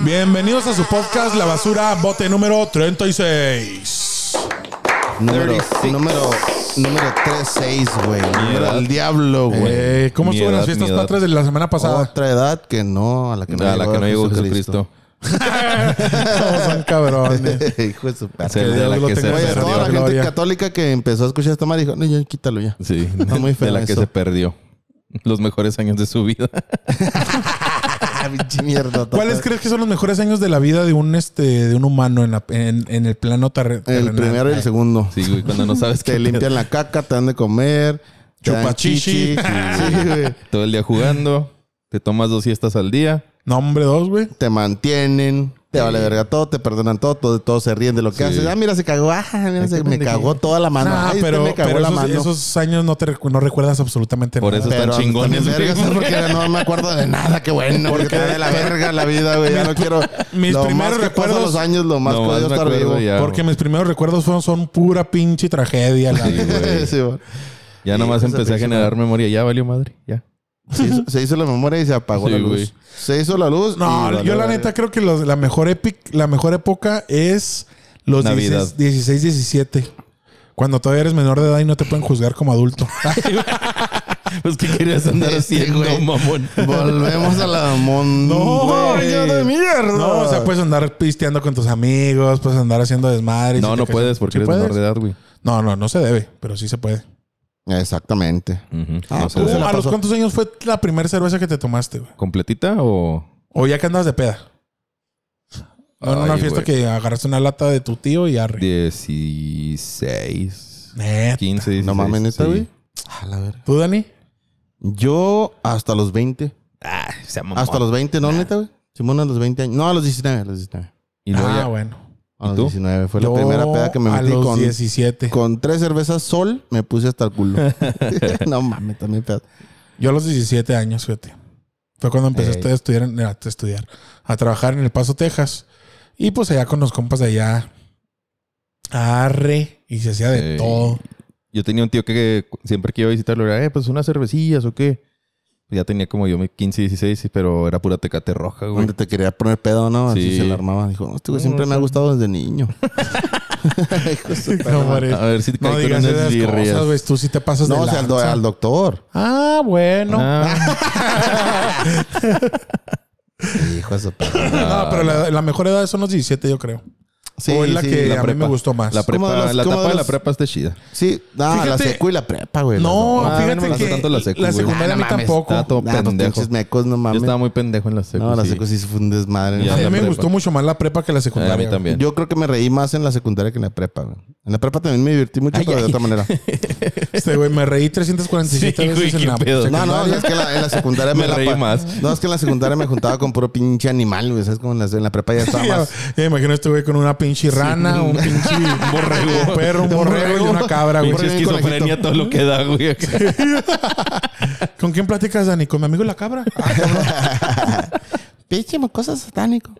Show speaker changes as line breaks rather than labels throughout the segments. Bienvenidos a su podcast La Basura, bote número 36.
Número,
36.
número, número 36, güey. Número
edad.
al diablo, güey.
Eh, ¿Cómo
mi
estuvo
edad,
las fiestas
mi edad.
patrias de la semana pasada?
Otra edad que no, a la que no,
A la que no llegó Jesucristo.
Como son cabrones.
Hijo de su
Se
perra.
Dios
de la
lo
que se
tenga
Oye, toda la
perdió.
gloria.
gente católica que empezó a escuchar esta madre dijo, no, ya quítalo ya.
Sí,
Está muy feo
de la que
eso.
se perdió. Los mejores años de su vida.
Ah, pinche mierda.
¿Cuáles
total.
crees que son los mejores años de la vida de un este de un humano en, la- en- en el plano terre-
El
terrenal?
primero y el segundo.
Sí, güey, cuando no sabes
Te
qué
limpian la caca, te dan de comer. te dan
Chupachichi.
chichi. Sí, güey.
pedo. Todo el día jugando. Te tomas dos siestas al día.
No, hombre, dos, güey.
Te mantienen. Te vale verga todo, te perdonan todo, todo, todos se ríen de lo que haces. Ah, mira, se cagó. Ah, mira, se, me cagó toda
Ah,
la mano.
Nah,
Ay, este
pero,
me cagó
pero
la
esos,
mano.
esos años no te recu- no recuerdas absolutamente
Por
nada.
eso están
Pero
chingones.
también
güey.
vergas, ¿eh? porque no me acuerdo de nada, qué bueno. Porque está de la verga la vida, güey. Ya no quiero.
mis
lo
primeros
más que pasan
recuerdos-
los años, lo más
No
que
más
yo
me
estar
acuerdo
vivo.
ya.
Porque mis primeros recuerdos fueron, son pura pinche tragedia. la
Sí,
neta.
güey.
Sí, güey.
Ya nomás
Hijos de
empecé a
pinche
generar memoria. Ya valió madre. Ya.
se, hizo, se hizo la memoria y se apagó
Sí,
la luz.
güey.
Se hizo la luz.
No,
y valió
yo la
verga.
neta creo que los- la mejor epic, la mejor época es los
Navidad.
16, 16, 17. Cuando todavía eres menor de edad y no te pueden juzgar como adulto.
Pues qué quieres andar
Este,
haciendo,
güey.
mamón.
Volvemos a la mon.
No,
güey.
yo de
mierda.
No, o sea, puedes andar pisteando con tus amigos, puedes andar haciendo desmadre. y si
No,
te
no
cachan-
puedes porque
¿Sí
eres
puedes?
menor de edad, güey.
No, no, no se debe, pero sí se puede. Uh,
Exactamente.
Ujú.
Ah,
No sé,
pues,
¿de
¿A
la
los
pasó.
cuántos años fue la primera cerveza que te tomaste, güey?
¿Completita o...?
O ya que andabas de peda. No, en una
Ay,
fiesta
güey.
que agarraste una lata de tu tío y arre.
16,
Neta.
15, 16.
No mames, neta,
sí.
güey. A la verga.
¿Tú, Dani?
Yo hasta los 20.
Ah, sea mamón.
Hasta los 20, no, neta, güey. Simón a los 20 años. No, a los 19, a los 19.
Y luego
ah,
ya-
bueno.
A los
tú?
19. Fue la
Yo
primera peda que me
a
metí
los
con,
17.
con tres cervezas sol. Me puse hasta el culo. no mames, también pedo.
Yo a los 17 años, fíjate. Fue cuando empecé
Ey.
a estudiar, en- a estudiar, a trabajar en El Paso, Texas. Y pues allá con los compas de allá, arre, y se hacía de
Ey.
todo.
Yo tenía un tío que siempre que iba a visitarlo era, eh, pues unas cervecillas o qué. Pues ya tenía como yo mi 15, 16, pero era pura tecate roja, güey.
Donde te quería poner pedo, ¿no? Así
Sí.
se la armaba. Dijo, no, este güey
No,
siempre
no,
me ha
no.
gustado desde niño. Hijo de su perra
No, hombre.
madre.
A ver si te
No
caí ah, con
digas
unas
esas
birrias.
cosas, güey. Tú sí te pasas de
no, o sea, al, do-
lanza.
al doctor.
Ah, bueno.
Ah,
Hijo de su perra.
No, pero la, la mejor edad son los 17, yo creo.
Sí,
o es la
sí,
que a mí me
prepa.
gustó más.
la
Como
prepa,
de las-
la
como
etapa
de
de la
las-
prepa está chida.
Sí, no, la
Fíjate-
secu y la prepa, güey.
no,
no, a mí no me
fíjate
gustó
que
tanto la secu, güey.
secundaria
Ah,
a
no
mí
mames,
tampoco.
estaba todo
Nah, pues
pendejo.
pinches mecos, no
Yo
mames.
estaba muy pendejo en la secu.
No, la
sí.
secu sí fue un desmadre.
Ya,
A mí
la
me
prepa.
gustó mucho más la prepa que la
Eh,
secundaria.
A mí
güey.
también.
Yo creo que me reí más en la secundaria que en la prepa, güey. En la prepa también me divertí mucho, pero de otra manera.
Este, güey, me reí 347
Sí,
veces
güey,
en
qué
la
pedo.
No, no, es que la- en la secundaria
Me
la
reí
pa-
más.
No, es que en la secundaria me juntaba con puro pinche animal, güey. ¿Sabes? Como en la, en la prepa ya estaba
Ya,
más.
ya me imagino este güey con una pinche rana, un pinche borrego, un perro, un borrego y una cabra, güey.
Pinche esquizofrenia todo lo que da, güey.
¿Con quién platicas, Dani? ¿Con mi amigo la cabra?
Ah, Pinche cosas satánico.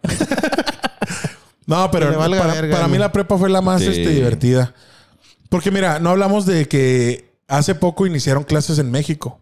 No, pero
Que le valga
para,
verga,
para mí
güey.
la prepa fue la más
Sí.
este, divertida. Porque mira, no hablamos de que hace poco iniciaron clases en México.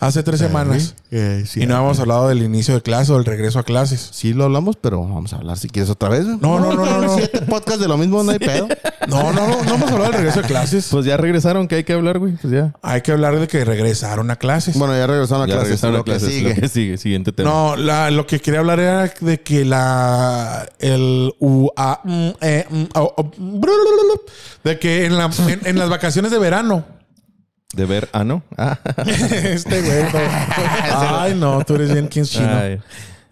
Hace tres semanas.
sí,
y no habíamos hablado del inicio de clases o del regreso a clases.
sí lo hablamos, pero vamos a hablar si quieres otra vez, güey.
No, no, no, no, no.
Siete podcasts de lo mismo, no hay pedo.
No, no, no, no hemos hablado del regreso a clases.
Pues ya regresaron, que hay que hablar, güey. Pues ya.
Hay que hablar de que regresaron a clases.
Bueno, ya regresaron a
Ya
clases.
regresaron
lo
a clases.
Que
Lo
sigue.
que sigue, siguiente tema.
No, la- lo que quería hablar era de que la el u- a- mm, eh, mm, o- o- brulululu, de que en, la- en, en las vacaciones de verano
De ver, ah, no. Ah,
este güey no. ay no tú eres bien quien chino
ay.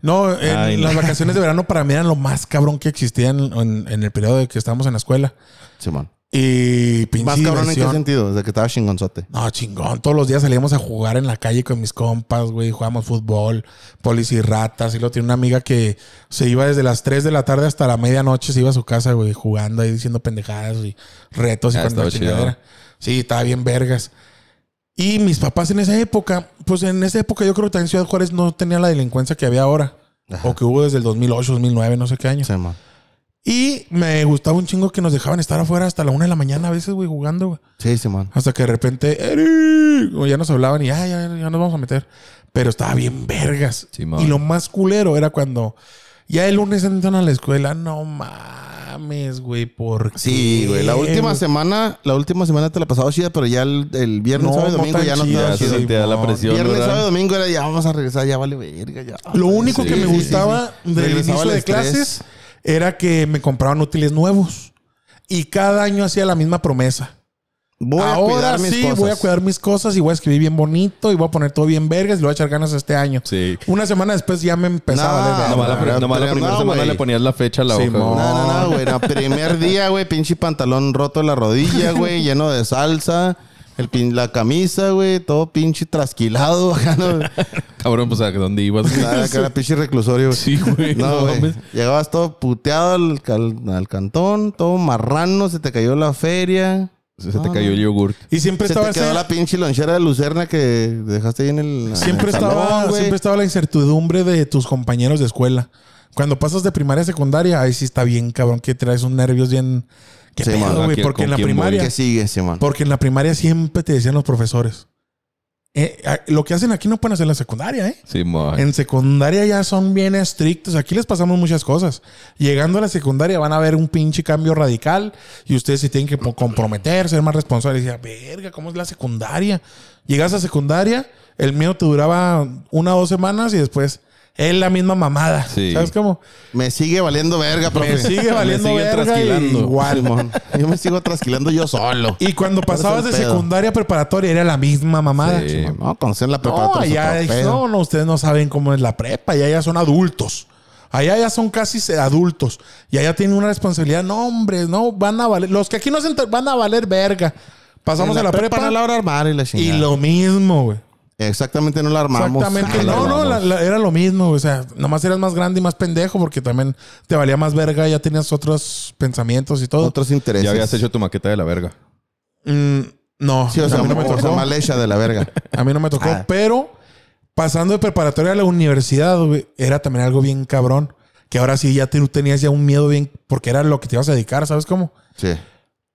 no en
Ay, no.
las vacaciones de verano para mí eran lo más cabrón que existía en, en- en el periodo de que estábamos en la escuela
Simón.
y pinche
Más cabrón en qué
diversión.
sentido, desde que estaba chingonzote.
No, chingón. Todos los días salíamos a jugar en la calle con mis compas, güey. Jugábamos fútbol, polis y ratas. Y luego tiene una amiga que se iba desde las 3 de la tarde hasta la medianoche. Se iba a su casa, güey, jugando ahí, diciendo pendejadas y retos y
Ah,
con la
estaba chido.
chingadera. Sí, estaba bien vergas. Y mis papás en esa época, pues en esa época yo creo que también Ciudad Juárez no tenía la delincuencia que había ahora. O que hubo desde el 2008, 2009, no sé qué año.
Simón.
Y me gustaba un chingo que nos dejaban estar afuera hasta la una de la mañana a veces, güey, jugando, güey.
Sí, Simón.
Hasta que de repente, "Eric", o ya nos hablaban y "Ah, ya, ya nos vamos a meter. Pero estaba bien vergas.
Simón.
y lo más culero era cuando Ya el lunes entran a la escuela. No mames, güey. ¿Por
Sí,
qué,
güey. La última semana, la última semana te la pasaba chida, pero ya el, el viernes,
No,
sábado y
no
domingo
tan
ya no estaba
Ya
chida,
chido.
se
sí,
te da la
mon.
presión,
Viernes,
¿verdad?
sábado, domingo era ya vamos a regresar, ya vale verga, ya.
Lo único que
Sí,
me
sí,
gustaba
sí.
del
Regresaba
inicio
el
de
estrés.
clases era que me compraban útiles nuevos. Y cada año hacía la misma promesa.
Voy a
Ahora
cuidar mis
sí,
cosas.
voy a cuidar mis cosas y voy a escribir bien bonito y voy a poner todo bien vergas y le voy a echar ganas este año.
Sí.
Una semana después ya me empezaba
No,
a
no,
Nomás la,
pero-
nomás la
Ah, pero
primera
no,
semana
güey.
le ponías la fecha a la hoja.
Simón.
güey.
No, no, no, güey. No, primer día, güey, pinche pantalón roto en la rodilla, güey, lleno de salsa. El pin, la camisa, güey, todo pinche trasquilado. Acá, ¿no?
Cabrón, pues a dónde ibas. güey?
Nada, acá era pinche reclusorio, güey.
Sí, güey.
No,
No,
güey.
mames.
Llegabas todo puteado al, cal- al cantón, todo marrano, se te cayó la feria.
Se te cayó el yogurt.
Y siempre
Se
estaba
te quedó
ese-
la pinche lonchera de lucerna que dejaste ahí en el.
Siempre
en el salón,
estaba,
güey.
siempre estaba la incertidumbre de tus compañeros de escuela. Cuando pasas de primaria a secundaria, ahí sí está bien, cabrón, que traes unos nervios bien. ¿Qué
Sí,
pedo,
man,
güey?
¿a quién-
Porque
con
en la
quién voy?
primaria.
¿Qué sigue, Simón?
Porque en la primaria siempre te decían los profesores. eh, a- lo que hacen aquí no pueden hacer en la secundaria, ¿eh?
Simón.
En secundaria ya son bien estrictos. Aquí les pasamos muchas cosas. Llegando a la secundaria van a ver un pinche cambio radical y ustedes se tienen que po- comprometer, ser más responsables. Y decía, verga, ¿cómo es la secundaria? Llegas a secundaria, el miedo te duraba una o dos semanas y después es la misma mamada.
Sí.
¿Sabes cómo?
Me sigue valiendo verga, profe.
Me sigue valiendo
siguen
verga y
trasquilando.
igual.
Simón. Yo me sigo trasquilando yo solo.
Y cuando pasabas
el
de
pedo.
secundaria a preparatoria era la misma mamada.
Sí.
Simón, No, conocer la
No,
preparatoria.
allá
es
es-
otro pedo.
no, no, ustedes no saben cómo es la prepa, allá ya son adultos. Allá ya son casi se- adultos. Y allá tienen una responsabilidad. No, hombre, no, van a valer. Los que aquí no se enter- van a valer verga. Pasamos
En
a la prepa,
no la hora armar y la
y
chingada.
lo mismo, güey.
Exactamente no la armamos.
Exactamente.
Ah,
No, no,
armamos.
la- la- era lo mismo. güey. O sea, nomás eras más grande y más pendejo porque también te valía más verga. Ya tenías otros pensamientos y todo.
Otros intereses.
Ya habías hecho tu maqueta de la verga.
Mm, no,
Sí, o sea,
a mí no me
o sea,
tocó.
mal hecha de la verga.
A mí no me tocó,
Ah.
pero pasando de preparatoria a la universidad, güey, era también algo bien cabrón. Que ahora sí ya te- tenías ya un miedo bien, porque era lo que te ibas a dedicar, ¿sabes cómo?
Sí.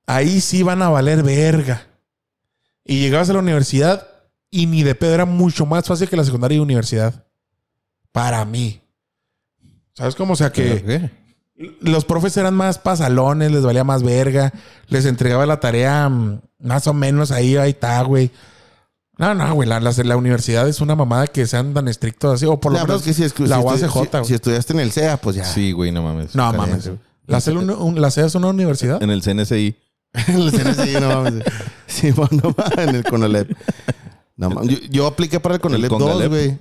Ahí sí van a valer verga. Y llegabas a la universidad y ni de pedo era mucho más fácil que la secundaria y universidad. Para mí. ¿Sabes cómo? O sea que
¿Qué?
los profes eran más pasalones, les valía más verga, les entregaba la tarea mm, más o menos ahí, ahí está, güey. No, no, güey, la, la, la universidad es una mamada que sean tan estrictos así, o por lo
Ya,
menos
pero pues, es que si escu-
la
si
UACJ,
estudi-
güey.
si, si estudiaste en el CEA, pues ya.
Sí, güey, no mames.
no
caliente,
mames.
güey.
¿La E CEA la CEA es una universidad?
En el CNSI.
En el CNCI, no mames. Sí, bueno, no mames, en el Conalep. No mames. Yo, yo apliqué para el Conalep 2,
Conalep.
güey.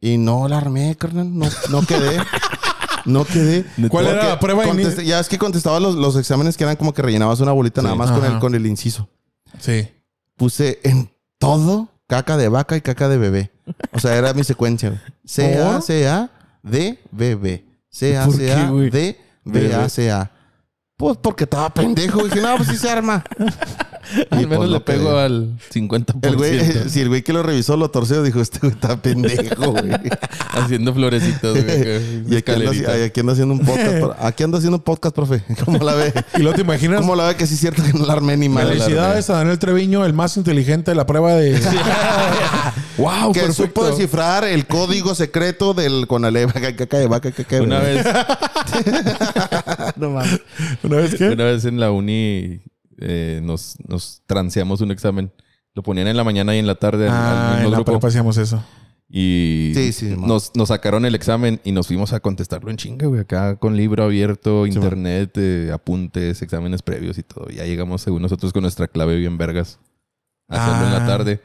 Y no la armé, carnal. No, no quedé. No quedé.
¿Cuál era
Porque
la prueba ini-
contesté- Ya es que contestaba los, los exámenes que eran como que rellenabas una bolita nada más con
Ajá.
el, con el inciso.
Sí.
Puse en todo caca de vaca y caca de bebé. O sea, era mi secuencia. güey. C A
¿Por?
C A D B B. C A
¿Por
C A
qué, güey?
D B A C A. Pues porque estaba pendejo. Dije, no, pues sí se arma.
Al
pues,
menos
lo
le pego
quedé.
al 50%.
El güey, si el güey que lo revisó lo torció, dijo, este güey está pendejo, güey.
Haciendo florecitas, güey.
y aquí anda,
Escalerita.
ay, aquí anda haciendo un podcast. pro- Aquí anda haciendo un podcast, profe. ¿Cómo la ve?
¿Y lo te imaginas?
¿Cómo la ve que sí es cierto que no la armé ni mal?
Felicidades a Daniel Treviño, el más inteligente de la prueba de... Oh,
¡Wow!
Que supo
Perfecto.
descifrar el código secreto del Conalep. Caca de vaca, caca de
Una
bebé.
vez,
No mames.
¿Una vez qué?
una vez en la uni eh, nos, nos transeamos un examen. Lo ponían en la mañana y en la tarde al- al
Ah,
mismo
en la
grupo.
prepa hacíamos eso.
Y
Sí, sí, ma.
nos, nos sacaron el examen y nos fuimos a contestarlo en chinga, güey. Acá con libro abierto, internet, eh, apuntes, exámenes previos y todo. Ya llegamos, según nosotros, con nuestra clave bien vergas. a Hacerlo en
Ah.
la tarde.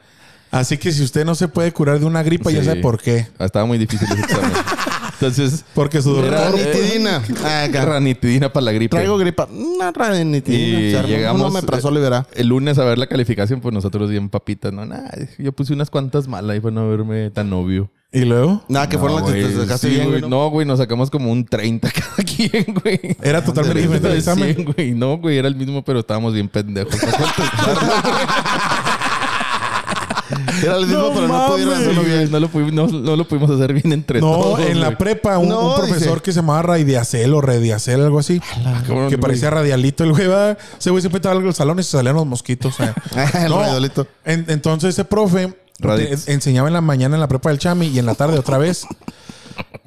Así que si usted no se puede curar de una gripa, ya
Sí.
sabe por qué.
Ah, Estaba muy difícil ese examen. Entonces,
Porque su dolor...
Era-
Ranitidina. Ah, acá.
ranitidina para la gripe.
Traigo gripa. Una ranitidina.
Y
Se armó.
llegamos-
Uno me pasó liberar.
El lunes a ver la calificación, pues nosotros bien papitas, ¿no? Nah, yo puse unas cuantas malas y para no verme tan obvio.
¿Y luego?
Nada, que fueron
No,
las que te
güey,
sacaste
sí,
bien,
güey.
güey. ¿no?
No, güey, nos sacamos como un 30 cada quien, güey.
Era totalmente
Ándale,
diferente el
De
examen.
100, güey. No, güey, era el mismo, pero estábamos bien pendejos. para contestarlo.
Era el mismo,
No
pero no
mames.
pudieron hacerlo
Sí,
bien.
güey, no, lo pudimos, no, no lo pudimos hacer bien entre
No,
todos.
en la
güey.
prepa, un,
No,
un profesor
dice.
que se llamaba Raidiacel o Rediacel, algo así.
Ah, cabrón,
que parecía radialito el güey. va, Ese güey siempre estaba en el salón y se salían los mosquitos. eh.
Ah, El
No,
redolito.
en- entonces ese profe
Raditz.
en- enseñaba en la mañana en la prepa del Chami y en la tarde otra vez.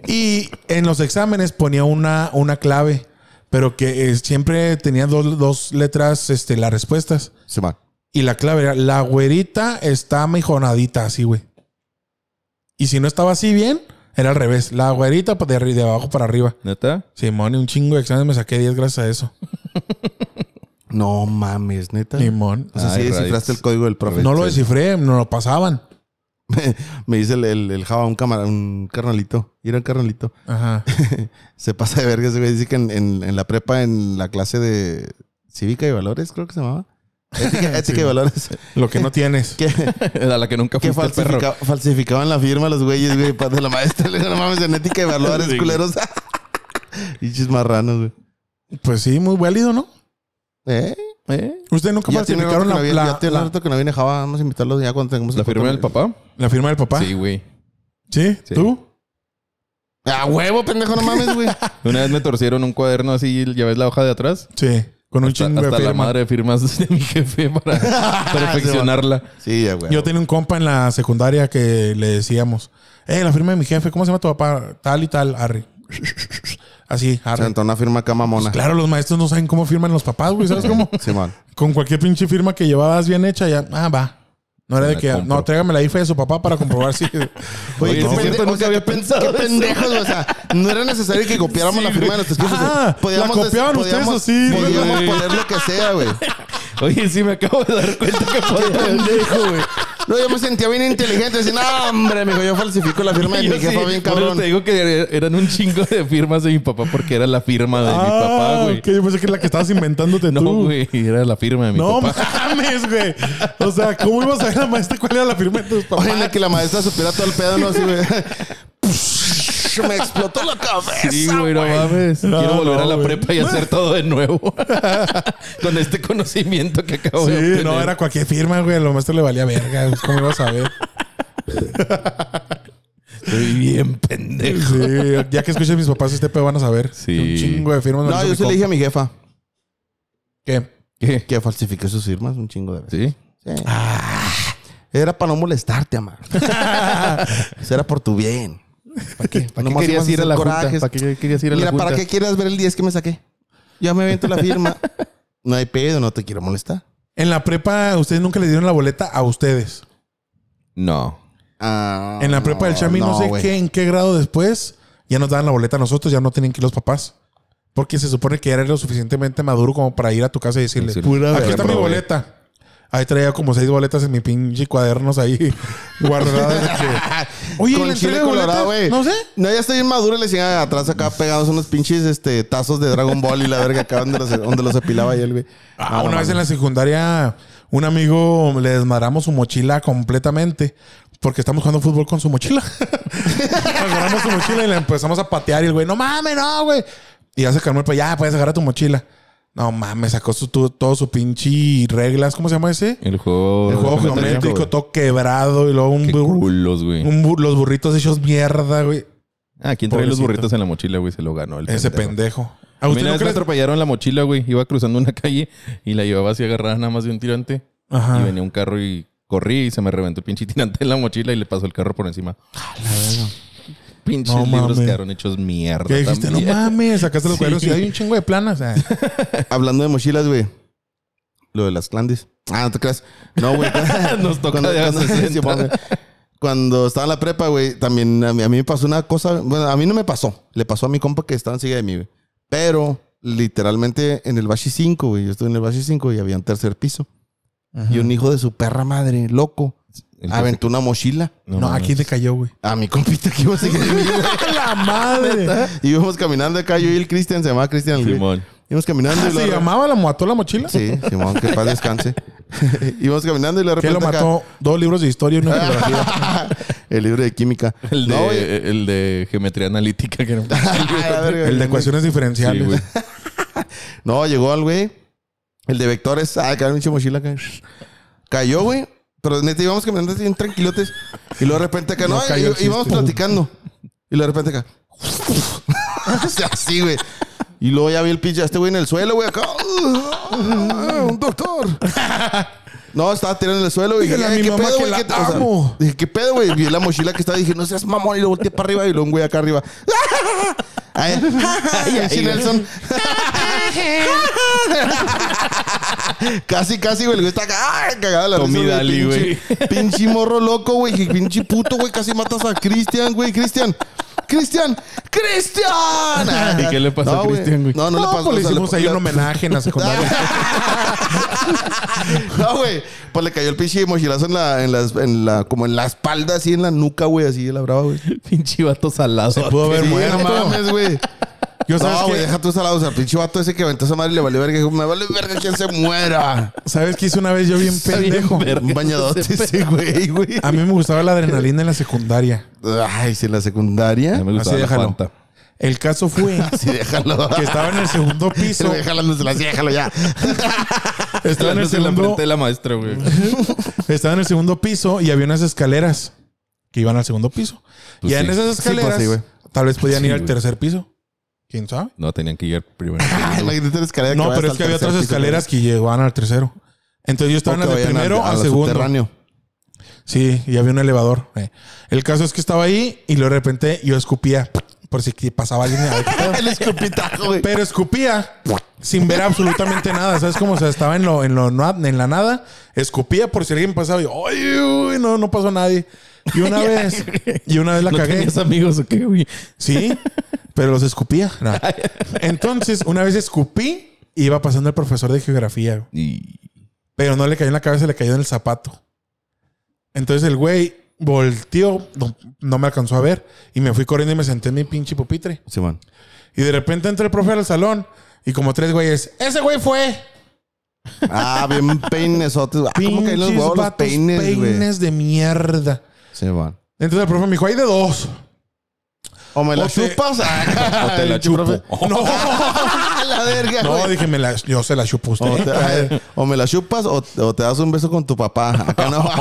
Y en los exámenes ponía una, una clave, pero que eh, siempre tenía dos, dos letras este, las respuestas.
Se va.
Y la clave era, la güerita está mejonadita, así, güey. Y si no estaba así bien, era al revés. La güerita pues, de, arri- de abajo para arriba.
¿Neta?
Simón, y un chingo de exámenes me saqué 10 gracias a eso.
No mames, neta.
Simón.
O sea,
Ay,
sí descifraste
rayos.
el código del profe.
No lo descifré, no lo pasaban.
Me dice el, el, el Java, un, cámara, un carnalito. Era un carnalito.
Ajá.
Se pasa de verga ese güey. Dice que en, en- en la prepa, en la clase de cívica y valores, creo que se llamaba. Ética, ética y valores.
Lo que no tienes.
Que,
Era la que nunca
que
fuiste el perro.
falsifica- falsificaban la firma los güeyes, güey, pa- de la maestra. Le digo, no mames, en ética y valores,
Sí.
culeros. y chismarranos, güey.
Pues sí, muy válido, ¿no?
¿Eh? ¿Eh?
Usted nunca
Ya tiene rato
falsificaron
que
la,
no viene-
la-
ya tiene
la-
rato que no viene Java. Vamos a invitarlos ya cuando tengamos el
¿La firma
foto-
del papá?
la firma del papá.
Sí, güey.
¿Sí?
Sí.
¿Tú?
¡A huevo, pendejo! No mames, güey.
Una vez me torcieron un cuaderno así, ya ves la hoja de atrás.
Sí. Con un
Hasta,
chingo de
hasta la
firma.
madre de firmas de mi jefe para perfeccionarla.
Sí, ya, güey.
Yo tenía un compa en la secundaria que le decíamos, eh, la firma de mi jefe, ¿cómo se llama tu papá? Tal y tal, Harry. Así,
Se
Harry.
aventó una firma acá mamona.
Claro, los maestros no saben cómo firman los papás, güey, ¿sabes cómo?
Simón.
Con cualquier pinche firma que llevabas bien hecha, ya, ah, va. No era
Me
de
la
que,
compro.
no, tráigame la IFE de su papá para comprobar si.
Oye,
Oye,
qué
sí es
pende-
cierto,
o
nunca
sea,
había
qué pen-
pensado
Qué pendejos, güey. o sea, no era necesario que copiáramos la firma de nuestros jefes.
Ah,
güey.
la copiaban
des-
ustedes
podíamos-
así, güey.
Podíamos poner lo que sea, güey.
Oye, sí, me acabo de dar cuenta que podía.
No, yo me sentía bien inteligente. Decía, no, hombre, mijo, yo falsifico la firma de
Yo
mi jefa
sí,
bien
por eso
cabrón.
Te digo que er- eran un chingo de firmas de mi papá porque era la firma de
Ah,
mi papá, güey.
Que Ah, yo pensé que es la que estabas inventándote
No,
tú.
güey, era la firma de mi
No
papá.
mames, güey. O sea, ¿cómo ibas a ver la maestra cuál era la firma de tus papás?
Oye, en la que la maestra supiera todo el pedo, no así, güey. Me explotó la cabeza.
Sí, güey, no mames.
No,
Quiero volver
no,
a la
güey.
prepa y hacer todo de nuevo. Con este conocimiento que acabo de
Sí,
obtener.
no, era cualquier firma, güey. A los maestros le valía verga. pues, ¿Cómo ibas a ver?
Estoy bien pendejo.
Sí, ya que escuches mis papás este pedo van a saber.
Sí.
Un chingo de firmas. me hizo
No, yo
mi
sí le dije a
compa.
mi jefa
¿Qué?
¿Qué?
que falsifique sus firmas un chingo de veces.
¿Sí?
Sí. Era para no molestarte, amar. Eso era por tu bien. ¿Para qué?
¿Para qué querías ir a la junta? ¿Para qué querías ir a la
Mira,
junta?
¿para qué quieres ver el 10 que me saqué? Ya me avento la firma. no hay pedo, no te quiero molestar.
En la prepa, ustedes nunca le dieron la boleta a ustedes.
No.
Ah,
En la prepa del Chami, no, sé
güey.
qué, en qué grado después, ya nos daban la boleta a nosotros, ya no tienen que ir los papás. Porque se supone que ya eres lo suficientemente maduro como para ir a tu casa y decirle,
Sí.
Pura
aquí está
verga,
mi
güey.
boleta. Ahí traía como seis boletas en mi pinche cuadernos ahí guardadas. de que, Oye, ¿y
Con
la entrega
chile
de boletas?
colorado, güey.
No sé.
No, ya estoy bien maduro y le decían atrás acá pegados unos pinches este, tazos de Dragon Ball y la verga acá donde los, donde los apilaba y él, güey.
Ah, una vez en la secundaria, un amigo le desmadramos su mochila completamente porque estamos jugando fútbol con su mochila. agarramos su mochila y le empezamos a patear y el güey, no mames, no, güey. Y ya se calmó el pues ya puedes agarrar tu mochila. No mames, sacó su, tu- todo su pinche reglas, ¿cómo se llama ese?
El juego...
El juego geométrico, todo quebrado y luego un
Qué
bur-
culos, güey.
un bur- los burritos hechos mierda, güey.
Ah, ¿quién trae los
Pobrecito.
burritos en la mochila, güey? Se lo ganó el
Ese
pendejo.
pendejo. ¿A
A
usted
mí una vez
nunca
me
le-
atropellaron la mochila, güey. Iba cruzando una calle y la llevaba así agarrada nada más de un tirante.
Ajá.
Y venía un carro y corrí y se me reventó el pinche tirante en la mochila y le pasó el carro por encima. Pinches
No
libros
mames.
quedaron hechos mierda.
Ya dijiste, no
también.
mames, sacaste los
Sí.
cuadros y hay un chingo de planas. Ah.
Hablando de mochilas, güey. Lo de las clandis. Ah, no te creas. No, güey.
Nos toca de a 60.
Simón, güey. Cuando estaba en la prepa, güey, también a mí, a mí me pasó una cosa. Bueno, a mí no me pasó. Le pasó a mi compa que estaba enseguida de mí, güey. Pero literalmente en el Bashi 5, güey. Yo estuve en el Bashi 5 y había un tercer piso. Y un hijo de su perra madre, loco,
El que
aventó una mochila
se-
No,
mames.
aquí te cayó, güey.
a mi compita que iba a seguir de mí, güey.
la madre.
Y íbamos caminando acá, yo y el Cristian, se llamaba Cristian. el güey.
¿Ah? Simón.
Íbamos caminando y
¿Se
luego-
llamaba la mató la mochila?
Sí, Simón, que paz descanse. Íbamos caminando y de
Que
repente
lo
acá,
mató dos libros de historia y una
Ah,
biografía.
el libro de química.
El de,
No, güey.
el de geometría analítica que era un-
Ay, la verga.
El de ecuaciones
Sí,
diferenciales.
güey.
No, llegó al güey. El de vectores. Ah, cayó pinche mochila. acá. Cayó, güey. Pero neta íbamos caminando así bien tranquilotes. Y luego de repente acá,
No
no,
cayó
y-
el chiste.
íbamos platicando. Y luego de repente acá. O sea, así, güey. Y luego ya vi el pinche, este güey en el suelo, güey, acá. Un doctor. No, estaba tirando en el suelo, güey.
Dígale a
Ay,
mi
¿Qué
mamá
pedo,
que
güey?
la
¿Qué- o sea,
amo.
Dije, ¿qué pedo, güey? Vi la mochila que estaba, dije, no seas mamón, y lo volteé para arriba y luego un güey acá arriba. ¡Ah! Ay, ay, ay, Nelson. casi, casi, güey. El güey está ca- ay, cagado de la
Tommy
risa,
Daly, güey.
Pinche, pinche morro loco, güey. y Pinche puto, güey. Casi matas a Cristian, güey. Cristian. Cristian. Cristian.
¿Y qué le pasó a
güey.
Cristian, güey?
No, no, le pasó.
pues le
o sea,
hicimos ahí
le-
un homenaje en la secundaria.
No, güey. Pues le cayó el pinche mochilazo en la, en las, en la, como en la espalda, así en la nuca, güey, así de la brava, güey.
Pinche vato salado.
Se pudo haber
Sí,
muerto.
no mames, güey.
Yo sabes
No,
que
güey, deja tú salados. al pinche vato ese que aventó esa madre y le valió verga. Dijo, me vale verga quien se muera.
sabes que hice una vez yo bien pendejo.
verga.
Un bañadote
Ese
ese güey, güey.
A mí me gustaba la adrenalina en la secundaria.
Ay, si en la secundaria.
Ya me
Así
gustaba la
déjalo.
Fanta.
El caso fue
Sí, déjalo.
que estaba en el segundo piso.
Déjalo, no se la- sí, déjalo ya.
Estaba en el
la
segundo,
frente de la maestra, güey.
estaba en el segundo piso y había unas escaleras que iban al segundo piso.
Pues
ya
sí.
en esas
Sí, pues
escaleras
sí, güey.
tal vez podían
Sí,
ir al
güey.
tercer piso. ¿Quién sabe?
No, tenían que ir primero.
Ah,
Ay, Imagínate la escalera
No,
vaya
pero es
hasta
que
el
había
tercer
otras
piso,
escaleras que llevaban al tercero. Entonces yo estaba
güey.
en
O que
el de
vayan
primero al
la
segundo.
subterráneo.
Sí, y había un elevador. eh. El caso es que estaba ahí y luego de repente yo escupía por si que pasaba alguien. a ver qué pedo.
El escupitajo, güey.
Pero escupía sin ver absolutamente nada. ¿Sabes cómo? O sea, estaba en, lo, en, lo, na- en la nada. Escupía por si alguien pasaba. Y yo, "Ay, uy, no, no pasó nadie. Y una vez, y una vez la
¿No
cagué.
tenías amigos o qué, güey?
Sí, pero los escupía. No. Entonces, una vez escupí, iba pasando el profesor de geografía. güey.
Y...
Pero no le cayó en la cabeza, le cayó en el zapato. Entonces el güey volteó, no, no me alcanzó a ver, y me fui corriendo y me senté en mi pinche pupitre.
Simón.
Y de repente entra el profe al salón y como tres güeyes, ese güey fue.
Ah, bien peinesotes. Ah, ¿Cómo caen
Pinches
los huevos los
vatos
peines, güey?
peines de mierda.
Simón.
Entonces el profe me dijo, hay de dos.
O me la
O te-
chupas. ah,
O te la
pinche
chupo.
profe.
No,
Ah, la verga,
no
güey.
dije, me la- yo se la chupo a usted.
O, te- o me la chupas o, o te das un beso con tu papá. Acá no.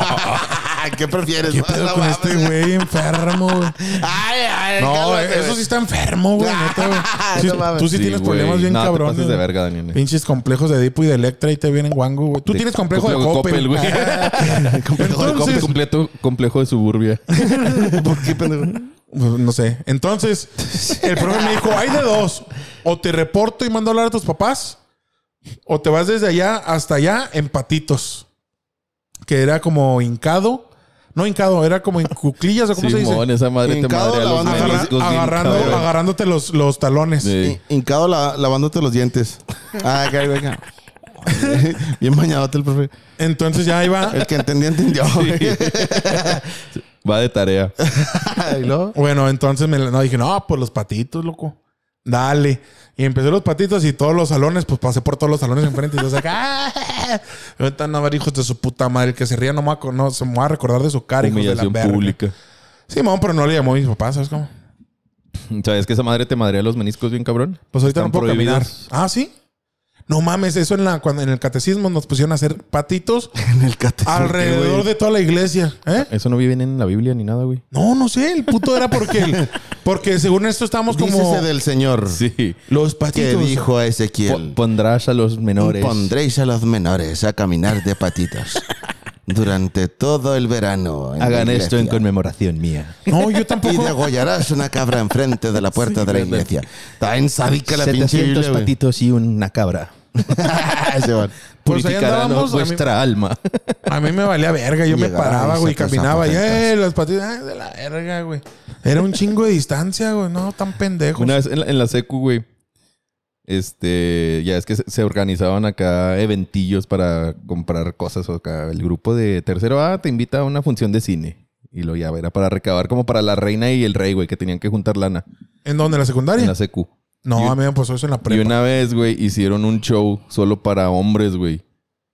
¿Qué prefieres?
¿Qué
No,
pedo
no
con
mames.
este güey enfermo, güey?
Ay, ay,
No,
cálmate,
eso
güey.
sí está enfermo, güey. neta, güey.
Ah,
Sí,
no mames.
tú sí, tienes
güey.
problemas bien
No, te
cabrones.
pases de
güey.
verga, Daniel.
Pinches complejos de Edipo y de Electra y te vienen guango, güey. Tú
De
tienes complejo, de Coppel.
güey.
Complejo de
Entonces-
Coppel.
Completo, complejo de suburbia.
¿Por qué, pendejo?
Pues, No sé. Entonces, el profe me dijo, hay de dos. O te reporto y mando a hablar a tus papás, o te vas desde allá hasta allá en patitos. Que era como hincado. No hincado, era como en cuclillas o cómo se dice.
Simón, esa madre te
Hincado
madre a los
lavando-
Agarra-
meniscos bien
agarrando,
cabrón.
agarrándote los, los talones.
Sí.
Hincado la- lavándote los dientes. Ah, acá, güey, acá. Bien bañadote el profe.
Entonces ya iba.
El que entendió, entendió. güey.
Va de tarea.
Y luego,
Bueno, entonces me la- no, dije, no, pues los patitos, loco. Dale. Y empecé los patitos y todos los salones, pues pasé por todos los salones enfrente. Y yo acá. Ahorita no, a ver, hijos de su puta madre. El que se ría no, me va a co- no se me va a recordar de su cara, hijos de la
Humillación
verga.
pública.
Sí, mamón, pero no le llamó a mis papás, ¿sabes cómo?
¿Sabes que esa madre te madrea los meniscos bien cabrón?
Pues ahorita no
Están
puedo caminar.
prohibidos.
Ah, sí. No mames, eso en, la, cuando, en el catecismo nos pusieron a hacer patitos
en el catecismo.
alrededor de toda la iglesia. ¿Eh?
Eso no vive en la Biblia ni nada, güey.
Mm.
No, no sé. El puto era porque, el- porque según esto estamos
Dícese
como
del Señor
Sí.
los
que
patitos.
dijo a Ezequiel.
Pondrás a los menores.
Pondréis a los menores a caminar de patitos durante todo el verano. en la
Hagan esto
iglesia.
en conmemoración mía.
No, yo
Y
tampoco.
degollarás una cabra enfrente de la puerta de la
¿verdad?
iglesia. Está en sádica la pinche
700
Biblia, güey.
patitos y una cabra.
Ese va.
Pues ahí
Purificarán
andábamos, a mí-
vuestra alma.
A mí me valía verga, yo me
Llegaba
paraba,
y
güey, y
se cruzaba
caminaba. Y
gente.
eh, las patitas, ay, de la verga, güey. Era un chingo de distancia, güey. No, tan pendejos.
Una vez en la, en la secu, güey. Este, ya es que se, se organizaban acá eventillos para comprar cosas o acá. El grupo de tercero A te invita a una función de cine. Y lo ya era para recabar como para la reina y el rey, güey, que tenían que juntar lana
¿En dónde? ¿En la secundaria?
en la secu.
no,
y-
a mí me pasó eso en la
Y
prepa.
una vez, güey, hicieron un show solo para hombres, güey.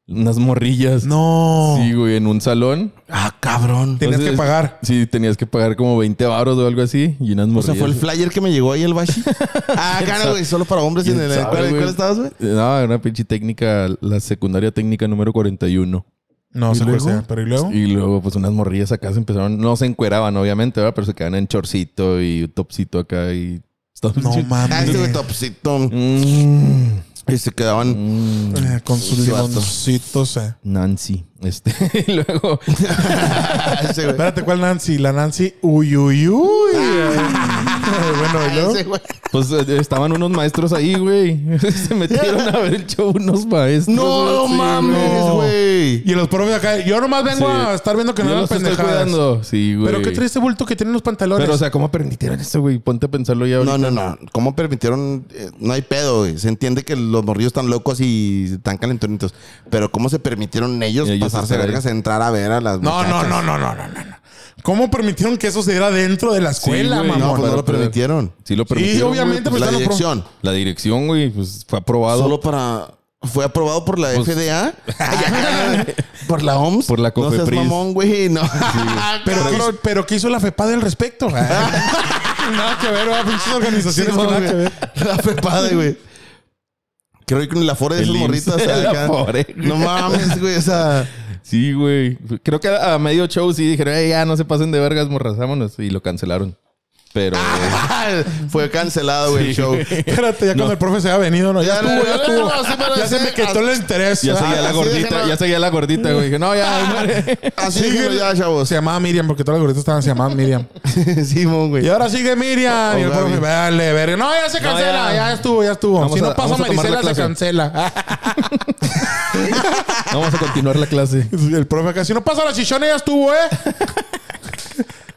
Unas morrillas.
No.
Sí, güey, en un salón.
Ah, cabrón.
Tenías que
Entonces,
pagar.
Sí, tenías que pagar como 20 baros o algo así. Y unas
O
morrillas.
sea, fue el flyer que me llegó ahí el Bashi. Ah, claro, güey. Solo para hombres.
¿Quién
En el,
sabe,
¿cuál,
güey?
cuál estabas, güey? Ah,
Eh, No, era una pinche técnica, la secundaria técnica número 41.
No,
¿Y
se
luego?
cuesta. Pero ¿y luego?
Y luego, pues unas morrillas acá se empezaron, no se encueraban, obviamente, ¿verdad? Pero se quedan en chorcito y topsito acá y.
No
Ah, este güey
mames. Eh,
topsito.
Mm,
Y se quedaban.
mm,
Eh, Con sus
Sí, vato.
limoncitos. eh.
Nancy. Este, y luego.
Ese güey.
Espérate, ¿cuál Nancy? La Nancy. Uy, uy, uy.
Ah.
bueno, ¿y luego?
Ese güey.
Pues eh, estaban unos maestros ahí, güey. Se metieron a ver el show unos maestros. güey.
No
Sí,
mames,
güey.
güey.
Y los profes acá, yo nomás vengo
Sí.
a estar viendo que
Yo
no hagan
los estoy
pendejadas.
cuidando. Sí, güey.
Pero qué triste bulto que tienen los pantalones.
Pero, o sea, ¿cómo permitieron eso, güey? Ponte a pensarlo ya ahorita.
No, no, no. ¿Cómo permitieron? Eh, no hay pedo, güey. Se entiende que los morrillos están locos y tan calentonitos. Pero ¿cómo se permitieron ellos,
Ellos
pasarse
estar ahí.
vergas a entrar a ver a las
no, no,
muchachas?
no, no, no, no, no, no. ¿cómo permitieron que eso se diera dentro de la escuela,
güey.
mamón?
No, pues no lo
Pero-
permitieron.
Sí lo permitieron.
Sí,
güey.
obviamente, pues
La
están los profes.
dirección.
La dirección, güey, pues fue aprobado
Solo para... Fue aprobado por la
Pues-
FDA. por la OMS.
Por la
No
COFEPRIS.
seas mamón, güey. No.
Pero, ¿qué, hizo- pero ¿qué hizo la FEPAD al respecto? Ah. nada que ver, ¿verdad? Pinches
Sí,
organizaciones que
mamón,
nada que
güey.
ver.
La fepada, güey. Creo que con la fore de
El
esos
IMSS,
morritos. o sea,
el
acá.
Afore.
No mames, güey. O sea...
Sí, güey. Creo que a medio show sí dijeron, "Ey, ya no se pasen de vergas, morras, vámonos", Y lo cancelaron. Pero.
Ah, Fue cancelado, güey, el show.
Espérate, ya cuando el profe se ha venido, no, ya
Ya,
estuvo, ya
no, no,
estuvo.
no, sí, pero
Ya se
sí,
me quitó el interés.
Ya
Ah,
seguía la
así
gordita,
déjalo.
ya seguía la gordita, güey. Dije, no, ya, madre".
Así que
sigue-
ya, chavos.
Se llamaba Miriam, porque todas las gorditas estaban, se llamaban Miriam.
Simón,
Y
güey.
ahora sigue Miriam.
Oh,
y el
Gaby.
profe, vale, verga. No, ya se
No,
cancela,
ya.
ya. estuvo, ya estuvo.
Vamos
si no
a-
pasa
vamos a tomar la
Marisela, se
clase.
cancela. Ah,
No, Vamos a continuar la clase.
el profe acá, si no pasa la chichona, ya estuvo, ¿eh?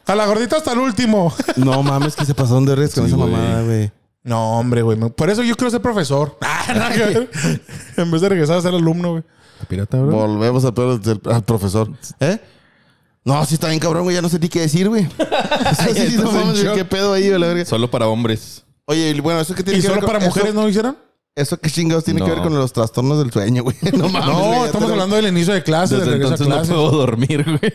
A la gordita hasta el último.
No mames, que se pasaron de res con
Sí,
esa
güey.
mamada, güey.
No, hombre, güey. me- Por eso yo quiero ser profesor. Ah, nada que ver. en vez de regresar a ser alumno, güey.
Pirata, bro.
Volvemos al, peor del- al profesor. ¿Eh? No, sí está bien cabrón, güey. Ya no sé ni qué decir, güey. Sí, sí,
Estás
no
en
mames,
shock.
qué pedo ahí, güey, la verga.
Solo para hombres.
Oye, y bueno, eso que tiene
¿Y
que ver
solo
con-
para mujeres
eso,
no lo hicieron?
Eso que chingados tiene que
No.
ver con los trastornos del sueño, güey. No mames.
No,
güey, Ah, pues ya
estamos
te-
hablando del inicio de clases, de
Desde
regreso a
entonces no
clases.
puedo dormir, güey.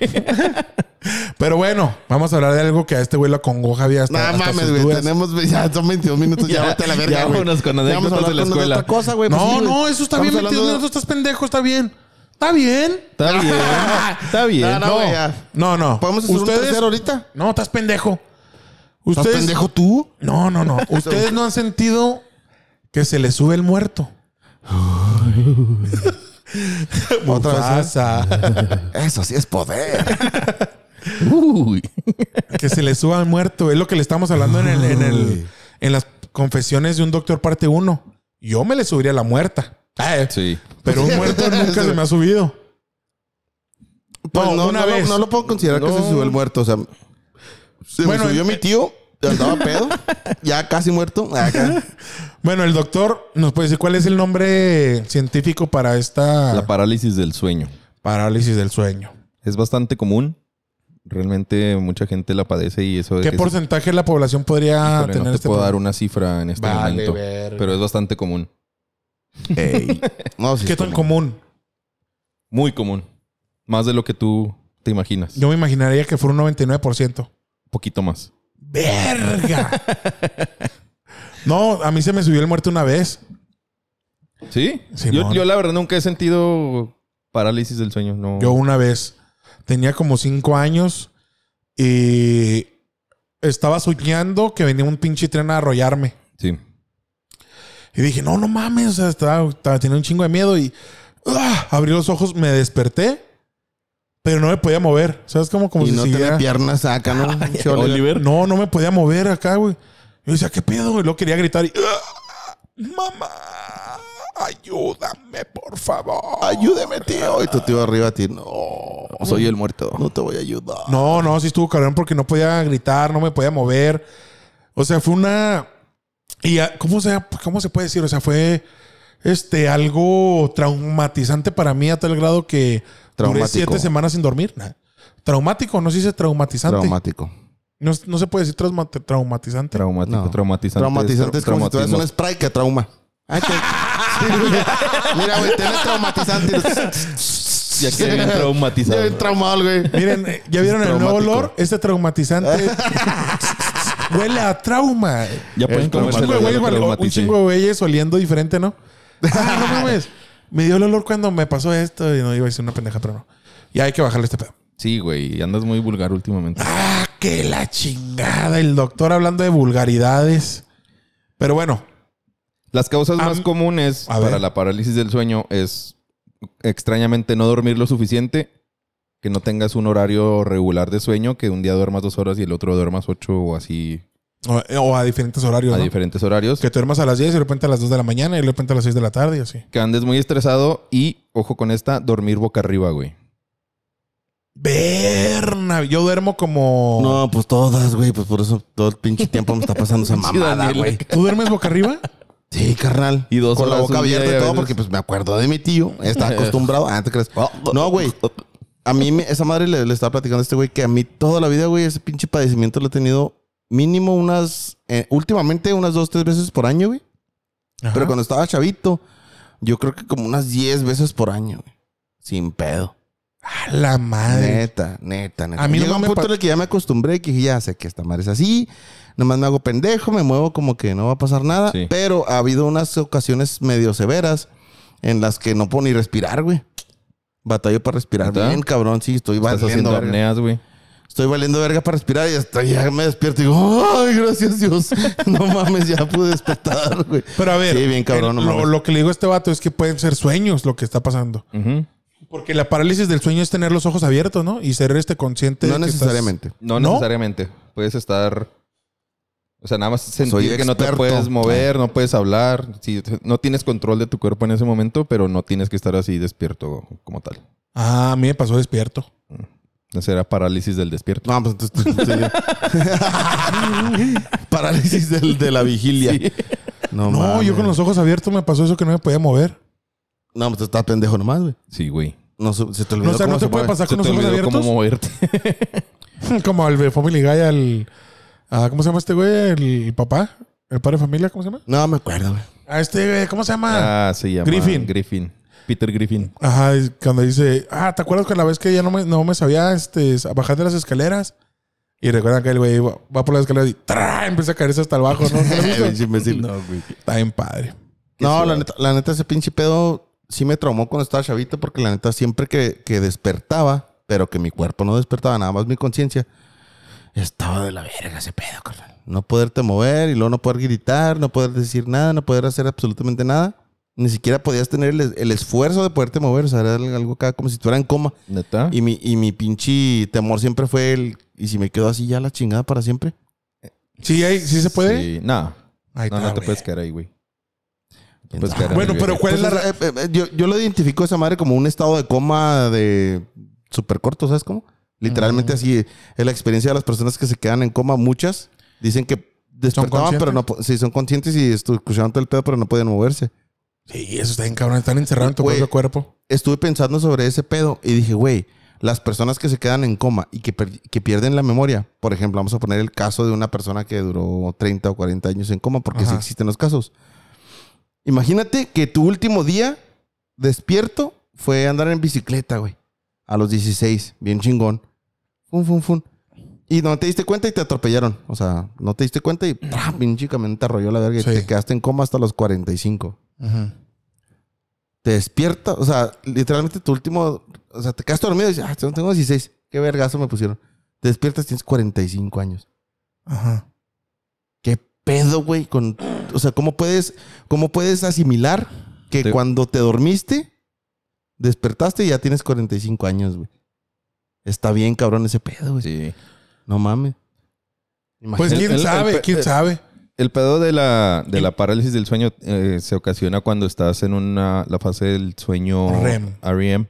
Pero bueno, vamos a hablar de algo que a este güey lo acongoja había
No
hasta, hasta
mames,
sus
güey.
dudas.
Tenemos, ya son 22 minutos. Ya,
Ya,
vete a la verga,
ya
güey.
vámonos con
Ya vamos a hablar
anécdotas de la
con
escuela.
otra cosa, güey. Pues sí,
No,
güey.
no, eso está
Estamos
bien,
hablando
22
de-
minutos, estás pendejo, está bien. Está bien.
Está bien. Está bien.
No, no, güey, ya.
No, no.
¿Podemos hacer un tercero ahorita?
No, estás pendejo.
¿Estás
Ustedes
pendejo tú?
No, no, no. Ustedes no han sentido que se les sube el muerto.
Otra vez, ¿eh?
Mufasa.
Eso sí es poder.
Uy.
que se le suba al muerto. Es lo que le estamos hablando en, el, en, el, en las confesiones de un doctor parte 1. Yo me le subiría a la muerta. Eh,
Sí.
Pero un muerto nunca se me ha subido.
Pues
No,
no,
una
no lo-
vez.
no lo puedo considerar que
No.
se subió el muerto. O sea, se
Bueno, eh,
me subió
en-
mi tío, andaba pedo, ya casi muerto. Acá.
Bueno, el doctor nos puede decir cuál es el nombre científico para esta
La parálisis del sueño.
parálisis del sueño.
Es bastante común. Realmente mucha gente la padece y eso de
¿Qué
que-
porcentaje de la población podría
Híjole,
tener
no te
este
puedo dar
problema?
una cifra en este
Vale,
momento.
verga.
Pero es bastante común.
No, sí,
¿Qué tan común?
Muy común. Más de lo que tú te imaginas.
Yo me imaginaría que fuera un 99%.
Un poquito más.
¡Verga! no, a mí se me subió el muerto una vez.
¿Sí? Yo,
Simón.
yo la verdad nunca he sentido parálisis del sueño. No.
Yo una vez tenía como cinco años y estaba soñando que venía un pinche tren a arrollarme.
Sí.
Y dije, no, no mames, o sea, estaba, estaba- tenía un chingo de miedo y ah, abrí los ojos, me desperté, pero no me podía mover. ¿Sabes? Como, como
Y
si
no
siguiera-
tiene piernas acá, ¿no? Pinche Oliver.
No, no me podía mover acá, güey. Yo decía, ¿qué pedo? Y luego quería gritar y... "Ah, ¡Mamá! ¡Ayúdame, por favor!
Ayúdeme, tío. Y tu tío arriba a ti. No, soy el muerto. No te voy a ayudar.
No, no, sí estuvo cabrón porque no podía gritar, no me podía mover. O sea, fue una... Y ah, ¿cómo se, ¿Cómo se puede decir? O sea, fue este algo traumatizante para mí a tal grado que duré
Traumático.
siete semanas sin dormir. Nah. Traumático, no se dice traumatizante.
Traumático.
no, no se puede decir trauma- traumatizante.
Traumático,
No.
traumatizante.
Traumatizante es como si tuvieras un
traumatismo.
spray que trauma. Ay, te- Sí, güey. Mira, güey, tenés traumatizante.
Ya quedé bien
Ya
traumatizado.
bien traumado, güey.
Miren, eh, ¿ya vieron el nuevo
Traumático.
olor? Este traumatizante huele a trauma.
Ya pueden
El
Un
comerse
chingo, de güeyes, vale, un chingo de güeyes oliendo diferente, ¿no? Ah, no mames. Me dio el olor cuando me pasó esto y no iba a decir una pendeja, pero no. Ya hay que bajarle este pedo.
Sí, güey. Andas muy vulgar últimamente.
Ah, que la chingada. El doctor hablando de vulgaridades. Pero bueno,
Las causas
Ah,
más comunes
a ver.
para la parálisis del sueño es extrañamente no dormir lo suficiente, que no tengas un horario regular de sueño, que un día duermas dos horas y el otro duermas ocho o así
O, o a diferentes horarios.
a
¿no?
diferentes horarios.
Que te duermas a las 10 y de repente a las 2 de la mañana y de repente a las 6 de la tarde y así.
Que andes muy estresado y, ojo con esta, dormir boca arriba, güey.
Berna, yo duermo como.
No, pues todas, güey. Pues por eso todo el pinche tiempo me está pasando esa
Pinche
mamada,
Daniel.
güey.
¿Tú duermes boca arriba?
Sí, carnal.
Y dos
Con la
horas
boca
un día
abierta
y a
y todo,
veces-
porque pues me acuerdo de mi tío. Está acostumbrado. Ah, ¿te crees?
Oh,
No, güey. A mí, me- esa madre le, le estaba platicando a este güey que a mí toda la vida, güey, ese pinche padecimiento lo he tenido mínimo unas. eh, últimamente unas dos, tres veces por año, güey.
Ajá.
Pero cuando estaba chavito, yo creo que como unas 10 veces por año, güey. Sin pedo.
A la madre.
Neta, neta, neta.
A mí
Llega
nomás
un
me
punto
pa-
en el que ya me acostumbré, que dije, ya sé que esta madre es así. Nomás me hago pendejo, me muevo como que no va a pasar nada.
Sí.
Pero ha habido unas ocasiones medio severas en las que no puedo ni respirar, güey. Batallo para respirar.
¿Neta?
Bien, cabrón, sí, estoy
Estás
valiendo
haciendo
verga.
apneas, güey.
Estoy valiendo verga para respirar y hasta ya me despierto y digo, ¡ay, gracias Dios! no mames, ya pude despertar, güey.
Pero a ver,
Sí, bien cabrón,
el-
no
lo,
mames.
lo que le digo a este vato es que pueden ser sueños lo que está pasando.
Ujú.
Porque la parálisis del sueño es tener los ojos abiertos, ¿no? Y ser este consciente.
No
de que estás-
necesariamente.
No,
¿No?
necesariamente. Puedes estar. O sea, nada más sentir
Soy
que no te
experto.
puedes mover, no puedes hablar. Sí, no tienes control de tu cuerpo en ese momento, pero no tienes que estar así despierto como tal.
Ah, a mí me pasó despierto.
No será parálisis del despierto.
No, pues entonces... entonces- Parálisis del- de la vigilia.
No, yo con los ojos abiertos me pasó eso que no me podía mover.
No, pues estás pendejo nomás, güey.
Sí, güey.
No, se se te olvidó.
No, o sea,
cómo
no te
se
puede
mueve.
pasar
Se
con
te
los ojos
olvidó cómo
abiertos.
moverte.
Como el de Family Guy, al. ah, ¿Cómo se llama este güey? El papá. El padre de familia, ¿cómo se llama?
No, me acuerdo, güey.
A este, güey, ¿cómo se llama?
Ah, se llama
Griffin.
Griffin. Peter Griffin.
Ajá, y cuando dice, ah, ¿te acuerdas que la vez que ya no me, no me sabía este, bajar de las escaleras? Y recuerdan que el güey va va por las escaleras y ¡tra! empieza a caerse hasta el bajo, ¿no? ¿No lo has visto?
Pinche imbécil.
No, güey.
Está bien padre.
No, la
suave.
neta, la neta, ese pinche pedo sí me traumó cuando estaba chavito, porque la neta, siempre que, que despertaba, pero que mi cuerpo no despertaba, nada más mi conciencia, estaba de la verga ese pedo, carnal. No poderte mover y luego no poder gritar, no poder decir nada, no poder hacer absolutamente nada. Ni siquiera podías tener el, es- el esfuerzo de poderte mover, o sea, era algo acá como si estuviera en coma.
Neta.
Y mi, y mi pinche temor siempre fue el, ¿y si me quedo así ya la chingada para siempre?
Sí, ahí, sí se puede.
Sí. No.
Ahí
No,
está,
no te
güey.
puedes caer ahí, güey. No te
¿Quién
puedes
sabe?
caer ahí,
Bueno,
güey.
pero ¿cuál es la
Pues,
ra-
eh, eh, yo, yo lo identifico a esa madre como un estado de coma de súper corto, ¿sabes cómo? Literalmente así es la experiencia de las personas que se quedan en coma. Muchas dicen que despertaban,
conscientes?
pero no... po- Sí, son conscientes y estu- escuchaban todo el pedo, pero no podían moverse.
Sí, eso está bien cabrón. Están encerrados en tu
Güey.
propio cuerpo.
Estuve pensando sobre ese pedo y dije, güey, las personas que se quedan en coma y que, per- que pierden la memoria, por ejemplo, vamos a poner el caso de una persona que duró 30 o 40 años en coma, porque sí
Ajá.
existen los casos. Imagínate que tu último día despierto fue andar en bicicleta, güey. A los 16, bien chingón. Fun, fun, fun. Y no te diste cuenta y te atropellaron. O sea, no te diste cuenta y ¡tra! pinche camión te arrolló la verga y
Sí.
te quedaste en coma hasta los 45 te despierta, o sea, literalmente tu último, o sea, te quedas dormido y dices, ah, tengo 16, qué vergazo me pusieron. Te despiertas, tienes 45 años.
Ajá.
¿Qué pedo, güey? Con, o sea, ¿cómo puedes, cómo puedes asimilar que
Te-
cuando te dormiste, despertaste y ya tienes 45 años, güey? Está bien, cabrón, ese pedo, güey.
Sí.
No mames.
Pues
Imagínate.
quién
el- el-
sabe,
el-
quién
el-
sabe.
El pedo de la, de la parálisis del sueño eh, se ocasiona cuando estás en una, la fase del sueño E
REM.
REM,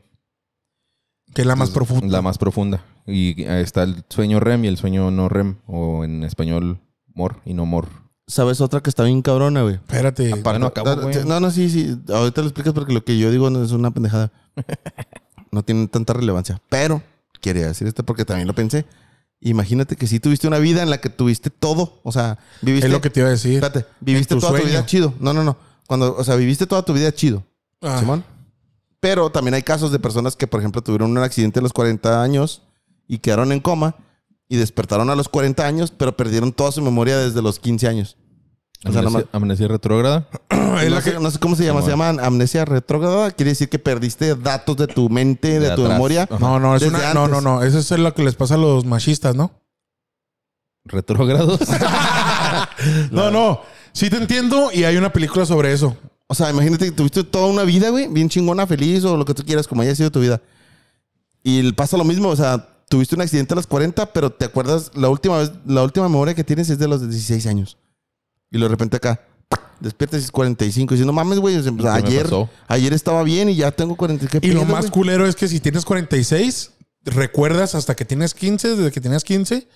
Que es la más profunda.
pues, la más profunda. Y eh, está el sueño REM y el sueño no REM, o en español MOR y no MOR.
¿Sabes otra que está bien cabrona, güey?
Espérate.
Aparte- no acabo,
Ah, no,
güey.
no, no, sí, sí. Ahorita lo explicas porque lo que yo digo no es una pendejada. No tiene tanta relevancia. Pero quería decir esto porque también lo pensé. Imagínate que si tuviste una vida en la que tuviste todo. O sea, viviste.
Es lo que te iba a decir.
espérate, viviste
en tu
toda tu
sueño.
vida chido. No, no, no. Cuando, o sea, viviste toda tu vida chido.
Ah,
Simón. Pero también hay casos de personas que, por ejemplo, tuvieron un accidente a los 40 años y quedaron en coma y despertaron a los 40 años, pero perdieron toda su memoria desde los 15 años. O sea, nada más-
Amnesia, amnesia retrógrada.
es
no,
la
sé,
que-
no sé cómo se llama, se llama amnesia retrógrada. Quiere decir que perdiste datos de tu mente, de,
De
tu
atrás.
memoria.
Ajá.
No, no, es
Desde
una, no, no,
antes.
no. Eso es lo que les pasa a los machistas, ¿no?
¿Retrógrados?
No, no. Sí te entiendo y hay una película sobre eso.
O sea, imagínate que tuviste toda una vida, güey, bien chingona, feliz o lo que tú quieras, como haya sido tu vida. Y pasa lo mismo, o sea, tuviste un accidente a los 40, pero te acuerdas, la última vez, la última memoria que tienes es de los 16 años. Y luego de repente acá, despiertas y es 45. Y dices, no mames, güey, o sea, pues,
¿Qué me
ayer,
pasó?
ayer estaba bien y ya tengo 45.
Y lo más culero es que si tienes 46, recuerdas hasta que tienes 15, desde que tenías 15,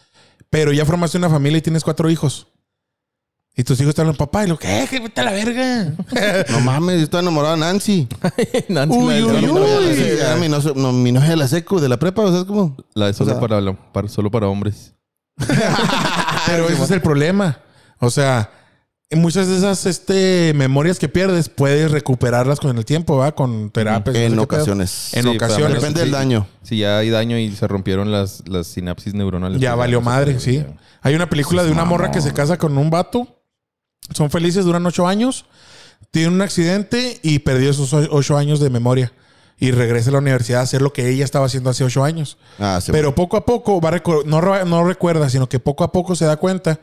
pero ya formaste una familia y tienes cuatro hijos. Y tus hijos están los papá y lo que, que vete a la verga.
No mames, yo estaba enamorado de Nancy.
Nancy,
Uy,
la
uy,
de-
uy. Era mi noce- no- mi novia de la secu, de la prepa, o sea, es como...
Pues,
La de solo,
O sea-
para, la- para- solo para hombres.
Ah,
pero ese es el problema. O sea, en muchas de esas este, memorias que pierdes puedes recuperarlas con el tiempo, ¿va? Con terapias. no sé
en
qué pedo.
ocasiones.
En
Sí,
ocasiones.
pero-
Depende del daño.
Si ya hay daño y se rompieron las, las sinapsis neuronales.
Ya
pues,
valió
no se
madre,
puede,
sí.
ya.
Hay una película de una morra que se casa con un vato. Son felices, duran ocho años. Tiene un accidente y perdió sus o- ocho años de memoria. Y regresa a la universidad a hacer lo que ella estaba haciendo hace ocho años.
Ah, sí,
Pero poco a poco va recor- no, re- no recuerda, sino que poco a poco se da cuenta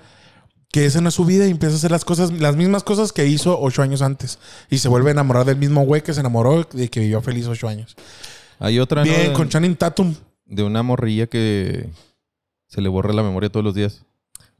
que esa no es su vida y empieza a hacer las cosas, las mismas cosas que hizo ocho años antes. Y se vuelve a enamorar del mismo güey que se enamoró y que vivió feliz ocho años.
Hay otra, ¿no?
Bien,
de,
con Channing Tatum.
de una morrilla que se le borra la memoria todos los días.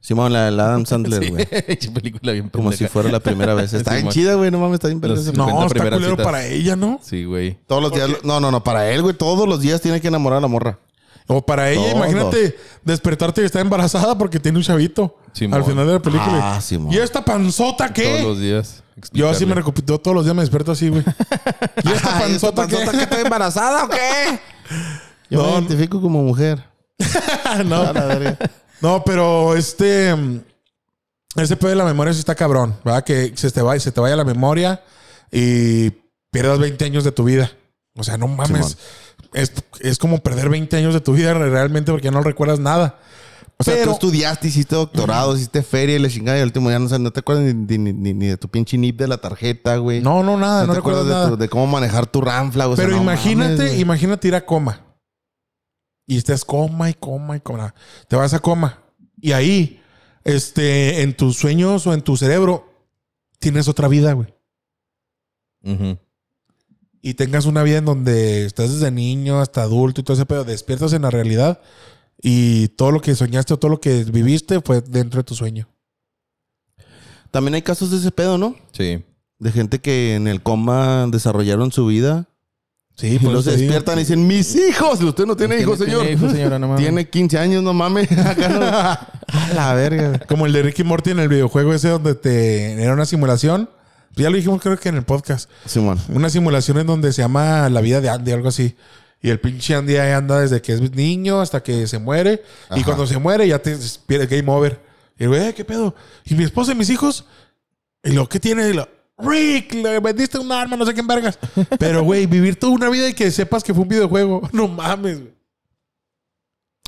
Simón, la, la Adam Sandler, güey.
Che película bien
Como si
pendeja.
fuera la primera vez. Está bien
Simón.
chida, güey. No mames, está bien
Los-
pendeja.
No,
50
está
primeras
culero
citas.
para ella, ¿no?
Sí, güey.
Todos los días. No, no, no. Para él, güey. Todos los días tiene que enamorar a la morra.
O para ella,
Todos.
imagínate despertarte y está embarazada porque tiene un chavito.
Simón.
Al final de la película.
Ah, Simón.
¿Y esta panzota
Todos
qué?
los días.
Yo así me
Explicarle.
recupero. yo Todos los días me despierto así, güey. ¿Y esta
Ay, ¿esta
panzota Ah, qué?
panzota que está embarazada o qué? Yo
No,
me identifico como mujer.
Ah, no,
A ver,
no, pero este. mm, Ese pedo de la memoria sí está cabrón, ¿verdad? Que se te vaya, se te vaya la memoria y pierdas 20 años de tu vida. O sea, no mames.
Simón.
Es, es como perder 20 años de tu vida realmente porque ya no recuerdas nada.
O sea,
Pero-
tú estudiaste, hiciste doctorado, hiciste feria y la chingada. Y el último día no, sé, no te acuerdas ni, ni- ni- ni de tu pinche nip de la tarjeta, güey.
No, no, nada,
No
no,
te
recuerdas
acuerdas
nada.
de, tu- de cómo manejar tu ranfla, o sea,
Pero
no
imagínate,
mames, güey.
imagínate ir a coma. Y estás coma y coma y coma. Te vas a coma. Y ahí, este, en tus sueños o en tu cerebro, tienes otra vida, güey.
Ujú.
Y tengas una vida en donde estás desde niño hasta adulto y todo ese pedo. Despiertas en la realidad y todo lo que soñaste o todo lo que viviste fue dentro de tu sueño.
También hay casos de ese pedo, ¿no?
Sí.
De gente que en el coma desarrollaron su vida
Sí,
Y
por
los
eso te digo.
despiertan y dicen, mis hijos. Y Usted no tiene hijos,
Tiene-
señor.
Tiene hijos, señora, no mames.
Tiene 15 años, no mames. Acá no- A la verga. güey.
Como el de Ricky Morty en el videojuego ese donde te era una simulación. Ya lo dijimos creo que en el podcast.
Simón.
Una simulación en donde se llama La vida de Andy, algo así. Y el pinche Andy ahí anda desde que es niño hasta que se muere. Y
Ajá.
cuando se muere ya te pierde game over. Y el güey, "Eh, ¿qué pedo? ¿Y mi esposa y mis hijos? Y lo que tiene, y lo, Rick, le vendiste un arma, no sé qué en vergas. Pero, güey, vivir toda una vida y que sepas que fue un videojuego. No mames, güey.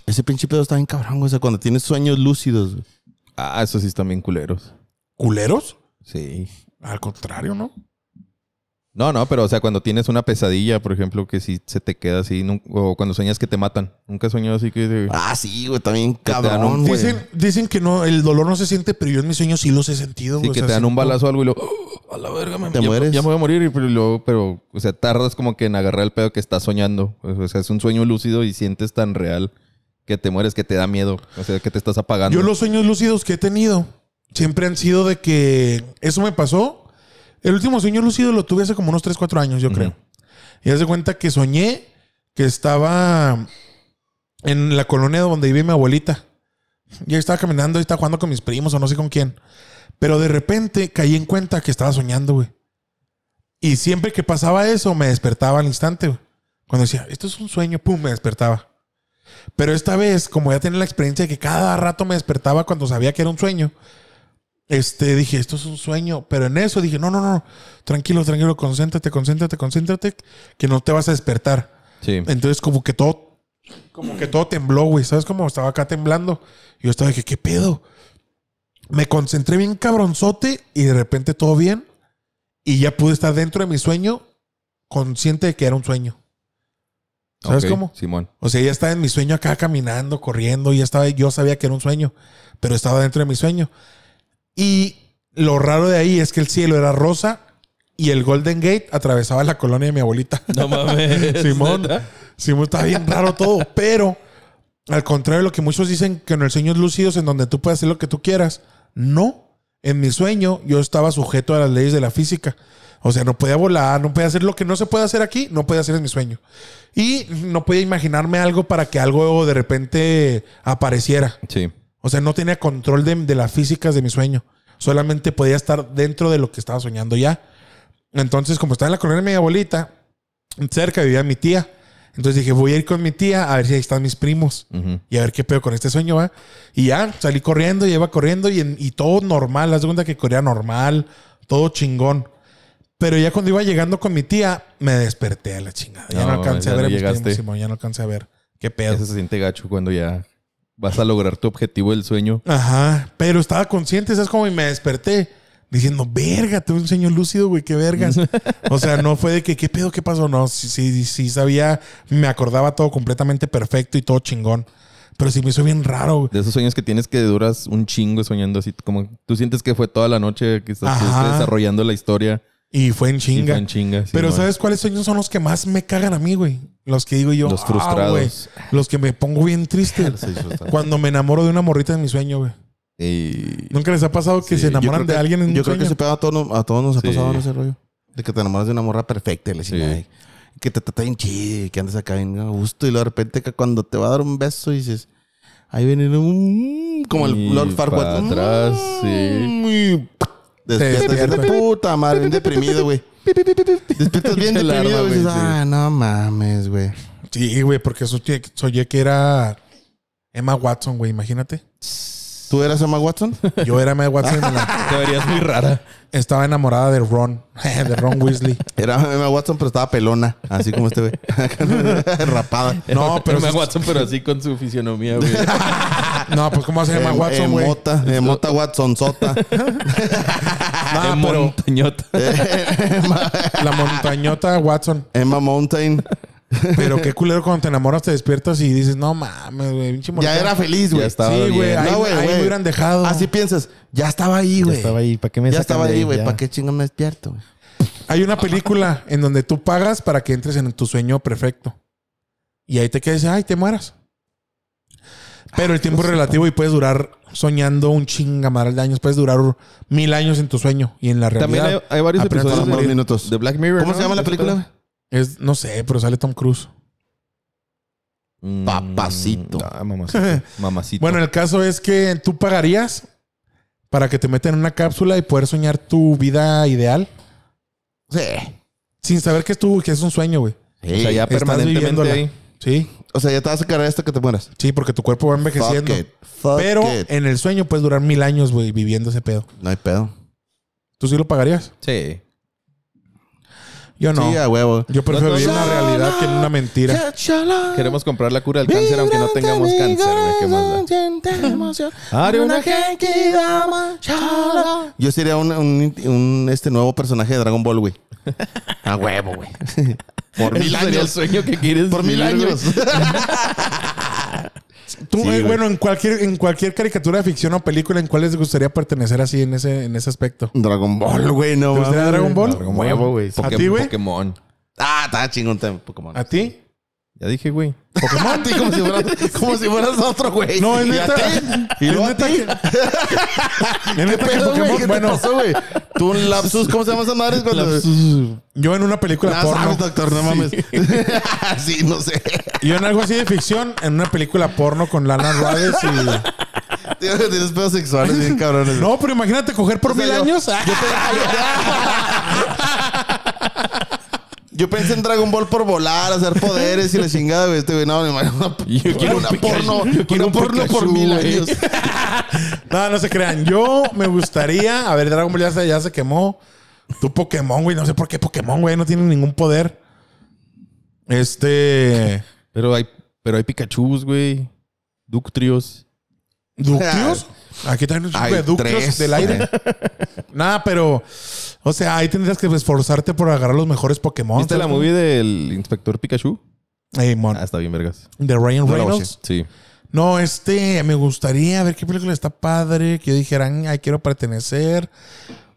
Ese pinche pedo está bien cabrón, güey. O sea, cuando tienes sueños lúcidos. güey.
Ah, esos sí están bien culeros.
¿Culeros?
Sí.
Al contrario, ¿no?
No, no, pero o sea, cuando tienes una pesadilla, por ejemplo, que sí se te queda así, nun- o cuando sueñas que te matan. Nunca soñó así que... de-
Ah, sí, güey. También
te dan
cabrón,
un-
güey.
Dicen, dicen que no, el dolor no se siente, pero yo en mis sueños sí los he sentido.
Sí,
güey.
que
O sea,
te dan un
siento-
balazo o algo y luego... "Oh, a la verga, me
pues Te
ya-
mueres.
Ya me voy a morir, y, pero, luego, pero, o sea, tardas como que en agarrar el pedo que estás soñando. O sea, es un sueño lúcido y sientes tan real que te mueres, que te da miedo. O sea, que te estás apagando.
Yo los sueños lúcidos que he tenido siempre han sido de que eso me pasó. El último sueño lúcido lo tuve hace como unos 3, 4 años, yo creo. Y hace cuenta que soñé que estaba en la colonia donde vivía mi abuelita. Y estaba caminando y estaba jugando con mis primos o no sé con quién. Pero de repente caí en cuenta que estaba soñando, güey. Y siempre que pasaba eso, me despertaba al instante, güey. Cuando decía, esto es un sueño, pum, me despertaba. Pero esta vez, como ya tenía la experiencia de que cada rato me despertaba cuando sabía que era un sueño, este, dije, esto es un sueño. Pero en eso dije, no, no, no, tranquilo, tranquilo, concéntrate, concéntrate, concéntrate, que no te vas a despertar.
Sí.
Entonces, como que todo, como que todo tembló, güey. ¿Sabes cómo? Estaba acá temblando. Y yo estaba de que, ¿qué pedo? Me concentré bien cabronzote y de repente todo bien. Y ya pude estar dentro de mi sueño, consciente de que era un sueño. ¿Sabes
Ok,
cómo?
Simón.
O sea, ya estaba en mi sueño acá caminando, corriendo, y ya estaba, yo sabía que era un sueño, pero estaba dentro de mi sueño. Y lo raro de ahí es que el cielo era rosa y el Golden Gate atravesaba la colonia de mi abuelita.
No mames.
Simón, Simón, estaba bien raro todo, pero Al contrario de lo que muchos dicen que en el sueño es lúcidos, en donde tú puedes hacer lo que tú quieras. No. En mi sueño, yo estaba sujeto a las leyes de la física. O sea, no podía volar, no podía hacer lo que no se puede hacer aquí, no podía hacer en mi sueño. Y no podía imaginarme algo para que algo de repente apareciera.
Sí.
O sea, no tenía control de, de las físicas de mi sueño. Solamente podía estar dentro de lo que estaba soñando ya. Entonces, como estaba en la colonia de mi abuelita, cerca vivía mi tía. Entonces dije, voy a ir con mi tía a ver si ahí están mis primos
Ujú.
y a ver qué pedo con este sueño va. Y ya salí corriendo, lleva corriendo y, en- y todo normal. La segunda que corría normal, todo chingón. Pero ya cuando iba llegando con mi tía, me desperté a la chingada. Ya no,
No,
alcancé
ya
a ver
no
a mis
llegaste.
primos, Simón, ya no alcancé a ver qué pedo.
Eso se siente gacho cuando ya vas a lograr tu objetivo del sueño.
Ajá, pero estaba consciente, ¿sabes cómo? Y me desperté diciendo, verga, tuve un sueño lúcido, güey, qué vergas. o sea, no fue de que, ¿qué pedo, qué pasó? No, sí, sí, sí sabía, me acordaba todo completamente perfecto y todo chingón. Pero sí me hizo bien raro, güey.
De esos sueños que tienes que duras un chingo soñando así, como tú sientes que fue toda la noche que estás, que
Ajá.
estás desarrollando la historia.
Y fue en
Y
chinga.
fue en chinga, sí,
pero
man.
¿sabes cuáles sueños son los que más me cagan a mí, güey? Los que digo yo.
Los
"Ah,
frustrados".
güey", los que me pongo bien triste. cuando me enamoro de una morrita de mi sueño, güey.
Y-
¿Nunca les ha pasado que se
Sí, yo
enamoran
creo que-
de alguien en un
Yo creo que
sueño?
ese pedo a todos, nos- a todos nos ha
Sí.
pasado en ese rollo. De que te enamoras de una morra perfecta y le
Sí.
chingada, y que te trata bien chido y que andas acá bien a gusto y luego de repente que cuando te va a dar un beso dices, ahí viene un... como el
Y
Lord Farquaad. Mm,
pa' atrás, sí.
Y ¡pah! Despiertas y dices,
despierta.
puta madre, bien deprimido, güey. Despiertas bien
Te la
deprimido, güey. y
arma, güey,
dices,
sí.
ah, no mames, güey.
Sí, güey, porque eso tiene que- soñé que era Emma Watson, güey, imagínate.
¿Tú eras Emma Watson?
Yo era Emma Watson y me la-
Te verías muy rara.
estaba enamorada de Ron, de Ron Weasley.
Era Emma Watson, pero estaba pelona, así como este güey. Rapada.
No, pero
me
sí-
Watson, pero así con su fisionomía, güey.
No, pues ¿cómo hace Emma
Em-
Watson, güey?
Emota, Emota Watson Sota.
No,
De
pero
montañota.
la montañota Watson.
Emma Mountain.
Pero qué culero cuando te enamoras, te despiertas y dices, no mames, güey, pinche
Ya
morrita".
era feliz, güey.
Ya estaba
Sí, güey,
bien.
ahí,
No, güey,
ahí
güey.
me hubieran dejado.
Así piensas, ya estaba ahí, güey.
ahí, ¿para qué me
Ya estaba ahí, güey. ¿Para qué chingón me despierto, güey?
Hay una película en donde tú pagas para que entres en tu sueño perfecto. Y ahí te quedas, ay, te mueras. Pero el tiempo es relativo y puedes durar soñando un chingamaral de años. Puedes durar mil años en tu sueño y en la realidad.
También hay, hay varios
apenas
episodios
pasan
de,
unos
minutos.
de Black Mirror.
¿Cómo
¿no?
se llama la
¿Eso
película?
está?
güey?
Es, no sé, pero sale Tom Cruise.
Mm,
Papacito.
Ah, mamacito. Mamacito.
Bueno, el caso es que tú pagarías para que te metan en una cápsula y poder soñar tu vida ideal
Sí.
sin saber que es, tu, que es un sueño, güey.
o sea, ya
estás
permanentemente
viviéndola.
ahí.
Sí,
O sea, ya te vas a cargar esto que te mueras.
sí, porque tu cuerpo va envejeciendo.
Fuck it. Fuck
Pero
it.
en el sueño puedes durar mil años, güey, viviendo ese pedo.
No hay pedo.
¿Tú sí lo pagarías?
Sí.
Yo no.
Sí, a huevo.
Yo prefiero
No, no,
vivir en
no.
la realidad que en una mentira.
Queremos comprar la cura del cáncer aunque no tengamos cáncer, güey. ¿Qué más da? Haré una
Yo sería un, un- un, este nuevo personaje de Dragon Ball, güey. A huevo, güey. Por mil
Ese sería el
años.
sueño que quieres
Por mil
vivir, güey.
años.
Tú,
Sí,
eh,
güey.
bueno, en cualquier, en cualquier caricatura de ficción o película, ¿en cuál les gustaría pertenecer así en ese, en ese aspecto?
Dragon Ball, güey, no.
¿Te gustaría
mames,
Dragon Ball?
Dragon Ball,
Huevo,
güey.
¿A
Pokémon-
ti, güey?
Pokémon.
Ah, está chingón también, Pokémon.
¿A ti?
Ya dije, güey.
Pokémon, tío, como si fueras, como si fueras otro, güey.
No, es
¿Y a
neta.
ti? ¿Y
Es
luego a
neta
ti?
que- es neta que
Pero, güey,
este
¿Qué
Pokémon.
te
Bueno,
pasó, güey? Tú un lapsus, ¿cómo se llama esa madre? Cuando...
yo en una película
Ah, sabes,
porno.
doctor, no mames. Sí, no sé.
Yo en algo así de ficción, en una película porno con Lana Rhodes y.
Tío, Tienes pedos sexuales bien cabrones.
No, pero imagínate coger por
O sea,
mil
yo-
años.
Yo, pe- Yo pensé en Dragon Ball por volar, hacer poderes y la chingada, güey. Este güey, no, me imagino una,
Yo quiero
una
un Pikachu,
porno.
yo
una
quiero un
porno por
Pikachu,
mil
güey.
años.
No, no se crean. Yo me gustaría. A ver, Dragon Ball ya se, ya se quemó. Tu Pokémon, güey. No sé por qué Pokémon, güey. No tiene ningún poder. Este.
Pero hay, pero hay Pikachus, güey. Ductrios.
¿Ductios? Aquí traen un chico
Hay
de ductios
tres,
del aire. Nada, pero. O sea, ahí tendrías que esforzarte por agarrar los mejores Pokémon.
¿Viste la movie del Inspector Pikachu?
Ey, mon.
Ah, está bien, vergas.
De Ryan
la
Reynolds.
Sí.
No, este. Me gustaría ver qué película está padre. Que yo dijera, ay, quiero pertenecer.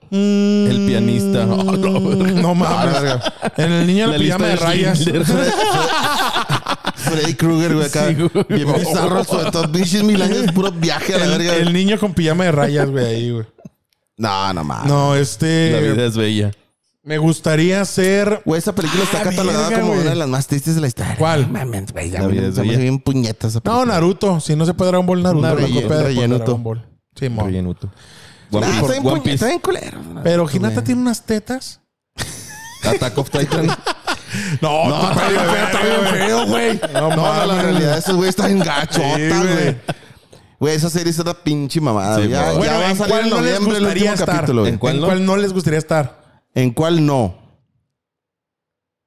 Mm,
El pianista. Oh, No, no, verga.
no mames. En el niño de la,
La lista
pijama de
de
rayas.
Schindler.
Freddy Krueger, güey, acá.
Sí, güey. Oh.
Bien bizarro, sobre todo. Pinches mil años, puro viaje a la
El,
verga.
el niño con pijama de rayas, güey, ahí, güey.
No, no mames.
No,
La vida
este.
es bella.
Me gustaría ser.
Güey, esa película está
Ah,
catalogada
verga,
como
güey.
una de las más tristes de la historia.
¿Cuál?
No Mames, güey. ya
La
me-
vida es
se me hace
bella.
bien puñeta esa
No,
película.
Naruto. Si no se puede Dragon Ball, Naruto.
Relle-
la copia de
rellenuto.
Dragon Ball. Sí, mo.
Rellenuto.
Nah,
Ah,
One Piece.
está bien
One
puñeta,
Piece.
está bien culero.
Pero Hinata tiene unas tetas. ¿eh?
Attack of Titan.
No, no, está bien feo, está bien feo, güey. No,
No, no, la
mames.
realidad de esos güey está en gachota,
Sí, güey.
güey. Güey, esa serie es una pinche mamada.
Sí,
güey. ya,
güey.
Bueno,
ya va a
¿en
salir
cuál
en
no les
noviembre el
gustaría
último
estar?
capítulo, güey.
¿En cuál, no? les gustaría estar?
¿En cuál no?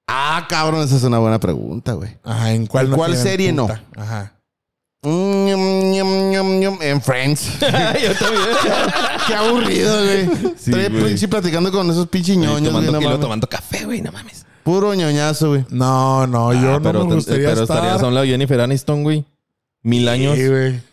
Ah, cabrón, esa es una buena pregunta, güey.
Ajá, ¿en cuál
¿En
no
cuál
tienen
serie no?
puta? Ajá.
Mm, ñam, ñam, ñam, ñam, En Friends.
Yo también.
Qué aburrido, güey.
Sí,
Tres
güey.
pinches platicando con esos pinches
Y
ñoños, güey.
tomando,
no
y luego
mames.
tomando café, güey, no mames.
Puro ñoñazo, güey.
No, no, yo
Ah,
no
pero,
me
te-
gustaría
pero
estar.
estarías a un lado de Jennifer Aniston, güey. Mil años.
Sí, güey.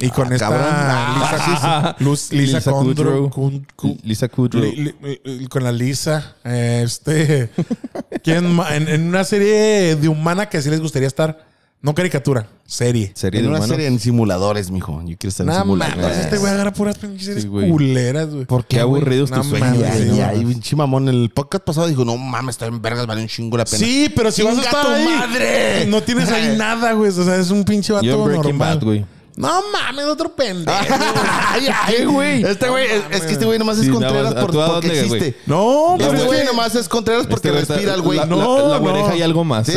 Y con
ah,
esta
cabrón.
Lisa, Luz- Lisa,
Lisa
Kudrow,
Kudrow.
Kun- Ku-
Lisa Kudrow.
Li- li- li- con la Lisa. eh, Este. ¿quién ma- en, en una serie de humana que sí les gustaría estar. No caricatura, serie.
Serie
En
de
una
humanos.
serie en simuladores, mijo. Yo quiero estar en
Nada más.
simuladores.
Este güey agarra puras pinches series
Sí, güey.
culeras, güey.
¿Por qué
güey?
aburridos
No
tus sueños,
mames,
Ya,
sí,
güey?
ya,
no
y pinche mamón. En el podcast pasado dijo, no mames, estoy en vergas, vale un chingo la pena.
Sí, pero si vas a
¡Chinga
estar
tu
ahí,
madre!
no tienes ahí nada, güey. O sea, es un pinche vato
Yo en Breaking
normal.
Bad, güey.
No mames, otro pendejo.
ay, ay, güey. Este güey, es, es que este güey nomás es
Sí, nada
Contreras
más, ¿a
por,
tú a
porque
dónde, güey?
existe.
No,
Este
pero
güey
güey,
nomás es Contreras porque
Este
respira
está-
el güey.
La,
No,
no, la,
no.
oreja y algo más.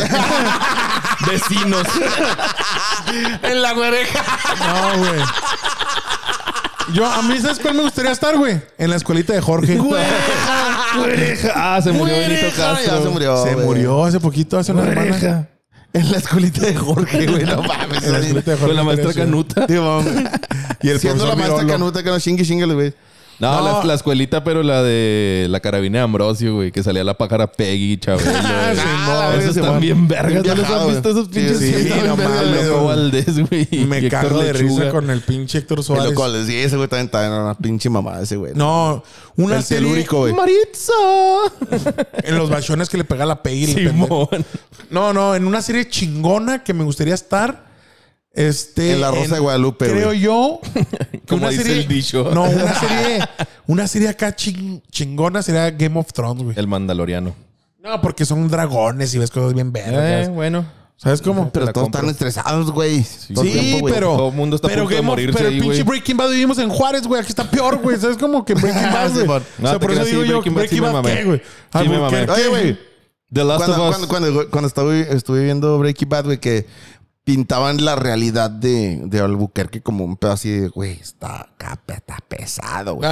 Vecinos. en la oreja.
No, güey. Yo, a mí, ¿sabes cuál me gustaría estar, güey? En la escuelita de Jorge.
Ah, se murió Benito
Ya se
Castro.
murió.
Se
güey.
murió hace poquito, hace una semana.
Oreja.
En la escuelita de Jorge, güey. No mames.
En la escuelita de Jorge.
Con la maestra
Teresa.
Canuta.
Sí, mamá.
Y el
Siendo
profesor
la maestra
Virolo.
canuta que no chingue chingue, güey.
No,
No.
La, la escuelita, pero la de la carabina de Ambrosio, güey, que salía la pájara Peggy, Chabelo.
Ah,
güey.
sí,
Ah,
no,
güey, se
Esos
ese
están
van.
man.
bien vergas. ¿No
Bien
los
viajado,
has visto esos
güey.
pinches?
Sí, sí,
Bien
no
vergas,
mames,
Loco
güey.
Valdés, güey. y
Me
Héctor
cago de
Lechuga.
risa con el pinche Héctor
Y
Suárez.
Lo cual, sí, ese güey también está en una pinche mamada, ese güey.
No, una
El
serie
telúrico, güey.
Maritza.
en los bachones que le pega la Peggy. el pendejo.
Simón.
No, no, en una serie chingona que me gustaría estar. Este,
En La Rosa de Guadalupe,
Creo
güey.
yo.
Como dice el dicho.
No, una serie. Una serie acá ching- chingona sería Game of Thrones, güey.
El Mandaloriano.
No, porque son dragones y ves cosas bien verdes.
Eh, bueno.
¿Sabes cómo?
Pero
la
todos
compro.
están estresados, güey. Todo el
sí,
tiempo, güey.
pero.
Todo el mundo está a
pero
punto de
Game of-
morirse
Pero
ahí,
pinche
güey. Ah,
Breaking Bad vivimos en Juárez, güey. Aquí está peor, güey. ¿Sabes cómo? Que Breaking Bad, güey.
Simón.
o sea,
No, te
por eso
creas, sí,
digo yo,
Breaking Bad sí
Breaking
me
Bad,
mamé.
¿qué, güey?
Sí me mamé.
Albuquerque.
Oye, güey.
The Last
Cuando,
of
cuando,
Us.
cuando- cuando estuve, estuve viendo Breaking Bad, güey, que pintaban la realidad de, de Albuquerque como un pedo así de, güey, está, acá, está pesado, güey.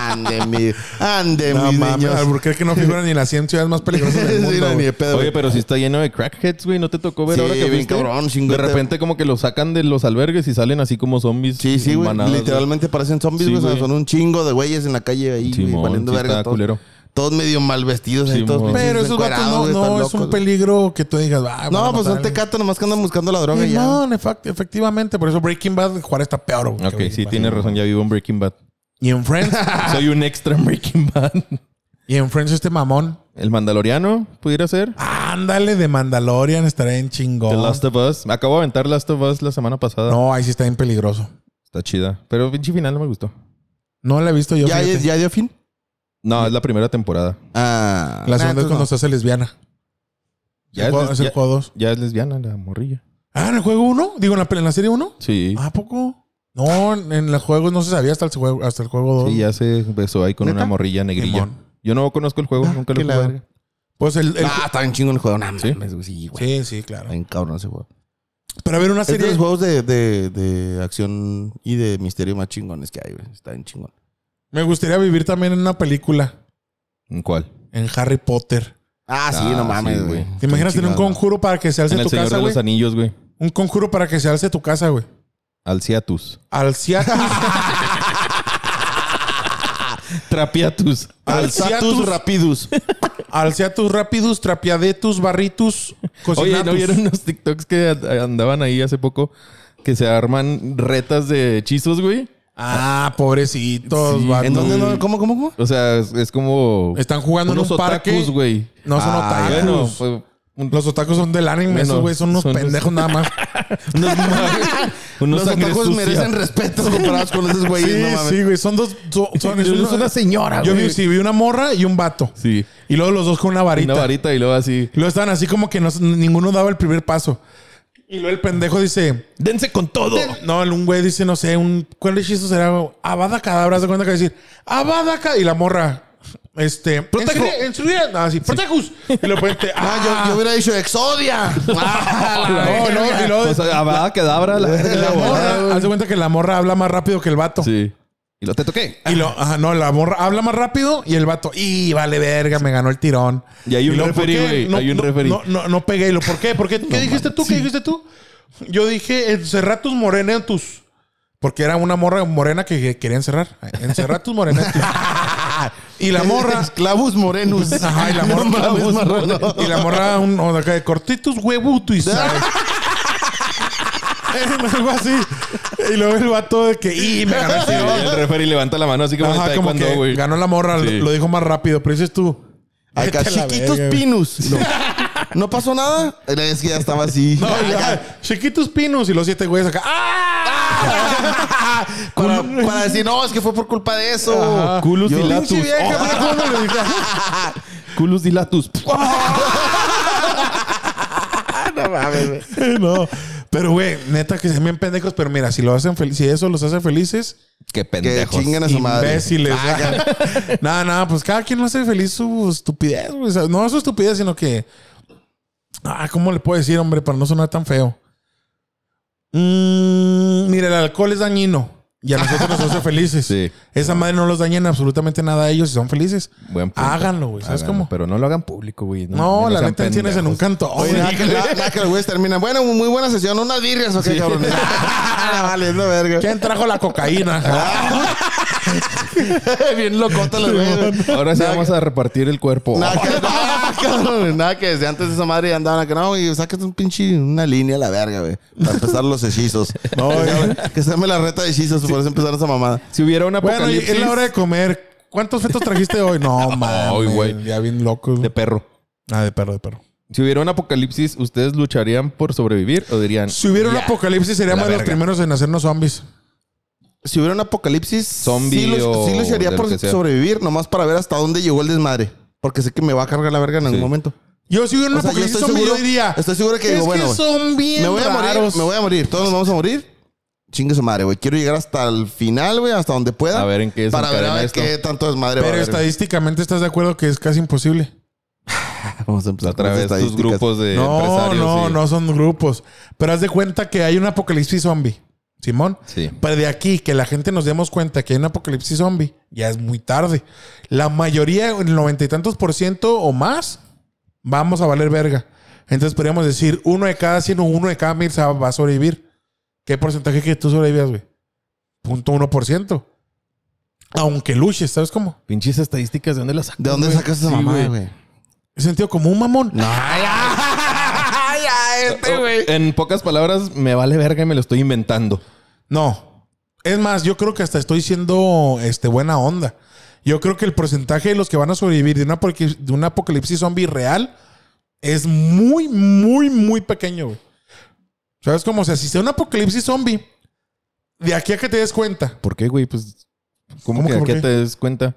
ande, mi, ande,
No
mis
mames,
niños.
Albuquerque no figura ni en las 100 ciudades más peligrosas del
Sí, no,
mundo.
ni de
güey.
pedo,
Oye,
güey.
pero si está lleno de crackheads, güey. ¿No te tocó ver
Sí,
ahora que
bien
fuiste?
cabrón,
De
chingote.
repente como que los sacan de los albergues y salen así como zombies.
Sí, sí,
en
güey.
manadas,
Literalmente parecen zombies,
Sí,
güey. o sea,
güey.
son un chingo de güeyes en la calle ahí, güey,
Simón,
valiendo
sí,
verga.
está
Todos,
culero.
todos medio mal vestidos ahí,
Simón.
todos pinches
Pero esos gatos
encuerados,
no,
güey,
no
están
es un
locos, güey.
peligro que tú digas, ah, van a
No, pues
matar a
son
alguien.
tecatos, nomás que andan buscando la droga y ya.
No, efect- efectivamente. Por eso Breaking Bad Juárez está peor. güey,
Ok,
que Breaking
sí,
Bad.
tienes razón. Ya vivo en Breaking Bad.
Y en Friends,
Soy un extra en Breaking Bad.
y en Friends este mamón.
El Mandaloriano pudiera ser.
Ah, Ándale de Mandalorian, estará en
The
chingón.
Last of Us. Me acabo de aventar Last of Us la semana pasada.
No, ahí sí está bien peligroso.
Está chida. Pero pinche final no me gustó.
No la he visto yo.
¿Ya,
fíjate.
¿Ya dio fin?
No, es la primera temporada.
Ah.
La segunda
Nah,
es cuando
entonces
se hace lesbiana. el
Ya es,
juego,
les-
es el
ya-
juego 2.
ya es lesbiana la morrilla.
Ah, ¿en el juego 1? Digo, ¿en la, en la serie 1?
Sí.
Ah,
¿A poco? No, en- en los juegos no se sabía hasta el juego, hasta el juego 2.
Sí, ya se besó ahí con
¿Neta?
una morrilla negrilla.
Simón.
Yo no conozco el juego, nunca lo
que
he
la
jugado.
verga.
Pues el, el-
no. Ah, está bien chingo el juego. No
¿Sí?
mames, güey. Sí, güey.
sí, sí, claro.
Está bien cabrón ese juego.
Pero a ver, una
Este
Es de
serie.
los juegos de, de, de acción y de misterio más chingones que hay, güey. Está bien chingón.
Me gustaría vivir también en una película.
¿En cuál?
En Harry Potter.
Ah, sí,
Ah,
no
sí,
mames,
güey.
güey.
¿Te
¿Te imaginas tener un conjuro para que se alce
en el
tu
Señor
casa,
de
güey?
los Anillos, güey.
Un conjuro para que se alce tu casa, güey.
Alciatus.
Alciatus.
Trapiatus.
Alciatus.
Alzatus Rapidus.
Alciatus rapidus, trapiadetus, barritus,
Oye,
cocinatus.
¿no vieron unos TikToks que a- andaban ahí hace poco? Que se arman retas de hechizos, güey.
Ah, pobrecitos,
Sí.
vatos.
¿En dónde no? ¿Cómo, cómo, cómo?
O sea, es, es como...
Están jugando en
unos
un parque.
otakus, güey.
No son
Ah,
otakus.
Bueno, fue
Los otakus son del anime,
Bueno,
esos güey son unos
son los-
pendejos nada más.
Unos, unos
Los
sangre
otakus
sucia.
merecen respeto comparados con esos güeyes.
sí,
no mames.
sí, güey, son dos son, son- es
Es
una-
una señora,
Yo
güey.
vi, sí, vi una morra y un vato.
Sí.
Y luego los dos con una varita.
Una varita y luego así.
Y luego estaban así como que no- ninguno daba el primer paso. Y luego el pendejo dice,
¡Dense con todo!
No, el- un güey dice, no sé, un ¿cuál hechizo será? Abada cadabra, se cuenta que va a decir, Abada ca-", y la morra. Este,
Protejo.
"Enseguida, enseguida", no, así, Protecus. Y lo pueden Ah,
Ah, yo, yo hubiera dicho Exodia.
no, no, y luego
Pues,
O sea, ah, va, cadabra. La,
la morra, haz de cuenta que la morra habla más rápido que el vato.
Sí. Y lo te toqué.
Y lo, ajá, no, la morra habla más rápido y el vato, y vale verga, me ganó el tirón.
Y hay un
luego, ¿por
referee,
qué?
güey,
No,
hay un
no,
referee.
No, no, no pegué. Y lo, ¿por qué? ¿Por qué? ¿Qué dijiste tú? ¿Qué dijiste tú? Yo dije, encerra tus morenetus. Porque era una morra morena que, que quería encerrar. Encerra tus morenetus. y la morra.
Clavus morenus.
Ajá, y la morra. pues,
No mames, marrano.
y la morra, un, o de acá de cortitos huevutos y sabes. Eh, Algo así. Y luego el vato de que, y me ganó el
Sí,
tirón.
el referee levanta la mano así como
Ajá,
en
como
taekwondo,
que
güey.
ganó la morra, lo-
Sí.
lo dijo más rápido, pero dices tú.
Acá
Vete a la
chiquitos
verga, güey.
pinus. No. ¿No pasó nada? Es que ya estaba así.
No, y ya, chiquitos pinos y los siete güeyes acá. ¡Ah!
para, para decir, no, es que fue por culpa de eso.
Ajá.
Culus
Yo-
dilatus.
Pinche vieja,
Ah,
Oh,
mira cómo le dije.
culus dilatus.
No, pero güey, neta que sean bien pendejos, pero mira, si lo hacen fel- si eso los hace felices,
Qué
Que
pendejos.
chingan a su madre.
imbéciles.
Ah,
Nada, nada, pues cada quien lo hace feliz su estupidez, güey. O sea, no su estupidez, sino que ah, ¿cómo le puedo decir, hombre, para no sonar tan feo? Mm, mira, el alcohol es dañino y a nosotros nos hace felices.
Sí.
Esa madre no los daña en absolutamente nada a ellos y son felices.
Buen punto.
Háganlo, güey. Pues, ¿Sabes
Háganlo,
cómo?
Pero no lo hagan público, güey.
No, la
sean
neta enciendes en un
pendejos.
canto.
Oye, nada que- nada- nada que los güeyes terminan. Bueno, muy buena sesión. Unas birrias, ok, cabrón. Ah, vale, es la verga.
¿Quién trajo la
Ah,
cocaína?
Bien locota Oh, los güeyes.
Ahora sí vamos a repartir el cuerpo.
Nada que, nada, cabrón, nada que desde antes de esa madre ya andaban acá, no, y sácate un pinche, una línea a la verga, güey. Para empezar los hechizos. No, que se me la reta de hechizos, por eso empezaron esa mamada.
Si hubiera una
bueno, y
apocalipsis
es la hora de comer. ¿Cuántos fetos trajiste hoy? No, mames.
güey.
Ya bien loco.
de perro.
Ah, de perro, de perro.
Si hubiera un apocalipsis, ¿ustedes lucharían por sobrevivir o dirían?
Si hubiera un
"Ya"?
apocalipsis, seríamos
la
de los
verga.
primeros en hacernos zombies.
Si hubiera un apocalipsis,
Zombie
sí, lo,
o
sí lucharía
de lo
por
que sea.
sobrevivir, nomás para ver hasta dónde llegó el desmadre. Porque sé que me va a cargar la verga en algún
Sí.
momento.
Yo si hubiera un
O sea, yo
apocalipsis
estoy
zombie,
seguro-
yo diría.
estoy seguro que
es
digo, bueno,
que son bien
Me voy a morir,
raros.
me voy a morir. Todos nos vamos a morir. Chingue su madre, güey. Quiero llegar hasta el final, güey, hasta donde pueda.
A ver en qué
Para ver a
desencadena
ver
esto.
qué tanto desmadre
Pero
va a haber.
estadísticamente estás de acuerdo que es casi imposible.
Vamos a empezar con
Otra
las
vez tus
estadísticas.
grupos de
No,
empresarios.
no,
y-
no son grupos. Pero haz de cuenta que hay un apocalipsis zombie. Simón.
Sí.
Pero de aquí que la gente nos demos cuenta que hay un apocalipsis zombie, ya es muy tarde. La mayoría, el noventa y tantos por ciento o más, vamos a valer verga. Entonces podríamos decir, uno de cada cien o uno de cada mil se va va a sobrevivir. ¿Qué porcentaje que tú sobrevivas, güey? Punto uno por ciento. Aunque luches, ¿sabes cómo?
Pinches estadísticas, ¿de dónde las sacas?
¿De dónde
güey?
sacas esa
Sí,
mamada, güey?
Es sentido común, mamón.
Oh, En pocas palabras, me vale verga y me lo estoy inventando.
No. Es más, yo creo que hasta estoy siendo este, buena onda. Yo creo que el porcentaje de los que van a sobrevivir de, una apoca- de un apocalipsis zombie real es muy, muy, muy pequeño, güey. ¿Sabes cómo? O sea, si sea un apocalipsis zombie, de aquí a que te des cuenta,
¿Por qué, güey? Pues, ¿cómo,
¿Cómo
que,
que por
que
qué?
te des cuenta?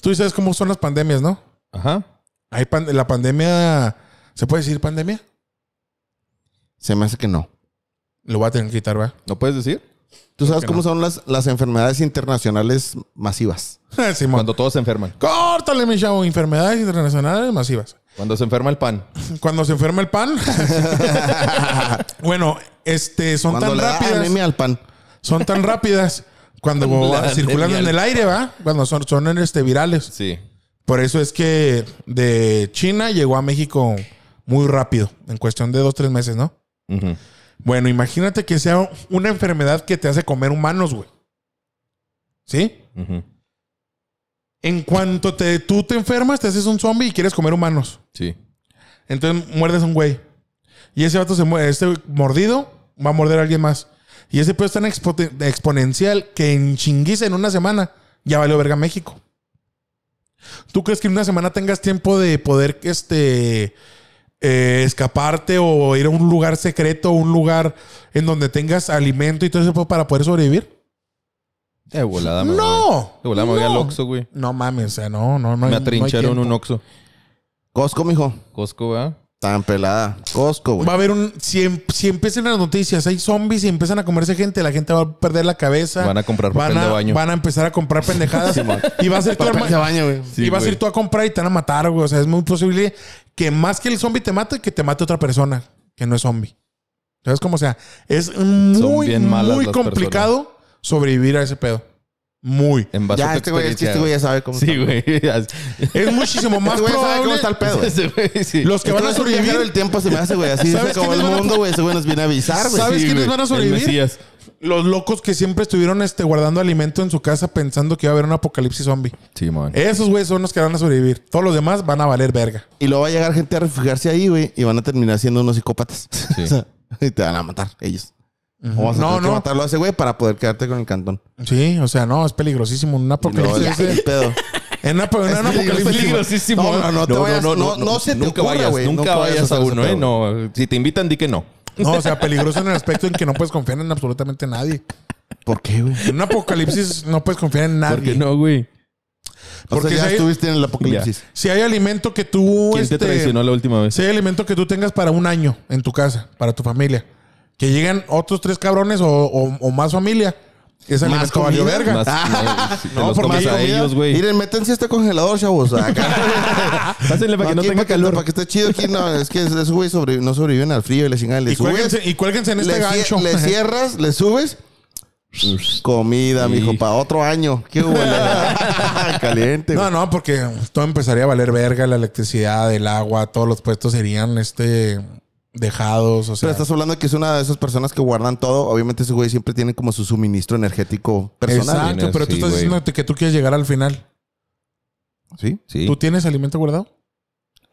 tú sabes cómo son las pandemias, ¿no?
Ajá.
Hay pan- la pandemia, ¿se puede decir pandemia?
Se me hace que no.
Lo voy a tener que quitar, ¿verdad?
¿No puedes decir?
¿Tú sabes
que
cómo
no.
son las, las enfermedades internacionales masivas?
Simón.
Cuando todos se enferman.
Córtale, mi chavo. Enfermedades internacionales masivas.
Cuando se enferma el pan.
Cuando se enferma el pan. bueno, este, son
Cuando
tan
le da
rápidas.
anemia al pan.
Son tan rápidas cuando
La
va- circulan
anemia.
en el aire, ¿va? Cuando son, son en este, virales.
Sí.
Por eso es que de China llegó a México muy rápido, en cuestión de dos, tres meses, ¿no?
Ujú.
Bueno, imagínate que sea una enfermedad que te hace comer humanos, güey. ¿Sí?
Ujú.
En cuanto te, tú te enfermas, te haces un zombie y quieres comer humanos.
Sí.
Entonces muerdes a un güey. Y ese vato se muere. Este mordido va a morder a alguien más. Y ese pedo es tan expote- exponencial que en chinguiza en una semana ya valió verga México. ¿Tú crees que en una semana tengas tiempo de poder este, eh, escaparte o ir a un lugar secreto, un lugar en donde tengas alimento y todo eso pues, para poder sobrevivir?
De volada, me voy.
No.
De volada me voy
no.
al Oxxo, güey.
No mames, o sea, no, no, no. hay-
Me
no hay
atrincharon
tiempo.
un Oxxo.
Costco, mijo.
Costco, ¿verdad?
Tan pelada. Costco, güey.
Va a haber un. Si, em- si empiezan las noticias, hay zombies y empiezan a comerse gente, la gente va a perder la cabeza.
Van a comprar papel
van a,
de baño.
Van a empezar a comprar pendejadas. y va a ser tu
Papel de
hermano.
baño, güey.
Sí,
y vas
güey.
a ir tú a comprar y te van a matar, güey. O sea, es muy posible que más que el zombie te mate, que te mate otra persona que no es zombie. Entonces, como sea, es muy,
bien malas
muy
las
complicado sobrevivir a ese pedo. Muy.
En base a
Ya,
tu
este güey, es que
experiencia.
este güey ya sabe cómo
Sí, güey.
Es muchísimo más
güey sabe cómo
probable.
está el pedo. güey.
Ese güey, sí.
Los que
Este
van a
güey es un viajero del
sobrevivir.
tiempo se me hace, güey. Así
¿Sabes
se acabó el
quiénes van a-
mundo, güey. Ese güey nos viene a avisar, güey.
¿Sabes
Sí,
quiénes
güey.
van a
El
sobrevivir?
Mesías.
Los locos que siempre estuvieron este, guardando alimento en su casa pensando que iba a haber un apocalipsis zombie.
Sí, man.
Esos güeyes son los que van a sobrevivir. Todos los demás van a valer verga.
Y luego va a llegar gente a refugiarse ahí, güey. Y van a terminar siendo unos psicópatas.
Sí.
O sea, y te van a matar ellos. O vas a
No,
tener
no.
que matarlo a ese güey para poder quedarte con el cantón.
Sí, o sea, no, es peligrosísimo. Un
Y luego,
apocalipsis.
ya,
ese-
el pedo.
En una, en un apocalipsis.
peligrosísimo.
No, no, no te vayas, no, no se te
nunca
ocurra,
vayas,
güey,
Nunca,
nunca vayas
vayas
a
a
hacer
uno,
ese
¿eh? No. Si te invitan, di que no.
No, o sea, peligroso en el aspecto en que no puedes confiar en absolutamente nadie.
¿Por qué, güey?
En un apocalipsis no puedes confiar
Ah,
en nadie.
¿Por qué no, güey?
Porque
Porque si
ya
hay-
estuviste en el apocalipsis.
Si hay alimento que tú.
Pues
¿Quién te
este,
traicionó la última vez?
Si hay alimento que tú tengas para un año en tu casa, para tu familia, que llegan otros tres cabrones o, o- o más familia, ese
Más
alimento valió
comida,
verga.
Más- no, si te
No,
los
por
comes
más
a
comida.
ellos, güey.
Miren, métanse a este congelador, chavos. Acá.
Pásenle para que no
aquí,
tenga
para
calor.
Para que esté chido aquí. No, es que esos güeyes sobre- no sobreviven al frío y la chingada. Le
y,
subes,
cuélguense, y cuélguense en este
le, cie-
gancho.
le cierras, le subes. Comida,
Sí.
mijo, para otro año. Qué huele. Caliente.
No,
güey.
no, porque todo empezaría a valer verga, la electricidad, el agua, todos los puestos serían este dejados, o sea,
Pero estás hablando de que es una de esas personas que guardan todo. Obviamente, esos güeyes siempre tienen como su suministro energético personal.
Exacto, pero tú
Sí,
estás
güey.
diciendo que tú quieres llegar al final.
Sí,
Sí.
¿Tú tienes alimento guardado?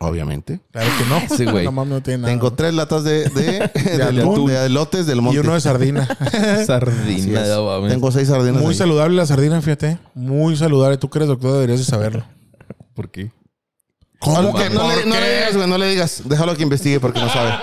obviamente.
Claro que no.
Sí, güey.
No mames, no tiene nada.
Tengo tres latas de, de, de,
atún.
atún, de elotes del monte.
y uno de sardina.
Así
Sardina,
es.
no mames.
Tengo seis sardinas.
Muy
ahí.
saludable la sardina, fíjate. Muy saludable. Tú que eres doctor deberías de saberlo.
¿Por qué?
¿Cómo
Ok, no, le, no le digas, güey, no le digas. Déjalo que investigue porque no sabe.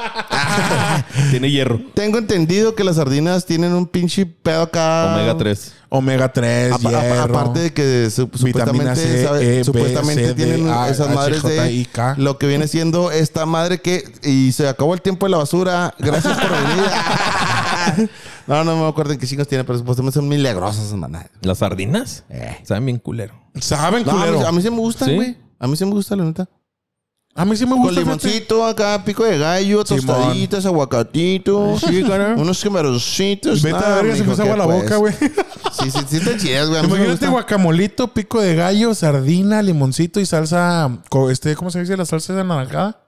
Tiene hierro.
Tengo entendido que las sardinas tienen un pinche pedo acá.
Omega 3.
Omega 3,
Apa- apa-
hierro.
aparte de que su-
vitamina
supuestamente,
C,
esa-
E, B,
supuestamente
C, D,
tienen
A,
esas
H,
madres
J, I,
de
K.
lo que viene siendo esta madre que y se acabó el tiempo de la basura. Gracias por venir. no, no me acuerdo en qué chingos tiene, pero supuestamente son milagrosas, maná.
¿Las sardinas?
Eh.
Saben bien culero.
Saben,
No, pues, a,
culero.
mí, a mí sí me gustan,
¿Sí?
güey. A mí sí me gusta, la neta.
sí me
Con
gusta. fíjate.
limoncito acá, pico de gallo,
Simón.
tostaditas, aguacatitos.
Sí, cara.
Unos camaroncitos.
Vete a
Nada,
la verga si
mijo,
me hace
¿qué,
agua la
pues?
boca, güey.
Sí, sí, sí, está chidas, güey. A mí sí me
Imagínate
gusta.
guacamolito, pico de gallo, sardina, limoncito y salsa. co- Este, ¿Cómo se dice? ¿La salsa de anaranjada?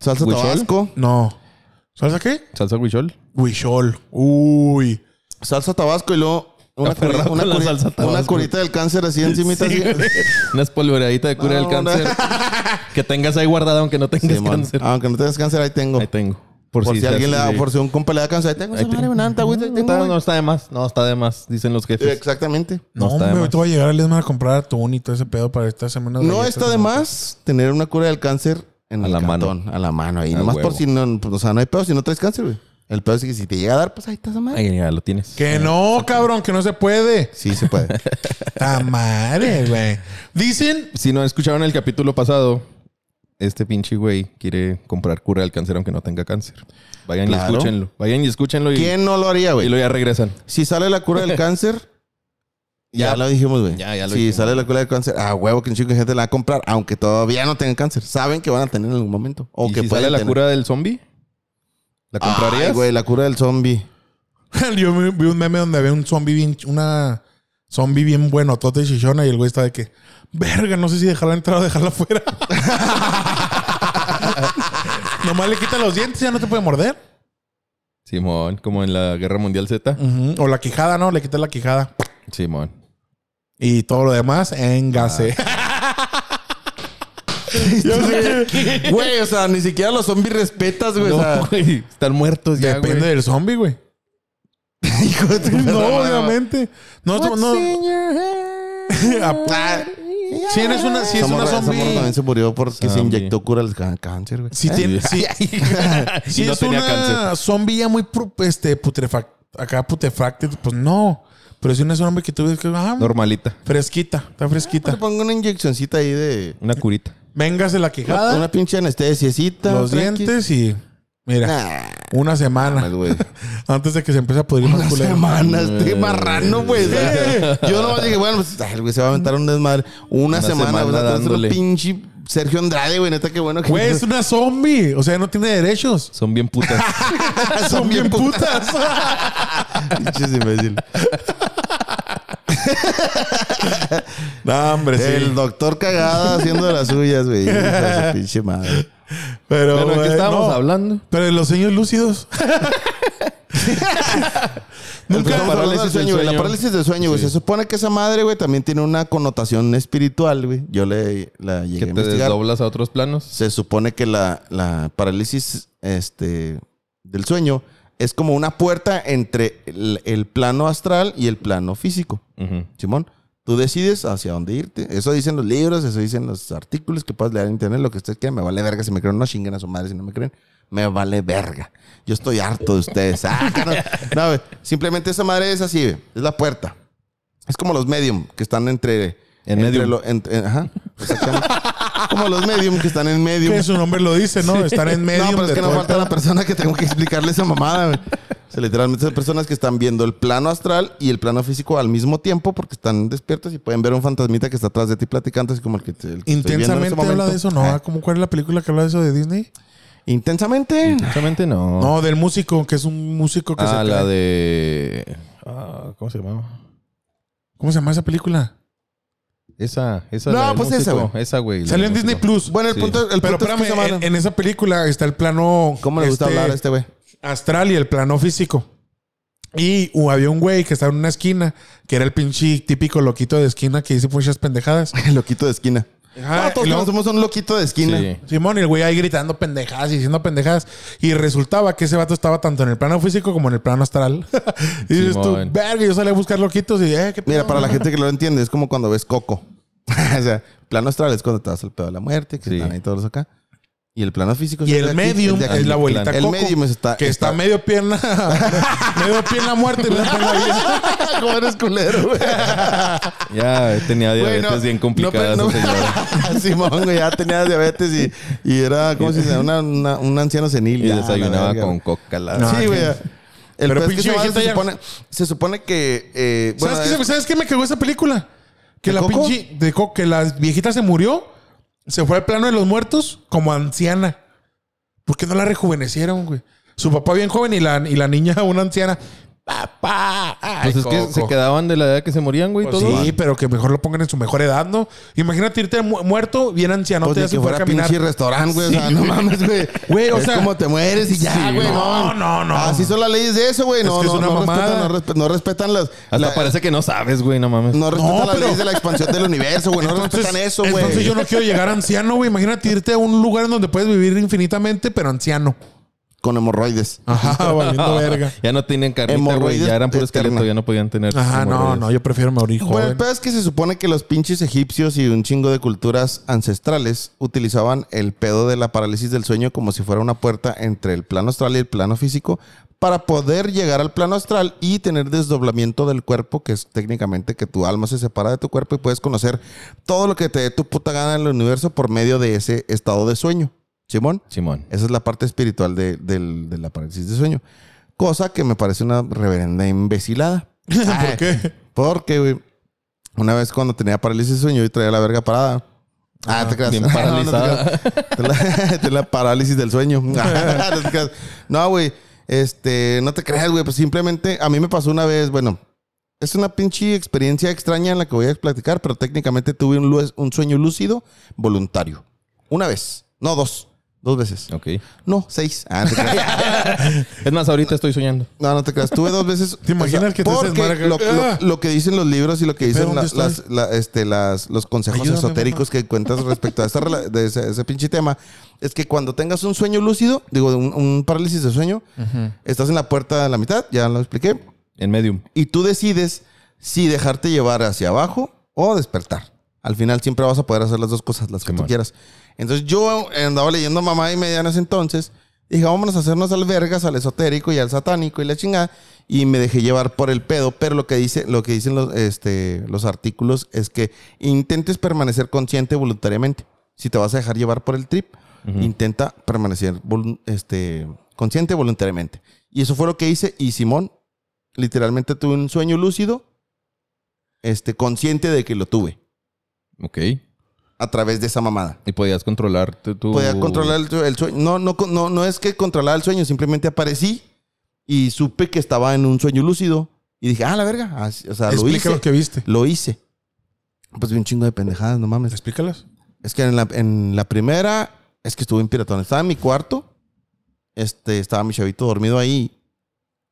Salsa
Huichol.
tabasco.
No. ¿Salsa qué?
¿Salsa huichol?
Huichol. Uy.
Salsa tabasco y luego una, curi-
Aferrado
una
con la
curi-
salsa
una
Tabasco.
curita del cáncer así encima. así.
Una espolvoradita de cura del
No,
cáncer. que tengas ahí guardada aunque no tengas
Sí, man.
cáncer.
Aunque Ah, no tengas cáncer, ahí tengo.
Ahí tengo.
por, si, alguien le da,
sí.
por si un compa le da cáncer, ahí tengo.
Ahí
esa madre,
tengo.
una alta, güey, ahí tengo,
Está-
güey.
no está de más. No está de más, dicen los
Eh,
jefes.
Exactamente.
No,
No está de
hombre,
más.
te voy a llegar al Lesma a comprar atún y todo ese pedo para esta semana.
No está de más tener una cura del cáncer en
A
el
la mano.
cantón, a la mano ahí.
Al
Nomás por
huevo.
si no, pues, o sea, no hay pedo si no traes cáncer, güey. El pedo es que si te llega a dar, pues ahí está esa madre.
Ahí ya lo tienes.
Que no, cabrón, que no se puede.
Sí, se puede.
Ta madre, güey. Dicen.
Si no escucharon el capítulo pasado, este pinche güey quiere comprar cura del cáncer aunque no tenga cáncer. Vayan
Claro.
y escúchenlo. Vayan y escúchenlo y,
¿Quién no lo haría,
y
güey?
luego ya regresan.
Si sale la cura del cáncer, ya,
Ya.
lo dijimos, güey.
Ya, ya lo
si
dijimos.
sale la cura del cáncer, a huevo que un chico de gente la va a comprar, aunque todavía no tengan cáncer. Saben que van a tener en algún momento. O
¿Y
que
si
pueden
sale la
tener.
cura del zombie? ¿La comprarías?
Ay, güey, la cura del zombie.
Yo vi vi un meme donde había un zombie bien. Una zombie bien bueno, tota y chichona, y el güey está de que. Verga, no sé si dejarla entrar o dejarla fuera. Nomás le quita los dientes, ya no te puede morder.
Simón, como en la Guerra Mundial Z.
Ujú. O la quijada, ¿no? Le quita la quijada.
Simón.
Y todo lo demás, engase.
Güey, o sea, ni siquiera los zombies respetas, güey. o sea,
No, güey. Están muertos ya,
Depende
güey.
del zombie, güey.
hijo de tu
No,
puta madre.
obviamente. No, no.
Ah,
Sí, eres una, sí es
Esa
una
morra- esa
zombie.
morra también se murió porque se
Zombie.
inyectó cura al ca- cáncer, güey.
Sí, tiene, sí, sí
Y no
es
tenía
una
cáncer.
zombie ya muy pru- este, putrefac- acá putrefacta, pues no. Pero si una zombie que tú ves que ah,
Normalita.
fresquita, está
Te
fresquita.
pongo una inyeccioncita ahí de...
Una curita.
Véngase la quejada,
Una pinche anestesiecita.
los
tranqui. Ah,
dientes y mira,
Nah,
una semana
mames, güey.
antes de que se empiece a pudrir más
Unas
culero.
semanas
Eh.
de marrano, pues. o sea, Yo nomás dije, bueno, pues ay, el güey se va a aventar un desmadre. Una,
Una
semana,
semana
güey. o sea, es un
dándole.
pinche Sergio Andrade, güey. Neta, qué bueno que.
Güey, es una zombie, o sea, no tiene derechos.
Son bien putas.
Son bien putas.
Pinches imbécil.
no, hombre,
El doctor cagada haciendo de las suyas, güey. Hijo de su pinche madre.
Pero,
Bueno, ¿de
güey,
qué estábamos
no.
hablando?
Pero de los sueños lúcidos.
Nunca
La
la parálisis del sueño, güey. La
sueño.
parálisis del sueño, güey. Se supone que esa madre, güey, también tiene una connotación espiritual, güey. Yo le la llegué
Que
a
te
investigar.
desdoblas a otros planos.
Se supone que la, la parálisis este, del sueño es como una puerta entre el, el plano astral y el plano físico.
Ujú.
Simón, tú decides hacia dónde irte. Eso dicen los libros, eso dicen los artículos que puedes leer en internet, lo que ustedes quieran. Me vale verga si me creen. No chinguen a su madre si no me creen. Me vale verga. Yo estoy harto de ustedes. Ah, no, No, güey. Simplemente esa madre es así, güey. Es la puerta. Es como los medium que están entre...
En
entre
medium.
lo- en- en- ajá. Exactamente. como los medium que están en medium.
Que su nombre lo dice, ¿no? Están en medio
No, pero es
de
que no
todo.
falta la persona que tengo que explicarle esa mamada, güey. O sea, literalmente son personas que están viendo el plano astral y el plano físico al mismo tiempo porque están despiertos y pueden ver un fantasmita que está atrás de ti platicando, así como el que te. el que estoy viendo en ese
Intensamente habla
momento.
de eso, ¿no?
Ah,
¿Cómo cuál es la película que habla de eso de Disney?
Intensamente.
Exactamente no.
No, del músico, que es un músico que
Ah,
se
la
cree-
de. Ah, ¿Cómo se llamaba?
¿Cómo se llama esa película?
Esa, esa.
No,
la del
pues esa,
músico.
güey.
Esa, güey. la
Salió en
del
Disney
músico.
Plus.
Bueno, el
Sí.
punto, el
pero
punto es
espérame,
que esa
en,
madre-
en esa película está el plano
¿Cómo le gusta
este,
hablar a este güey?
astral y el plano físico. Y uh, había un güey que estaba en una esquina, que era el pinche típico loquito de esquina que dice muchas pendejadas.
El loquito de esquina.
Ajá,
No, Ah, todos
Ah, y luego-
somos un loquito de esquina.
Sí.
Simón, y el güey ahí gritando pendejadas y diciendo pendejadas. Y resultaba que ese vato estaba tanto en el plano físico como en el plano astral. y dices tú,
Simón.
verga, yo salí a buscar loquitos y, eh, qué pedo?"
Mira, para la gente que lo entiende, es como cuando ves Coco. o sea, plano astral es cuando te das el pedo de la muerte, que
Sí.
están ahí todos acá. Y el plano físico
Y
es
el
de aquí,
medium
de aquí.
es la abuelita
El
Coco,
medium está,
que está, medio pierna, medio pierna muerte. medio pierna viva.
Como eres culero, güey.
Ya tenía diabetes
Güey, no,
bien complicada
no,
esa
pero-
señora.
Simón, güey, ya tenía diabetes y, y era, ¿cómo se dice? Una, una- un anciano senil.
Y
ya, la
desayunaba
verga.
con coca. La...
No.
Sí, güey. El
Ah, Pero
pedo es que
pinche
se,
viejita
se,
ya-
supone, se supone que... eh, bueno,
¿Sabes, qué, se-
es-
¿Sabes qué me cagó esa película? Que
¿De
la
Coco?
pinche de co- que la viejita se murió, se fue al plano de los muertos como anciana. ¿Por qué no la rejuvenecieron, güey? Su papá bien joven y la, y la niña una anciana. Papá. ay,
Pues es que se
Coco.
quedaban de la edad que se morían, güey.
Pues
todos.
sí, pero que mejor lo pongan en su mejor edad, ¿no? Imagínate irte mu- muerto, bien anciano,
pues
te
ni
das
que
a poder
fuera
caminar.
pinche restaurante, güey. O sea, no mames, güey.
Güey, o
es
sea-
como te mueres y ya,
Sí,
güey.
no, no, no.
Así Ah, son las leyes de eso, güey. No,
que es
no,
una
no,
mamada.
respetan, no, respe- no respetan las...
Hasta
la-
parece que no sabes, güey, no mames.
No respetan
No,
las
pero-
leyes de la expansión del universo, güey. No respetan eso, güey.
entonces yo no quiero llegar anciano, güey. Imagínate irte a un lugar en donde puedes vivir infinitamente, pero anciano.
Con hemorroides.
Ajá, valiendo verga.
Ya no tenían carnita, güey.
Hemorroides
Ya eran puro
eterna.
esqueleto, ya no podían tener.
Ajá, no,
hemorroides.
no, yo prefiero morir
Bueno, el
joven.
pedo es que se supone que los pinches egipcios y un chingo de culturas ancestrales utilizaban el pedo de la parálisis del sueño como si fuera una puerta entre el plano astral y el plano físico para poder llegar al plano astral y tener desdoblamiento del cuerpo, que es técnicamente que tu alma se separa de tu cuerpo y puedes conocer todo lo que te dé tu puta gana en el universo por medio de ese estado de sueño. Simón.
Simón.
Esa es la parte espiritual de, del- de la parálisis de sueño. Cosa que me parece una reverenda imbecilada.
¿Por qué?
Porque, güey, una vez cuando tenía parálisis de sueño y traía la verga parada. Ah, te creas.
bien
No, no te
paralizada.
creas. Te la, te la parálisis del sueño. no, te creas. No, güey. Este, no te creas, güey. Pues simplemente a mí me pasó una vez, bueno, es una pinche experiencia extraña en la que voy a platicar, pero técnicamente tuve un, lu- un sueño lúcido voluntario. Una vez. No, dos. Dos veces.
Ok.
No, seis. Ah, te creas.
Es más, ahorita estoy soñando.
No, no te creas. Tuve dos veces.
¿Te imaginas que te
porque
desmarca?
lo, lo- lo que dicen los libros y lo que
pedo?
dicen la-
¿Dónde estoy?
las, la- este, las, los consejos
Ayúdame,
esotéricos que cuentas respecto a esta rela- de ese, ese pinche tema es que cuando tengas un sueño lúcido, digo, un, un parálisis de sueño, estás en la puerta de la mitad, ya lo expliqué,
En medium.
y tú decides si dejarte llevar hacia abajo o despertar. al final siempre vas a poder hacer las dos cosas, las que tú
Simón.
quieras. Entonces yo andaba leyendo mamá y media en ese entonces. Dije, vámonos a hacernos albergas al esotérico y al satánico y la chingada. Y me dejé llevar por el pedo. Pero lo que, dice, lo que dicen los, este, los artículos es que intentes permanecer consciente voluntariamente. Si te vas a dejar llevar por el trip, intenta permanecer volu- este, consciente voluntariamente. Y eso fue lo que hice. Y Simón, literalmente tuve un sueño lúcido, este, consciente de que lo tuve
Ok.
a través de esa mamada.
Y podías controlar tu... tu-
Podía controlar el, el sueño. No, no, no, no es que controlaba el sueño, simplemente aparecí y supe que estaba en un sueño lúcido. Y dije, ah, la verga. ah, sí, O sea, lo
Explica
hice.
lo que viste.
Lo hice. Pues vi un chingo de pendejadas, no mames.
Explícalas.
Es que en la, en la primera, es que estuve en piratón. Estaba en mi cuarto. Este, estaba mi chavito dormido ahí.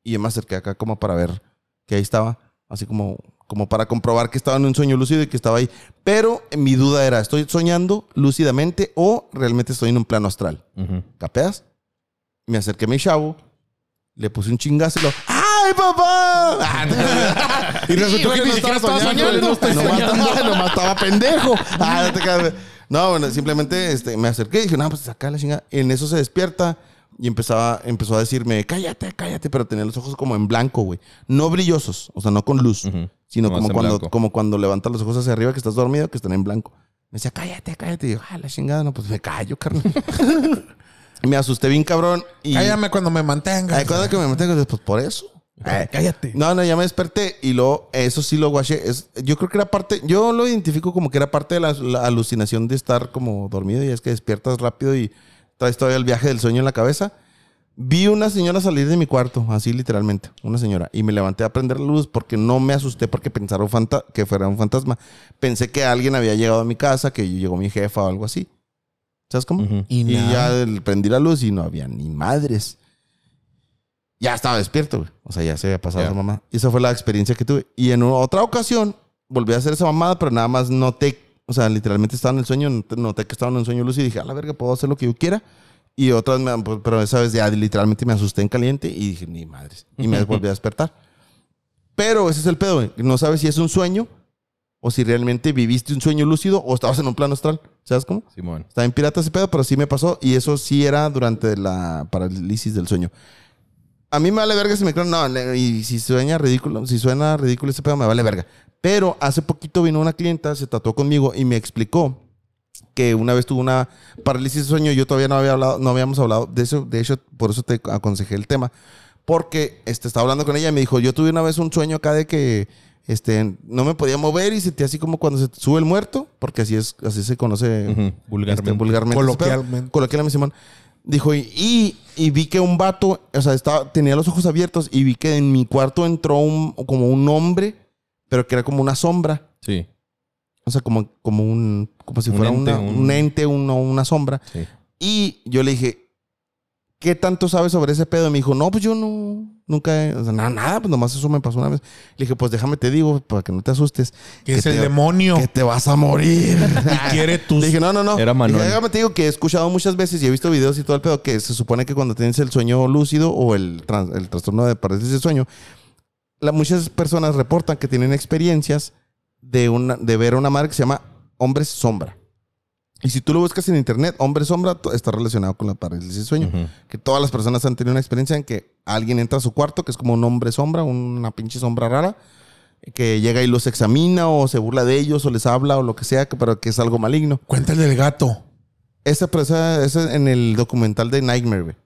Y yo me acerqué acá como para ver que ahí estaba. Así como, como para comprobar que estaba en un sueño lúcido y que estaba ahí. Pero eh, mi duda era, ¿estoy soñando lúcidamente o realmente estoy en un plano astral?
Ujú.
¿Capeas? Me acerqué a mi chavo. Le puse un chingazo y lo... ¡Ay, papá! Ah,
Y resultó
güey,
que ni
no
siquiera
estaba
estaba soñando.
soñando.
No estoy
Nomás
soñando.
estaba- nomás estaba pendejo. Ah, no, te creas. No, bueno, simplemente este, me acerqué y dije, no, pues acá la chingada. En eso se despierta y empezaba, empezó a decirme, cállate, cállate, pero tenía los ojos como en blanco, güey. No brillosos, o sea, no con luz,
Ujú.
sino
Nomás
como
en
cuando,
blanco.
como cuando levantas los ojos hacia arriba que estás dormido, que están en blanco. Me decía, cállate, cállate. Y yo, ah, la chingada, no, pues me callo, carnal. me asusté bien cabrón y...
Cállame cuando me mantengas.
Ay, cuando que me mantengo, pues por eso. Ay,
Cállate.
no, no, ya me desperté y luego eso sí lo guaché. Es, yo creo que era parte, yo lo identifico como que era parte de la, la alucinación de estar como dormido y es que despiertas rápido y traes todavía el viaje del sueño en la cabeza. Vi una señora salir de mi cuarto, así literalmente, una señora, y me levanté a prender la luz porque no me asusté porque pensaron fanta- que fuera un fantasma. Pensé que alguien había llegado a mi casa, que llegó mi jefa o algo así. ¿Sabes cómo?
Ujú.
Y
Y, ya
nada.
el- prendí la luz y no había ni madres. Ya estaba despierto, güey. O sea, ya se había pasado
Ya.
esa mamada. Y esa fue la experiencia que tuve. Y en otra ocasión volví a hacer esa mamada, pero nada más noté, o sea, literalmente estaba en el sueño, not- noté que estaba en un sueño luz y dije, a la verga, puedo hacer lo que yo quiera. Y otras, me, pues, pero esa vez ya literalmente me asusté en caliente y dije, ni madres. Y me volví a despertar. Pero ese es el pedo, güey. No sabes si es un sueño o si realmente viviste un sueño lúcido o estabas en un plano astral. ¿Sabes cómo?
Simón.
Está en pirata ese pedo, pero sí me pasó. Y eso sí era durante la parálisis del sueño. A mí me vale verga si me creen. No, le- y si suena ridículo, si suena ridículo ese pedo, me vale verga. Pero hace poquito vino una clienta, se tatuó conmigo y me explicó que una vez tuvo una parálisis del sueño. Yo todavía no había hablado, no habíamos hablado de eso. De hecho, por eso te aconsejé el tema. Porque este, estaba hablando con ella y me dijo: Yo tuve una vez un sueño acá de que este, no me podía mover y sentí así como cuando se te sube el muerto, porque así es, así se conoce
Ujú.
este,
Vulgarmente.
vulgarmente.
Coloquialmente.
Pero- Coloquialmente, Simón. Dijo, y, y, y vi que un vato, o sea, estaba, tenía los ojos abiertos y vi que en mi cuarto entró un, como un hombre, pero que era como una sombra.
Sí,
O sea, como, como un, como si
Un
fuera
ente,
una-
un-
un ente, una, una sombra.
sí.
Y yo le dije, ¿qué tanto sabes sobre ese pedo? Y me dijo, no, pues yo no, nunca, he- o sea, nada, nada, pues nomás eso me pasó una vez. Le dije, pues déjame te digo, para que no te asustes,
Que es
que
el
te-
demonio.
que te vas a morir.
Quiere tus.
Le dije, no, no, no.
Era Manuel.
Dije, déjame te digo que he escuchado muchas veces y he visto videos y todo el pedo que se supone que cuando tienes el sueño lúcido o el, tran- el trastorno de parálisis de sueño, la- muchas personas reportan que tienen experiencias de, una, de ver a una madre que se llama Hombres Sombra. Y si tú lo buscas en internet, Hombre Sombra to- está relacionado con la parálisis de sueño.
Ujú.
Que todas las personas han tenido una experiencia en que alguien entra a su cuarto, que es como un hombre sombra, una pinche sombra rara, que llega y los examina o se burla de ellos o les habla o lo que sea, que- pero que es algo maligno.
Cuenta el del gato.
Esa, pero esa, esa en el documental de Nightmare, güey.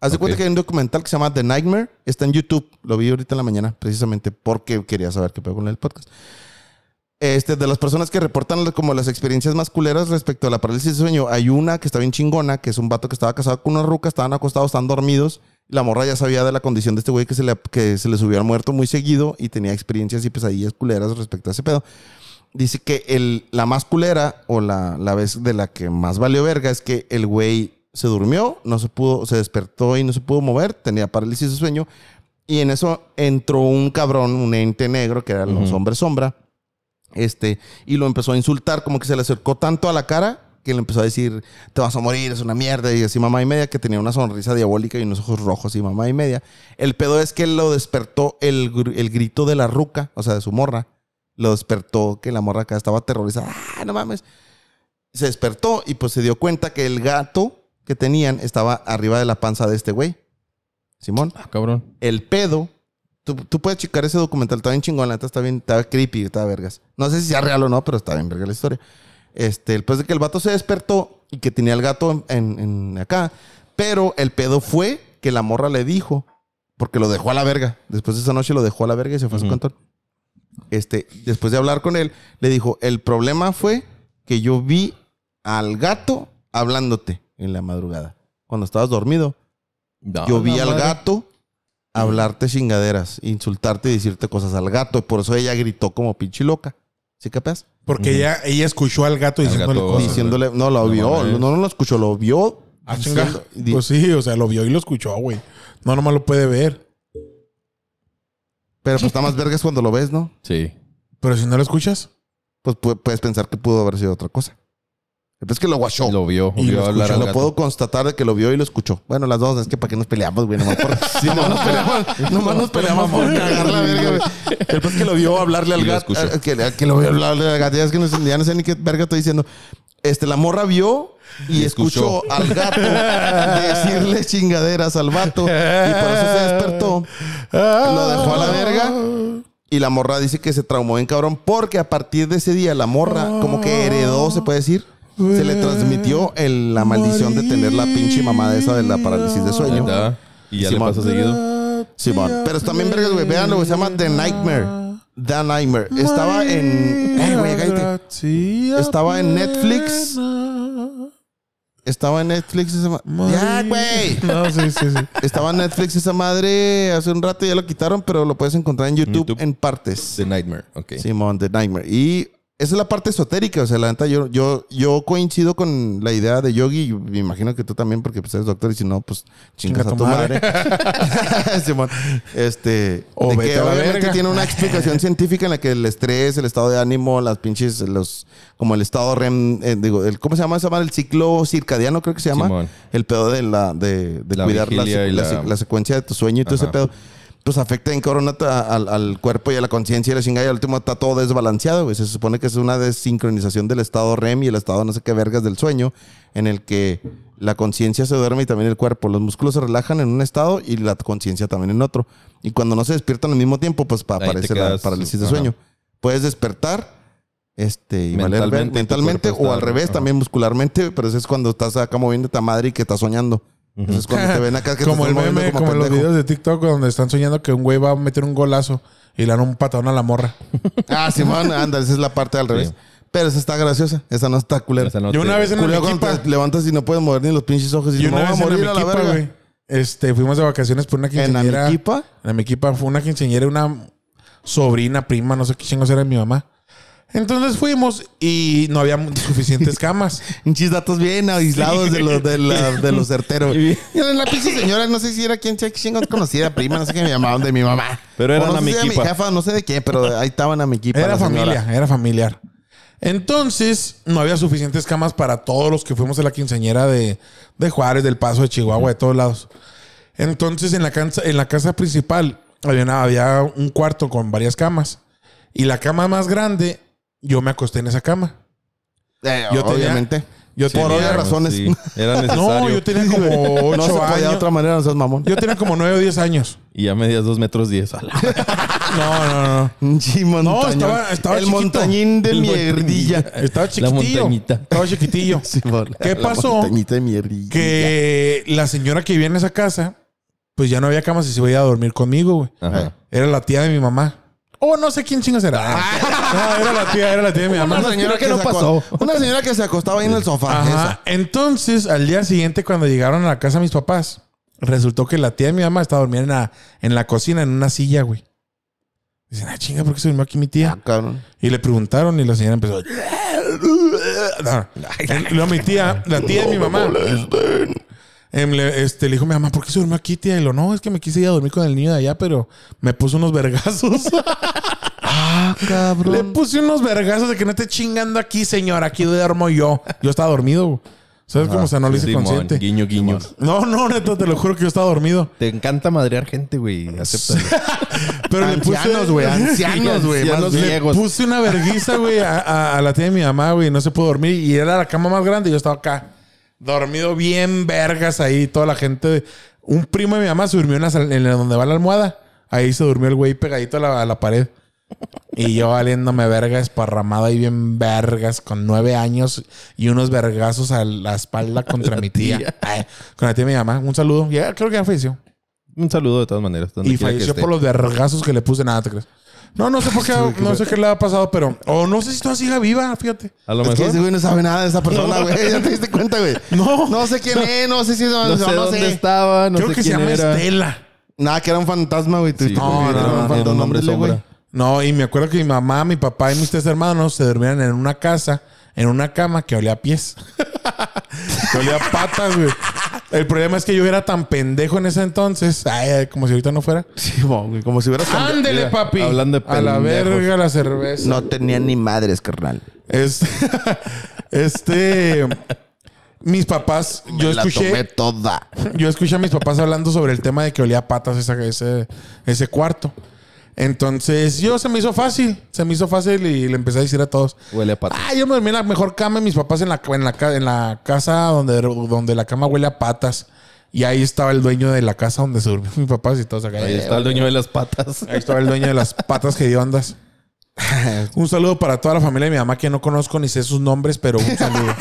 Haz de
Ok.
cuenta que hay un documental que se llama The Nightmare. Está en YouTube. Lo vi ahorita en la mañana, precisamente porque quería saber qué pegó con el podcast. Este, de las personas que reportan la- como las experiencias más culeras respecto a la parálisis de sueño, hay una que está bien chingona, que es un vato que estaba casado con una ruca, estaban acostados, estaban dormidos. La morra ya sabía de la condición de este güey que se le, que se le subió al muerto muy seguido y tenía experiencias y pesadillas culeras respecto a ese pedo. Dice que el, la más culera o la, la vez de la que más valió verga es que el güey se durmió, no se pudo, se despertó y no se pudo mover, tenía parálisis de sueño. Y en eso entró un cabrón, un ente negro, que eran los
Ujú.
hombres sombra, este, y lo empezó a insultar, como que se le acercó tanto a la cara que le empezó a decir, te vas a morir, es una mierda, y así mamá y media, que tenía una sonrisa diabólica y unos ojos rojos y mamá y media. El pedo es que lo despertó el, gr- el grito de la ruca, o sea, de su morra lo despertó, que la morra acá estaba aterrorizada. ¡Ah, no mames! Se despertó y pues se dio cuenta que el gato que tenían estaba arriba de la panza de este güey. Simón
Ah, cabrón.
el pedo. Tú, tú puedes checar ese documental, está bien chingón, la neta está bien, está creepy, está vergas. No sé si sea real o no, pero está bien verga la historia. Este, el pues de que el vato se despertó y que tenía el gato en, en- en acá, pero el pedo fue que la morra le dijo, porque lo dejó a la verga. Después de esa noche lo dejó a la verga y se fue a su
Ujú.
cantón. Este, después de hablar con él, le dijo, el problema fue que yo vi al gato hablándote en la madrugada, cuando estabas dormido.
No,
Yo vi
Ah, la
al
madre.
gato hablarte chingaderas, insultarte y decirte cosas al gato. Por eso ella gritó como pinche loca. ¿Sí capaz?
Porque
Ujú.
ella, ella escuchó al gato
Al
diciéndole
gato.
cosas.
Diciéndole, no, lo
No
vio.
mames.
No, no lo escuchó, lo vio.
Ah, chinga.
diciendo- di-
Pues sí, o sea, lo vio y lo escuchó, güey. No nomás lo puede ver.
Pero pues está más vergas cuando lo ves, ¿no?
Sí.
Pero si no lo escuchas,
Pues pu- puedes pensar que pudo haber sido otra cosa. Entonces que lo guachó.
Lo vio.
Y
vio
lo
hablar
Yo
al
lo
gato.
puedo constatar de que lo vio y lo escuchó. Bueno, las dos, es que para qué nos peleamos, güey. Nomás, por, nomás nos peleamos, nomás nos peleamos por cagar la verga, güey. El pues que lo vio hablarle al
Y lo
gato.
escuchó.
eh, Que, que lo vio hablarle al gato. Ya es que no, sé- ya no sé ni qué verga estoy diciendo. Este, la morra vio y,
Y
escuchó.
escuchó.
al gato decirle chingaderas al vato. Y por eso se despertó. Lo dejó a la verga. Y la morra dice que se traumó bien cabrón porque a partir de ese día la morra como que heredó, se puede decir. Se le transmitió el- la maldición de tener la pinche mamada esa de la parálisis de
Ahí
sueño.
está. Y ya
Simón.
le pasa seguido.
Ah,
Simón. Pero está bien vergas, güey. Veanlo, güey. Se llama The Nightmare. The Nightmare. Estaba en... Eh, güey, cállate. Estaba en Netflix. Estaba en Netflix esa madre. Ya, güey.
No, sí, sí, sí.
Estaba en Netflix esa madre hace un rato. Ya lo quitaron, pero lo puedes encontrar en YouTube,
YouTube.
en partes.
The Nightmare. Ok.
Simón, The Nightmare. Y esa es la parte esotérica. O sea, la neta, yo, yo, yo coincido con la idea de Yogi. y Me imagino que tú también, porque pues, eres doctor. Y si no, pues chingas a tu madre. Simón. Este.
O
de
vete
que
a la
obviamente
verga.
tiene una explicación científica en la que el estrés, el estado de ánimo, las pinches, los. Como el estado REM. eh, digo, el, ¿cómo se llama? Se llama el ciclo circadiano, creo que se llama.
Simón.
El pedo de la. De, de
La
cuidar la,
vigilia y
la-
la-
la secuencia de tu sueño y todo ese
Ajá.
pedo pues afecta en corona ta- al, al cuerpo y a la conciencia y la chingada y al último está todo desbalanceado, güey. Se supone que es una desincronización del estado REM y el estado no sé qué vergas del sueño en el que la conciencia se duerme y también el cuerpo. Los músculos se relajan en un estado y la conciencia también en otro. Y cuando no se despiertan al mismo tiempo, pues pa-
Ahí te
aparece la
quedas,
parálisis de
ajá.
sueño. Puedes despertar este, y valer ver-
Mentalmente, tu
mentalmente,
cuerpo
o
está-
al revés
ajá.
también muscularmente, pero eso es cuando estás acá moviéndote a madre y que estás soñando. Eso es cuando te ven acá que te
como
estás
el
moviendo
meme, como, los
pendejo.
videos de TikTok donde están soñando que un güey va a meter un golazo y le dan un patadón a la morra.
Ah, Simón, anda, esa es la parte al revés.
Sí.
Pero esa está graciosa, esa no está culera.
Esa no
Yo
te-
una vez en
Culera
el
cuando
equipa,
te levantas y no puedes mover ni los pinches ojos y
yo
dices, me
una
voy a
vez en
morir a la
Amequipa,
verga.
güey. Este, fuimos de vacaciones por una
¿En
quinceañera.
Amequipa?
En mi equipa fue una quinceañera, y una sobrina, prima, no sé qué chingos era de mi mamá. Entonces fuimos y no había suficientes camas.
Pinches datos bien aislados de los, de la- de los certeros.
Y-
Y era la pinche señora, no sé si era quien sea, chingos conocida, prima, no sé qué me llamaban de mi mamá.
Pero
O
eran
no sé si era
Amequipa.
mi jefa, no sé de qué, pero ahí estaban Amequipa.
Era
la señora.
familia, era familiar. Entonces, no había suficientes camas para todos los que fuimos a la quinceañera de, de Juárez, del Paso, de Chihuahua, de todos lados. Entonces, en la, cansa- en la casa principal había, una- había un cuarto con varias camas. Y la cama más grande, yo me acosté en esa cama.
Eh,
Yo tenía-
obviamente.
Yo
Sí,
por
tenía-
obvias
claro,
razones.
sí. Era necesario.
No, yo tenía como
No se
8
podía de
años.
otra manera, no seas mamón.
Yo tenía como 9 o 10 años.
Y ya medías dos metros diez. A la-
No, no, no.
Sí, montañón.
estaba- estaba
El
chiquito.
montañín de
El
mierdilla.
Estaba chiquitillo.
montañita.
Estaba chiquitillo.
Simón.
¿Qué
La
pasó?
montañita de mierdilla.
Que la señora que vivía en esa casa, pues ya no había camas y se iba a ir a dormir conmigo, güey.
Ajá.
Era la tía de mi mamá. Oh, no sé quién chingas era. No, era la tía, era la tía de mi mamá.
Una señora que,
que no
se
pasó.
aco- Una señora que se acostaba ahí en el sofá.
Ajá. Entonces, al día siguiente, cuando llegaron a la casa mis papás, resultó que la tía de mi mamá estaba durmiendo en la, en la cocina, en una silla, güey. Dicen, ah, chinga, ¿por qué se durmió aquí mi tía?
Esa. Cabrón.
Y le preguntaron y la señora empezó. No. Luego mi tía, la tía de mi mamá. em, le, este, le dijo a mi mamá, ¿por qué se durmió aquí, tía? Y lo, no, es que me quise ir a dormir con el niño de allá, pero me puso unos vergazos.
Ah, cabrón.
le puse unos vergazos de que no te chingando aquí, señora. Aquí duermo yo. Yo estaba dormido. güey. ¿Sabes cómo? O sea, no lo hice
Ah, Simón,
consciente.
Guiño, guiño.
No, no, neta, te lo juro que yo estaba dormido.
Te encanta madrear gente, güey. Acéptalo.
Pero le puse...
Ancianos, güey. Ancianos, güey. más
Ancianos,
bien.
güey. Viejos.
Puse una verguiza, güey, a, a- a la tía de mi mamá, güey. No se pudo dormir. Y era la cama más grande y yo estaba acá. Dormido bien vergas ahí. Toda la gente... Un primo de mi mamá se durmió en, la sal- en la- donde va la almohada. Ahí se durmió el güey pegadito a la, a la pared. Y yo valiéndome verga, esparramado ahí bien vergas, con nueve años y unos vergazos a la espalda contra mi tía.
tía.
Ay, con la tía de mi mamá. Un saludo. Ya, creo que ya falleció.
Un saludo de todas maneras. donde
Y
quiera que
falleció
esté.
por los vergazos que le puse nada, ¿te crees? No, no sé por qué,
pues,
no sé qué le ha pasado, pero. O no sé si todavía siga viva, fíjate.
A lo
Es que
mejor.
ese güey no sabe nada de esa persona, güey. Ya te diste cuenta, güey.
No.
No sé quién es, no sé si es.
No sé dónde estaba, no
Creo
sé
que se
quién
llama
era.
Estela.
Nada, que era un fantasma, güey. Tú-
Sí,
tú-
güey,
no,
era
no,
un
era un
fantasma,
hombre
ándale, güey.
sombra.
No, y me acuerdo que mi mamá, mi papá y mis tres hermanos se dormían en una casa, en una cama que olía a pies. que olía a patas, güey. El problema es que yo era tan pendejo en ese entonces. Ay, como si ahorita no fuera.
Sí, mo, güey. Como si hubieras cambiado.
Ándele,
mira,
papi.
Pues, hablando de
A la
pendejos.
verga la cerveza.
No tenía ni madres, carnal.
Este, este, mis papás,
Me
yo
la tomé
escuché,
toda.
yo escuché a mis papás hablando sobre el tema de que olía a patas esa- ese, ese cuarto. Entonces, yo se me hizo fácil, se me hizo fácil y le empecé a decir a todos.
Huele a pata.
Ah, yo me dormí en la mejor cama y mis papás en la, en la, ca- en la casa donde, donde la cama huele a patas. Y ahí estaba el dueño de la casa donde se durmió mis papás y todos acá.
Ahí está el dueño de las patas.
Ahí estaba el dueño de las patas hediondas. Un saludo para toda la familia de mi mamá que no conozco ni sé sus nombres, pero un saludo.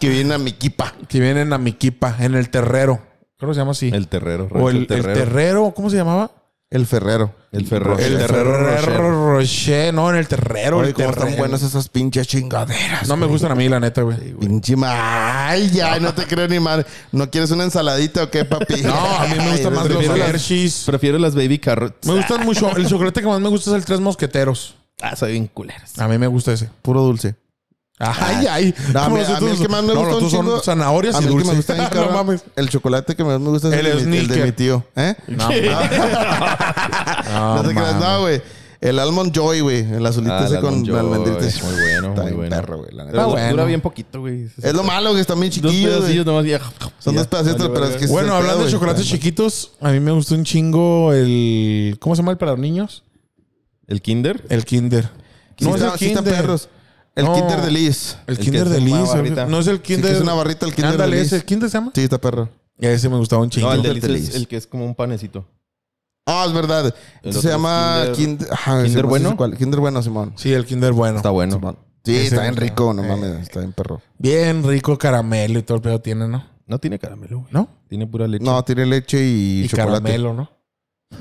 Que viene a mi quipa.
que vienen a Miquipa, en el terrero. Creo que se llama así.
El terrero.
o
rancho
Pues
el, el terrero. ¿cómo se llamaba?
El ferrero.
El ferrero.
El, terrero Rocher. No, en el terrero.
Oye,
el
cómo
terrero.
están buenas esas pinches chingaderas.
No me gustan a mí, la neta, güey.
Pinche ma- Ay, ya, no te creo ni mal. ¿No quieres una ensaladita o qué, papi?
No, a mí me gustan más los
prefiero las-
Hershey's.
Prefiero las baby carrots.
Me gustan mucho. El chocolate que más me gusta es el Tres Mosqueteros.
Ah, soy bien culeras.
A mí me gusta ese.
Puro dulce. Ah,
Ay, ay.
No, a
Como
mí- a mí
nosotros-
el que más me
no,
gusta
los
un
dos son
chingo-
zanahorias
A
y
mí el que me
dulces.
gusta bien,
no
cabrón,
mames.
El chocolate que más me gusta es
El
el, de mi- el de
Snicker.
mi tío. ¿Eh?
No, no,
No te creas,
mames.
no, güey. El Almond Joy, güey. El azulito
Ah,
ese
el
con
Almond Joy.
almendritas.
Muy bueno,
Está
muy
bien
bueno.
perro, güey, la neta.
Pero
bueno.
dura bien poquito, güey.
Es lo malo, que están bien
Dos
chiquillos, güey.
pedacitos nomás. y-
Son dos pedacitos,
vale,
pero es que...
verga.
ese es el
Bueno,
pedo,
hablando de
güey.
chocolates chiquitos, a mí me gustó un chingo el. ¿Cómo se llama el para niños?
El Kinder.
El Kinder.
Sí está- sí están perros. El
No.
Kinder de Liz.
El
que
Kinder
es
de
una
Liz.
barrita.
No es el Kinder.
que es una barrita, el Kinder de
Ándale,
Liz.
ese. ¿Kinder se llama?
Sí, está perro.
Ese me gustaba un chingo.
No, el
Kinder
de Liz es
feliz.
el que es como un panecito.
Ah, es verdad.
El
Se
otro es
llama
Kinder-
Kinder... ajá,
Kinder
sí, no sé
Bueno.
cuál. Kinder Bueno, Simón.
Sí, el Kinder bueno.
Está bueno.
Sí,
Ese
está bien
gusta.
rico,
Eh,
no mames. Está bien perro.
Bien rico caramelo y todo el pedo tiene, ¿no?
No tiene caramelo, güey.
¿No?
Tiene pura leche.
No, tiene leche y,
Y,
chocolate.
caramelo, ¿no?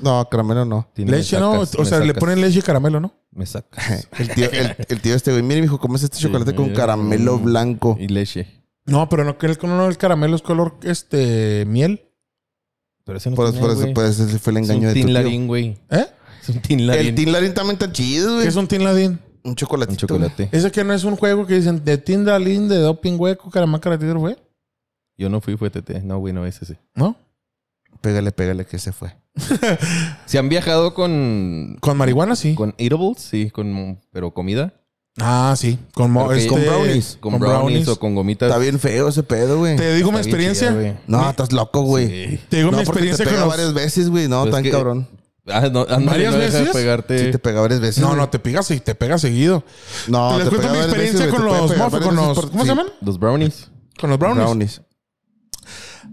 No, caramelo no.
Tiene- me
Leche, ¿no?
sacas,
O
me
sea, le
sacas,
ponen leche y caramelo, ¿no?
Me sacas.
El tío, el, el tío este, güey. Mire, mijo, ¿cómo es este chocolate con
mira.
caramelo blanco?
Y leche.
No, pero no, que el, no, el caramelo es color este miel.
Pero ese no
Por,
tiene,
por eso,
güey.
pues, ese fue el
Es
engaño
un
de tu
tin
tío.
larín, güey.
¿Eh?
Es un tin
El
larín.
Tin Larín también está chido,
¿Qué
güey.
es un Tin Ladin?
Un chocolatito.
Un chocolate.
Ese que no es un juego que dicen de Tin Ladin, de Doping Hueco, Caramel Caratero, güey.
Yo no fui, fue TT. No, güey, no es ese.
¿No?
Pégale, pégale, que se fue.
¿Se han viajado con.
Con marihuana, sí.
con eatables? Sí, con. pero comida.
Ah, sí. Con, mo-
Pero que-
este-
con brownies.
Con, brownies, o con gomitas.
Está bien feo ese pedo, güey.
Te digo mi
Está bien
experiencia.
chida, güey.
No, estás loco, güey.
Sí.
te digo
No,
mi
porque
experiencia
te
con
pega
los-
varias veces, güey. No,
Pero es
tan
que-
cabrón.
Ah, no, ándale,
¿Varias
no deja
veces?
de pegarte.
Sí, te pega varias veces.
No,
güey.
no, te pegas y te pegas seguido.
No,
te les cuento mi
varias
experiencia
veces,
con
güey, te
los
pega
mofos,
varias
con
veces
los...
por-
¿Cómo
sí,
se llaman?
Los brownies.
Con los brownies.
Brownies.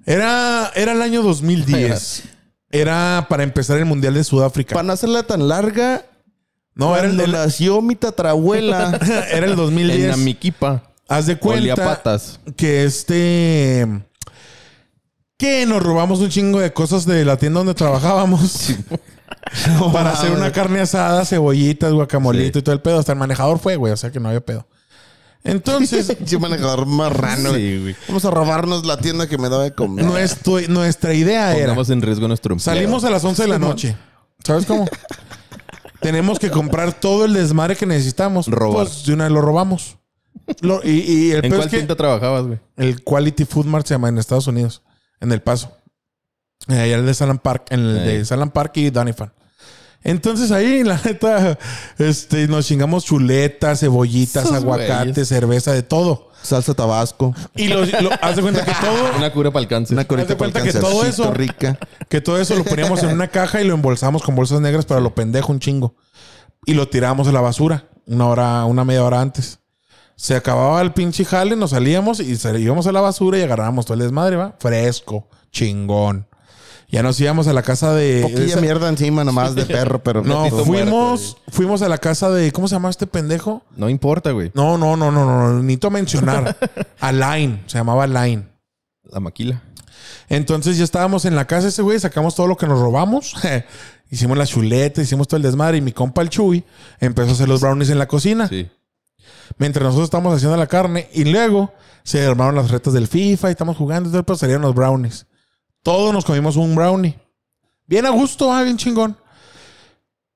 Era, era el año 2010. Era para empezar el Mundial de Sudáfrica.
Para no hacerla tan larga,
no, era el,
cuando
el-
nació mi tatrabuela.
era el
En
2010.
Amiquipa.
Haz de
Olía
cuenta
patas.
que este... Que nos robamos un chingo de cosas de la tienda donde trabajábamos. para hacer una carne asada, cebollitas, guacamolito
Oh, Sí.
y todo el pedo. Hasta el manejador fue, güey. O sea que no había pedo. Entonces,
Pinche manejador marrano. güey.
Sí, güey.
Vamos a robarnos la tienda que me daba de comer.
nuestro- nuestra idea era...
Pongamos en riesgo nuestro empleo.
Salimos a las 11 de la noche. ¿Sabes cómo? Tenemos que comprar todo el desmadre que necesitamos.
Robar.
Pues de una vez lo robamos. Lo- y, y el
¿En
peor es
cuál
que
tinta trabajabas, güey?
el Quality Food Mart se llama en Estados Unidos, en El Paso. Eh, Allá el de Salam Park, en el de
Ahí.
Salam Park y Doniphan. Entonces ahí, la neta, este, nos chingamos chuletas, cebollitas,
Esos
aguacate,
güeyes.
cerveza, de todo.
Salsa tabasco.
Y lo, lo- haz de cuenta que todo,
Una cura para el cáncer.
Una
Haz de
corita para el
cuenta que
cáncer.
todo
Chito
eso-
rica.
que todo eso lo poníamos en una caja y lo embolsamos con bolsas negras para lo pendejo un chingo. Y lo tirábamos a la basura una hora, una media hora antes. Se acababa el pinche jale, nos salíamos y se- íbamos a la basura y agarrábamos todo el desmadre, ¿va? Fresco, chingón. Ya nos íbamos a la casa de...
Poquilla
esa-
mierda encima nomás de perro, pero...
no,
ratito
fuimos, fuimos a la casa de... ¿Cómo se llama este pendejo?
No importa, güey.
No, no, no, no, no, no, necesito mencionar. Alain, se llamaba Alain.
La maquila.
Entonces ya estábamos en la casa de ese güey, sacamos todo lo que nos robamos. hicimos la chuleta, hicimos todo el desmadre y mi compa el Chuy empezó a hacer los brownies en la cocina.
Sí.
Mientras nosotros estábamos haciendo la carne y luego se armaron las retas del FIFA y estamos jugando y todo, pues salieron los brownies. Todos nos comimos un brownie. Bien a gusto, ah, bien chingón.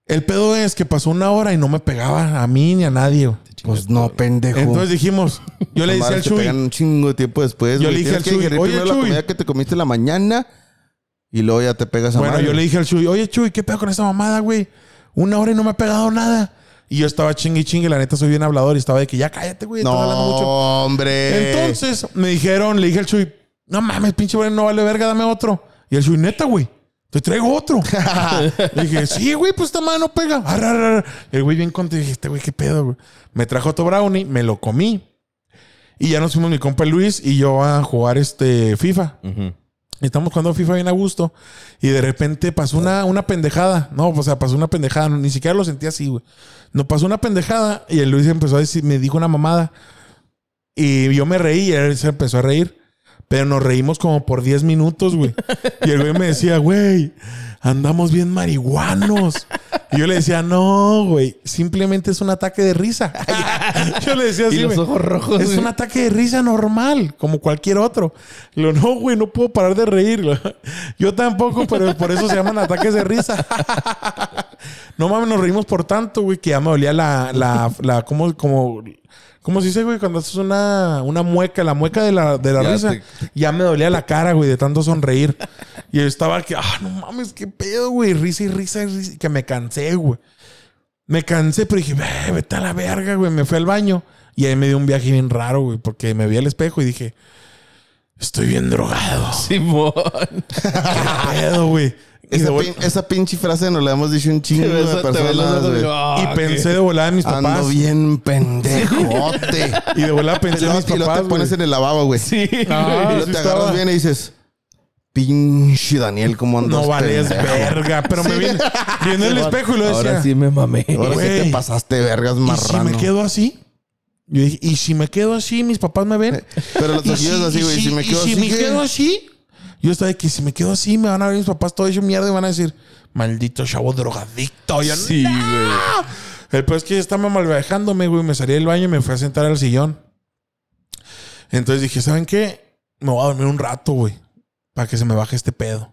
El pedo es que pasó una hora y no me pegaba a mí ni a nadie. güey.
Pues no, pendejo.
Entonces dijimos, yo le decía al
Madre, te
Chuy,
pegan un chingo de tiempo después.
Yo
güey.
le dije
Tienes
al
que
Chuy,
digerir
"Oye,
primero la
Chuy".
comida que te comiste en la mañana y luego ya te pegas a
Bueno,
madre.
yo le dije al Chuy, oye Chuy, ¿qué pedo con esa mamada, güey? Una hora y no me ha pegado nada. Y yo estaba chingue y chingue, la neta soy bien hablador y estaba de que ya cállate, güey, estás
No,
hablando mucho.
hombre.
Entonces me dijeron, le dije al Chuy, no mames, pinche güey, no vale verga, dame otro. Y el Chuy, neta, güey, te traigo otro. Le dije, sí, güey, pues esta madre no pega. Arr, arr, arr. El güey bien contento, dije, este güey, qué pedo, güey. Me trajo otro brownie, me lo comí. Y ya nos fuimos mi compa Luis y yo a jugar este FIFA.
Ujú.
Y Estamos jugando FIFA bien a gusto. Y de repente pasó una, una pendejada. No, o sea, pasó una pendejada. Ni siquiera lo sentí así, güey. No pasó una pendejada. Y el Luis empezó a decir, me dijo una mamada. Y yo me reí y él se empezó a reír. Pero nos reímos como por 10 minutos, güey. Y el güey me decía, güey, andamos bien marihuanos. Y yo le decía, no, güey, simplemente es un ataque de risa. Yo le decía así,
Y los
güey.
ojos rojos.
Es
güey.
un ataque de risa normal, como cualquier otro. Lo no, güey, no puedo parar de reír. Yo tampoco, pero por eso se llaman ataques de risa. No mames, nos reímos por tanto, güey, que ya me dolía la, la, la, como, como, ¿cómo se dice, güey? Cuando haces una, una mueca, la mueca de la, de la
Ya
risa.
te-
Ya me dolía la cara, güey, de tanto sonreír. Y yo estaba que, ah, no mames, qué pedo, güey. Risa y risa y risa. Que me cansé, güey. Me cansé, pero dije, "Ve, vete a la verga, güey. Me fui al baño. Y ahí me dio un viaje bien raro, güey, porque me vi al espejo y dije, estoy bien drogado.
Simón.
¿Qué pedo, güey? Y, de
Esa,
vol-
pin- esa pinche frase nos la hemos dicho un
Te
chingo
ves-
de
te ves los
personas,
ojos,
güey.
y
ah, qué-
pensé de volada en mis papás.
Ando bien pendejote.
Y de volada pensé
y
en
luego
mis
y luego
papás.
te pones
güey.
en el lavabo, güey.
Sí.
Ah,
y luego
sí
te
estaba-
agarras bien y dices... Pinche Daniel, ¿cómo andas?
No vales
pendejo?
verga. Pero me vi, vi en el espejo y lo decía.
Ahora sí me mamé.
Ahora sí
Güey.
te pasaste vergas
¿Y si
marrano.
me quedo así? Yo dije, ¿y si me quedo así? ¿Mis papás me ven?
Pero los
¿Y
ojillos
si-
así,
y
güey. Si me
y
quedo
si
así,
me
¿qué?
quedo así? Yo estaba de que si me quedo así, me van a ver mis papás todo hecho mierda y van a decir, maldito chavo drogadicto. Yo,
Sí, güey.
¡Ah! El peor es que estaba malvejándome, güey. Me salí del baño y me fui a sentar al sillón. Entonces dije, ¿saben qué? Me voy a dormir un rato, güey. Para que se me baje este pedo.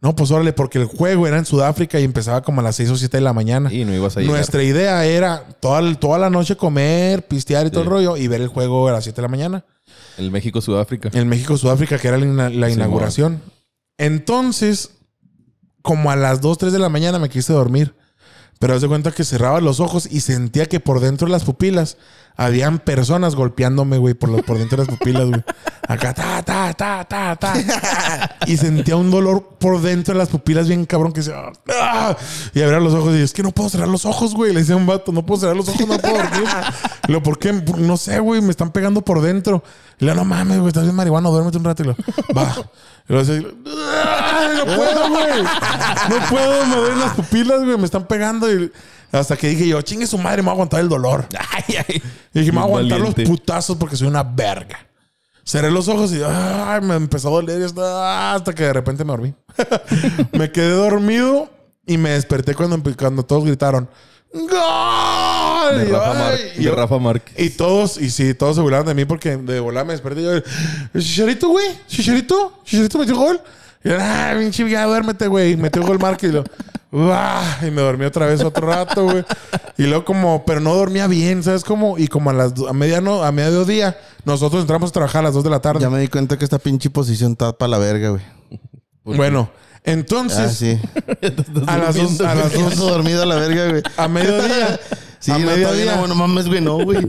No, pues órale, porque el juego era en Sudáfrica y empezaba como a las 6 o 7 de la mañana.
Y no ibas a llegar.
Nuestra idea era toda, el- toda la noche comer, pistear y todo
Sí.
el rollo y ver el juego a las 7 de la mañana.
El México-Sudáfrica.
En México-Sudáfrica, que era la, ina- la
Sí,
inauguración. Entonces, como a las 2, 3 de la mañana me quise dormir. Pero haz de cuenta que cerraba los ojos y sentía que por dentro de las pupilas habían personas golpeándome, güey, por, los- por dentro de las pupilas, güey. Acá, ta, ta, ta, ta, ta. Y sentía un dolor por dentro de las pupilas bien cabrón que se... ¡Ah! Y abría los ojos y es que no puedo cerrar los ojos, güey. Le decía a un vato, no puedo cerrar los ojos, no puedo dormir. Y Lo, ¿por qué? No sé, güey, me están pegando por dentro. Y le digo, no mames, güey, estás bien marihuana, duérmete un rato. Y lo, va. Y lo hace, ¡Ah! no puedo, güey. No puedo, me duelen las pupilas, güey, me están pegando. Y hasta que dije yo, chingue su madre, me voy a aguantar el dolor.
Ay, ay.
Y dije, me voy a aguantar
Valiente.
los putazos porque soy una verga. Cerré los ojos y ay, me empezó a doler y hasta, hasta que de repente me dormí. me quedé dormido y me desperté cuando, empe- cuando todos gritaron ¡Gol!
De
Y yo,
Rafa, Mar-
"Ay", y
de
yo-
Rafa Márquez.
y todos, y sí, todos se burlaban de mí porque de volar me desperté y yo, Chicharito, güey, Chicharito, Chicharito metió gol. Y yo, ah, pinche, ya duérmete, güey. Y Metió gol Márquez y lo, "Uah", y me dormí otra vez otro rato, güey. Y luego como, pero no dormía bien, ¿sabes cómo? Y como a las, do- a mediano, a mediodía, nosotros entramos a trabajar a las 2 de la tarde.
Ya me di cuenta que esta pinche posición está para la verga, güey.
Bueno, Entonces,
Ah, sí.
a, las dos, a las dos,
Todo dormido a la verga, güey.
a mediodía,
Sí,
a
no, todavía
mediodía,
no, no mames, güey, no, güey.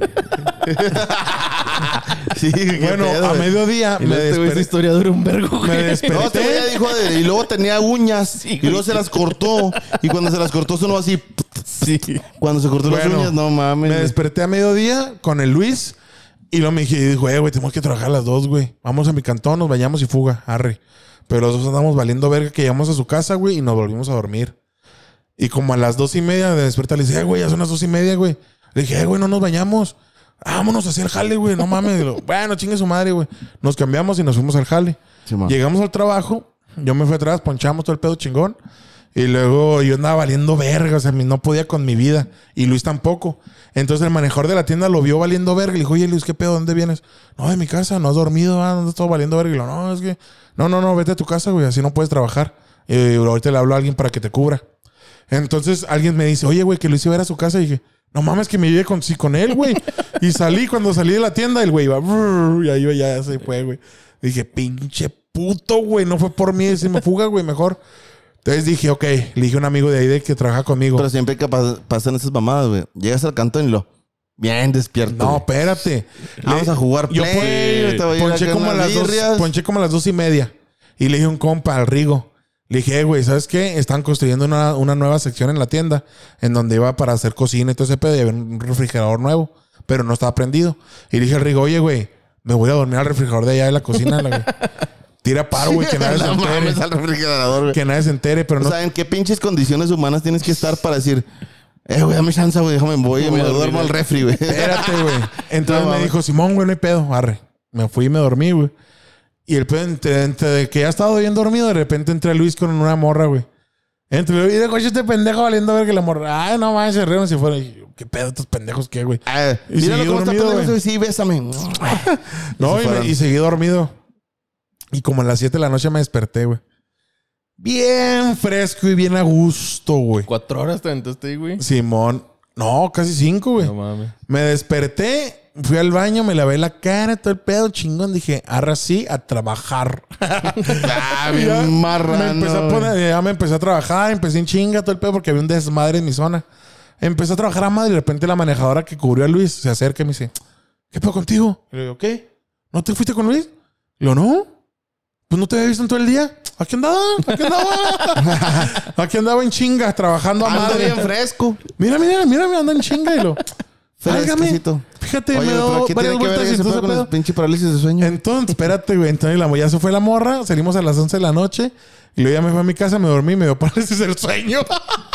sí, qué
bueno,
pedo,
a
güey.
mediodía me, desperté-
Este, historia dura un vergo,
me
No, este güey ya
desperté.
dijo de- y luego tenía uñas y luego
güey.
se las cortó y cuando se las cortó sonó así.
Sí.
Cuando se cortó las
Bueno,
uñas, no mames.
Me
güey.
desperté a mediodía con el Luis y lo me dije, y dijo, eh, güey, tenemos que trabajar a las dos, güey. Vamos a mi cantón, nos bañamos y fuga, arre. Pero los dos andamos valiendo verga que llegamos a su casa, güey, y nos volvimos a dormir. Y como a las dos y media me desperté, le dije, eh, güey, ya son las dos y media, güey. Le dije, eh, güey, no nos bañamos. Vámonos hacia el jale, güey, no mames. Y lo, bueno, chingue su madre, güey. Nos cambiamos y nos fuimos al jale.
Sí, man.
Llegamos al trabajo, yo me fui atrás, ponchamos todo el pedo chingón. Y luego yo andaba valiendo verga, o sea, mi- no podía con mi vida. Y Luis tampoco. Entonces el manejador de la tienda lo vio valiendo verga. y Le dijo, oye Luis, ¿qué pedo? ¿Dónde vienes? No, de mi casa, no has dormido, ah, no todo valiendo verga. Y lo, no, es que, no, no, no, vete a tu casa, güey, así no puedes trabajar. Y ahorita le hablo a alguien para que te cubra. Entonces alguien me dice, oye, güey, que Luis iba a ir a su casa. Y dije, no mames, que me lleve con, sí, con él, güey. Y salí, cuando salí de la tienda, el güey iba, "Brr", y ahí iba, ya se fue, güey. Dije, pinche puto, güey, no fue por mí, se me fuga, güey, mejor. Entonces dije, ok, le dije a un amigo de ahí de que trabaja conmigo.
Pero siempre que pas- pasan esas mamadas, güey. Llegas al cantón y lo. Bien despierto.
no,
güey.
espérate.
Vamos
Le-
a jugar
Yo
play,
pon-
te voy a ir
ponché
acá
como a
unas
las dos,
birrias.
ponché como a las dos y media. Y le dije a un compa al Rigo. Le dije, "Eh, güey, ¿sabes qué? Están construyendo una, una nueva sección en la tienda en donde iba para hacer cocina y todo ese pedo y había un refrigerador nuevo, pero no estaba prendido. Y le dije al Rigo, oye, güey, me voy a dormir al refrigerador de allá de la cocina. la- Tira paro, güey, que nadie se
No
entere.
mames, al refrigerador, güey.
Que nadie se entere, pero
O
no.
sea, ¿en qué pinches condiciones humanas tienes que estar para decir, eh, güey, dame chance, güey, déjame, voy y
Voy
me
a dormir,
duermo al refri, güey?
Espérate, güey. Entonces
No,
me
mames.
dijo, Simón, güey, no hay pedo, arre. Me fui y me dormí, güey. Y el pedo, entre, entre que ya estaba bien dormido, de repente entra Luis con una morra, güey. Entre y de coche este pendejo valiendo a ver que la morra. Ay, no mames, se rieron si fuera. Y yo, ¿Qué pedo estos pendejos qué, güey?
Ah,
Y
Míralo
seguí
cómo
dormido,
está pendejo,
güey.
güey, sí, bésame.
No,
se
y, me-
fueron.
y seguí dormido. Y como a las 7 de la noche me desperté, güey. Bien fresco y bien a gusto, güey.
Cuatro horas te aventaste, güey.
Simón. No, casi cinco, güey.
No mames.
Me desperté, fui al baño, me lavé la cara, todo el pedo chingón. Dije, ahora sí, a trabajar.
Ah,
Y ya
bien marrano.
me empecé a
güey.
poner- ya me empecé a trabajar, empecé en chinga todo el pedo porque había un desmadre en mi zona. Empecé a trabajar a madre y de repente la manejadora que cubrió a Luis se acerca y me dice, ¿qué pedo contigo? Y le digo, ¿qué? ¿No te fuiste con Luis? Le digo, no. Pues no te había visto en todo el día. Aquí andaba, aquí andaba. aquí andaba en chinga, trabajando a
Ando
madre.
bien fresco.
Mira, mira, mira, me anda en chinga y lo. Válgame.
Fresquecito.
Fíjate,
Oye,
me
pero
dio
¿qué
varias
tiene que ver
vueltas y
ese
entonces
pedo con
pedo.
los pinche parálisis de sueño?
Entonces, espérate, güey. Entonces la, ya se fue la morra. Salimos a las 11 de la noche. Y luego ya me fue a mi casa, me dormí, me dio parálisis el sueño.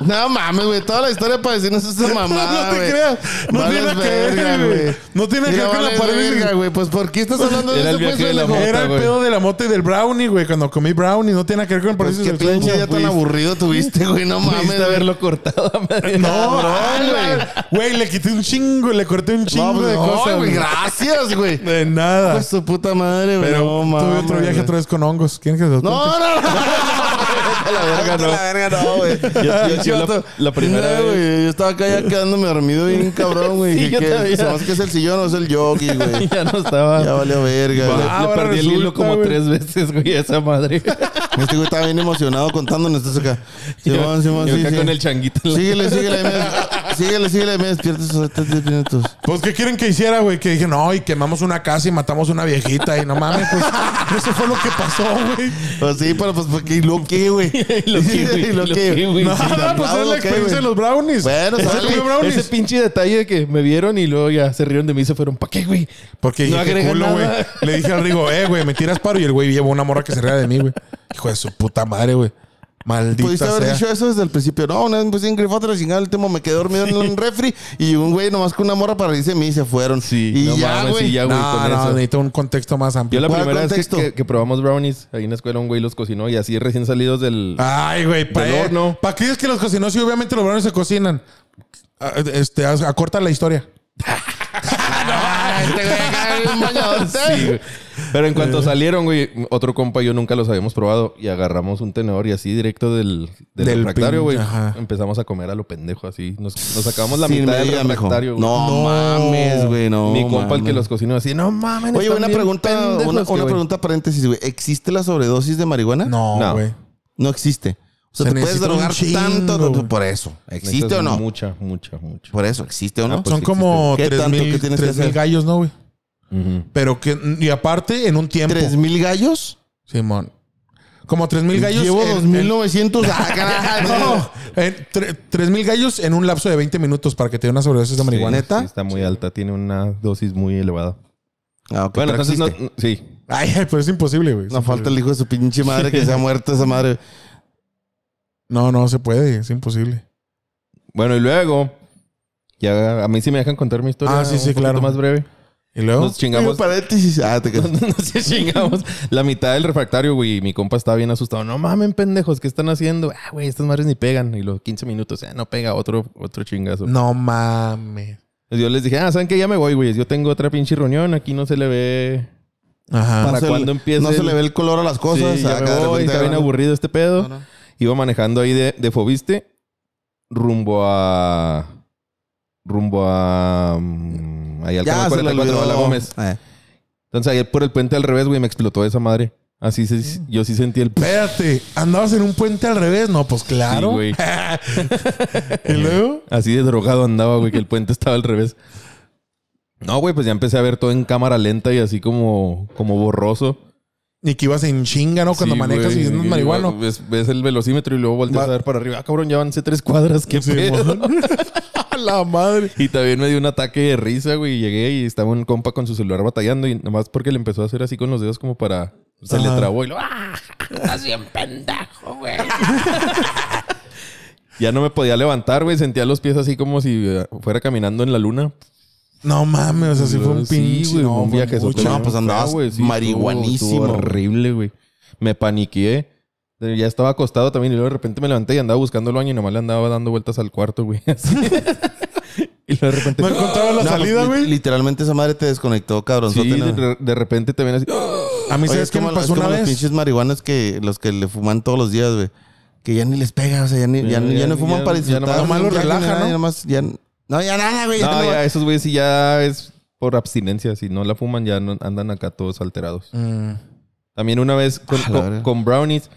No mames, güey, toda la historia para decirnos esa mamada,
no te
güey.
creas. No
Vales
tiene nada que
verga,
ver, güey.
güey.
No tiene que
Mira,
ver con la
vales
parálisis.
verga, güey. Pues, ¿por qué estás hablando de
Era el
eso,
viaje
pues,
de la
pendejo?
mota,
Era el
güey.
pedo de la mota y del brownie, güey. Cuando comí brownie, no tiene nada que ver con el
Pues,
parálisis
qué
del sueño.
pinche día tan
Fuiste-
aburrido tuviste, güey. No mames,
Pudiste haberlo cortado a madre.
No,
cabrón,
ay,
güey.
güey, le quité un chingo, le corté un chingo
No, pues,
de
no,
cosas.
güey.
güey.
Gracias, güey.
De nada.
Pues su puta madre, güey.
Pero
No,
tuve
mames,
otro viaje
güey.
otra vez con hongos. ¿Quieren que se los cuente?
No, no, no. Vete a la verga, no. güey.
yo- yo la- la primera
No, güey, Yo estaba acá ya quedándome dormido bien cabrón, güey.
Sí,
Dije
yo
que-
también.
se me hace que es el sillón o es el jockey, güey.
Ya no estaba.
Ya valió verga,
Le-
güey.
Ah,
le
ahora
perdí el hilo
resulta,
como
güey.
tres veces, güey, a esa madre.
Este güey estaba bien emocionado contándonos esto acá. Simón, Simón,
Yo
sí,
acá
sí.
con el changuito. en la-
Síguele, síguele, me, síguele, síguele, me despierto esos 10 minutos.
Pues, ¿qué quieren que hiciera, güey? Que dije, no, y quemamos una casa y matamos una viejita. Y no mames, pues, eso fue lo que pasó, güey.
Pues sí, pero pues, porque, ¿y lo qué, güey?
Y lo que, güey,
¿Y lo qué?
güey.
No,
Sí,
no, pues es
bravo,
la
¿qué,
experiencia
güey?
de los brownies.
Bueno,
Ese
sale.
comió brownies.
Ese pinche detalle de que me vieron y luego ya se rieron de mí y se fueron. ¿Para qué, güey?
Porque dije,
No
qué
agrega
culo, güey.
nada.
Le dije al Rigo, eh, güey, me tiras paro. Y el güey llevó una morra que se ría de mí, güey. Hijo de su puta madre, güey. Maldita
Pudiste haber
sea.
dicho eso desde el principio. No, una vez me puse en grifote, la chingada, el último me quedé dormido en un refri y llegó un güey nomás con una morra para reírse de mí y se fueron.
Sí,
y
no
ya,
mames,
güey.
sí, ya, güey,
no,
con
no,
eso.
necesito un contexto más amplio.
Yo la
¿Cuál
primera vez
contexto?
que- que, que probamos brownies, ahí en la escuela un güey los cocinó y así recién salidos del...
Ah.
Ay, güey,
Del
para
horno.
¿Para qué es que los cocinó? Sí, obviamente los brownies se cocinan. Ah, Este, a- acorta la historia.
Ah, este güey acá, un bañador.
Sí, güey. Pero en
Eh.
cuanto salieron, güey, otro compa y yo nunca los habíamos probado y agarramos un tenedor y así directo del, del,
Del
refractario,
pin-
güey.
ajá.
Empezamos a comer a lo pendejo así. Nos, nos sacamos la
Sin
mitad del
medida, mijo.
refractario, güey.
No, mames, güey, no.
Mi compa el que
mames.
los cocinó así, no mames.
Oye,
están
una
bien
pregunta,
pendejos
una,
que,
una
güey".
pregunta paréntesis, güey. ¿Existe la sobredosis de marihuana?
No,
No.
güey.
No existe. O sea,
Se
te puedes
necesita un
drogar
chingo,
tanto
güey.
por eso. ¿Existe
Necesitas
o no?
Mucha, mucha, mucha.
Por eso, ¿existe o no?
Ah, pues
Son
sí
como
existe. ¿Qué tanto que
3000
tienes que
3000
hacer?
gallos, ¿no, güey?
Ujú.
Pero que. Y aparte, en un tiempo.
¿Tres mil gallos?
Simón. Como 3000 gallos.
Llevo
en-
2900. Ah,
en-
caray,
No,
no.
en tre- 3000 gallos en un lapso de 20 minutos para que te dé una sobredosis de
Sí,
marihuana.
¿neta?
sí, está muy alta, tiene una dosis muy elevada.
Ah, ok,
Bueno,
pero
entonces no,
existe.
no- sí.
Ay, pero es imposible, güey. Es
No falta
imposible.
el hijo de su pinche madre que se ha muerto esa madre.
No, no se puede, es imposible.
Bueno, y luego ya a mí sí me dejan contar mi historia.
Ah, sí, sí,
un poquito
claro.
más breve.
¿Y luego?
Nos chingamos.
Paréntesis. Ah, te quedas.
Nos chingamos la mitad del refractario, güey. y Mi compa estaba bien asustado. No mamen, pendejos, ¿qué están haciendo? Ah, güey, estas madres ni pegan. Y los 15 minutos, ah, no pega otro, otro chingazo.
No mames.
Entonces Yo les dije, ah, ¿saben qué? Ya me voy, güey. Yo tengo otra pinche reunión. Aquí no se le ve.
Ajá.
Para
No se
cuando
le-
empiece
No se
el-
le ve el color a las cosas. Ah,
sí, ya
acá
me
de
voy,
repente
está bien
agarran-
aburrido este pedo.
No, no.
Iba manejando ahí de, de Fobiste rumbo a. rumbo a. mm, ahí al
Ya
canal
se le
44 de la
olvidó.
Gómez.
Eh.
Entonces ahí por el puente al revés, güey, me explotó esa madre. Así se- yo sí sentí el.
Espérate, andabas en un puente al revés. No, pues
Sí,
claro.
güey.
¿Y luego?
Así de drogado andaba, güey, que el puente estaba al revés. No, güey, pues ya empecé a ver todo en cámara lenta y así como, como borroso.
Ni que ibas en chinga, ¿no? Cuando
Sí,
manejas
güey,
y andas
y
marihuano.
Ves, ves el velocímetro y luego volteas
Va-
a ver para arriba. Ah, cabrón, ya avancé tres cuadras. ¿Qué pedo?
Simón. A la madre.
Y también me dio un ataque de risa, güey. y Llegué y estaba un compa con su celular batallando y nomás porque le empezó a hacer así con los dedos como para... Se le
Ajá.
trabó y lo... ¡Ah! ¡Estás bien pendejo, güey! ya no me podía levantar, güey. Sentía los pies así como si eh, fuera caminando en la luna.
No mames, o sea, sí fue un
Sí,
pinche.
güey,
no,
un
fue
viaje
mucho.
No, pues, andabas marihuanísimo.
estuvo horrible, güey. Me paniqué. Eh, Ya estaba acostado también y luego de repente me levanté y andaba buscando el baño y nomás le andaba dando vueltas al cuarto, güey. Así. y luego de repente...
No encontraba la
No,
salida,
pues,
güey.
Literalmente esa madre te desconectó, cabrón.
Sí, de, de repente te ven así...
A mí,
Oye,
¿sabes
es
qué me
como- es
pasó una
como Los
vez?
pinches marihuanos que los que le fuman todos los días, güey. Que ya ni les pega, o sea, ya ni, ya,
Ya,
ni- ya
ya,
no fuman
ya,
para
ya
disfrutar.
nomás-
nomás lo
Ya ni
relaja,
nada,
¿no?
ya nomás- ya- no, ya nada, güey. ya
No,
no-
ya, esos güeyes sí ya es por abstinencia. Si no la fuman, ya no- andan acá todos alterados.
Mm.
También una vez con,
Ah, la
con-
verga.
con brownies,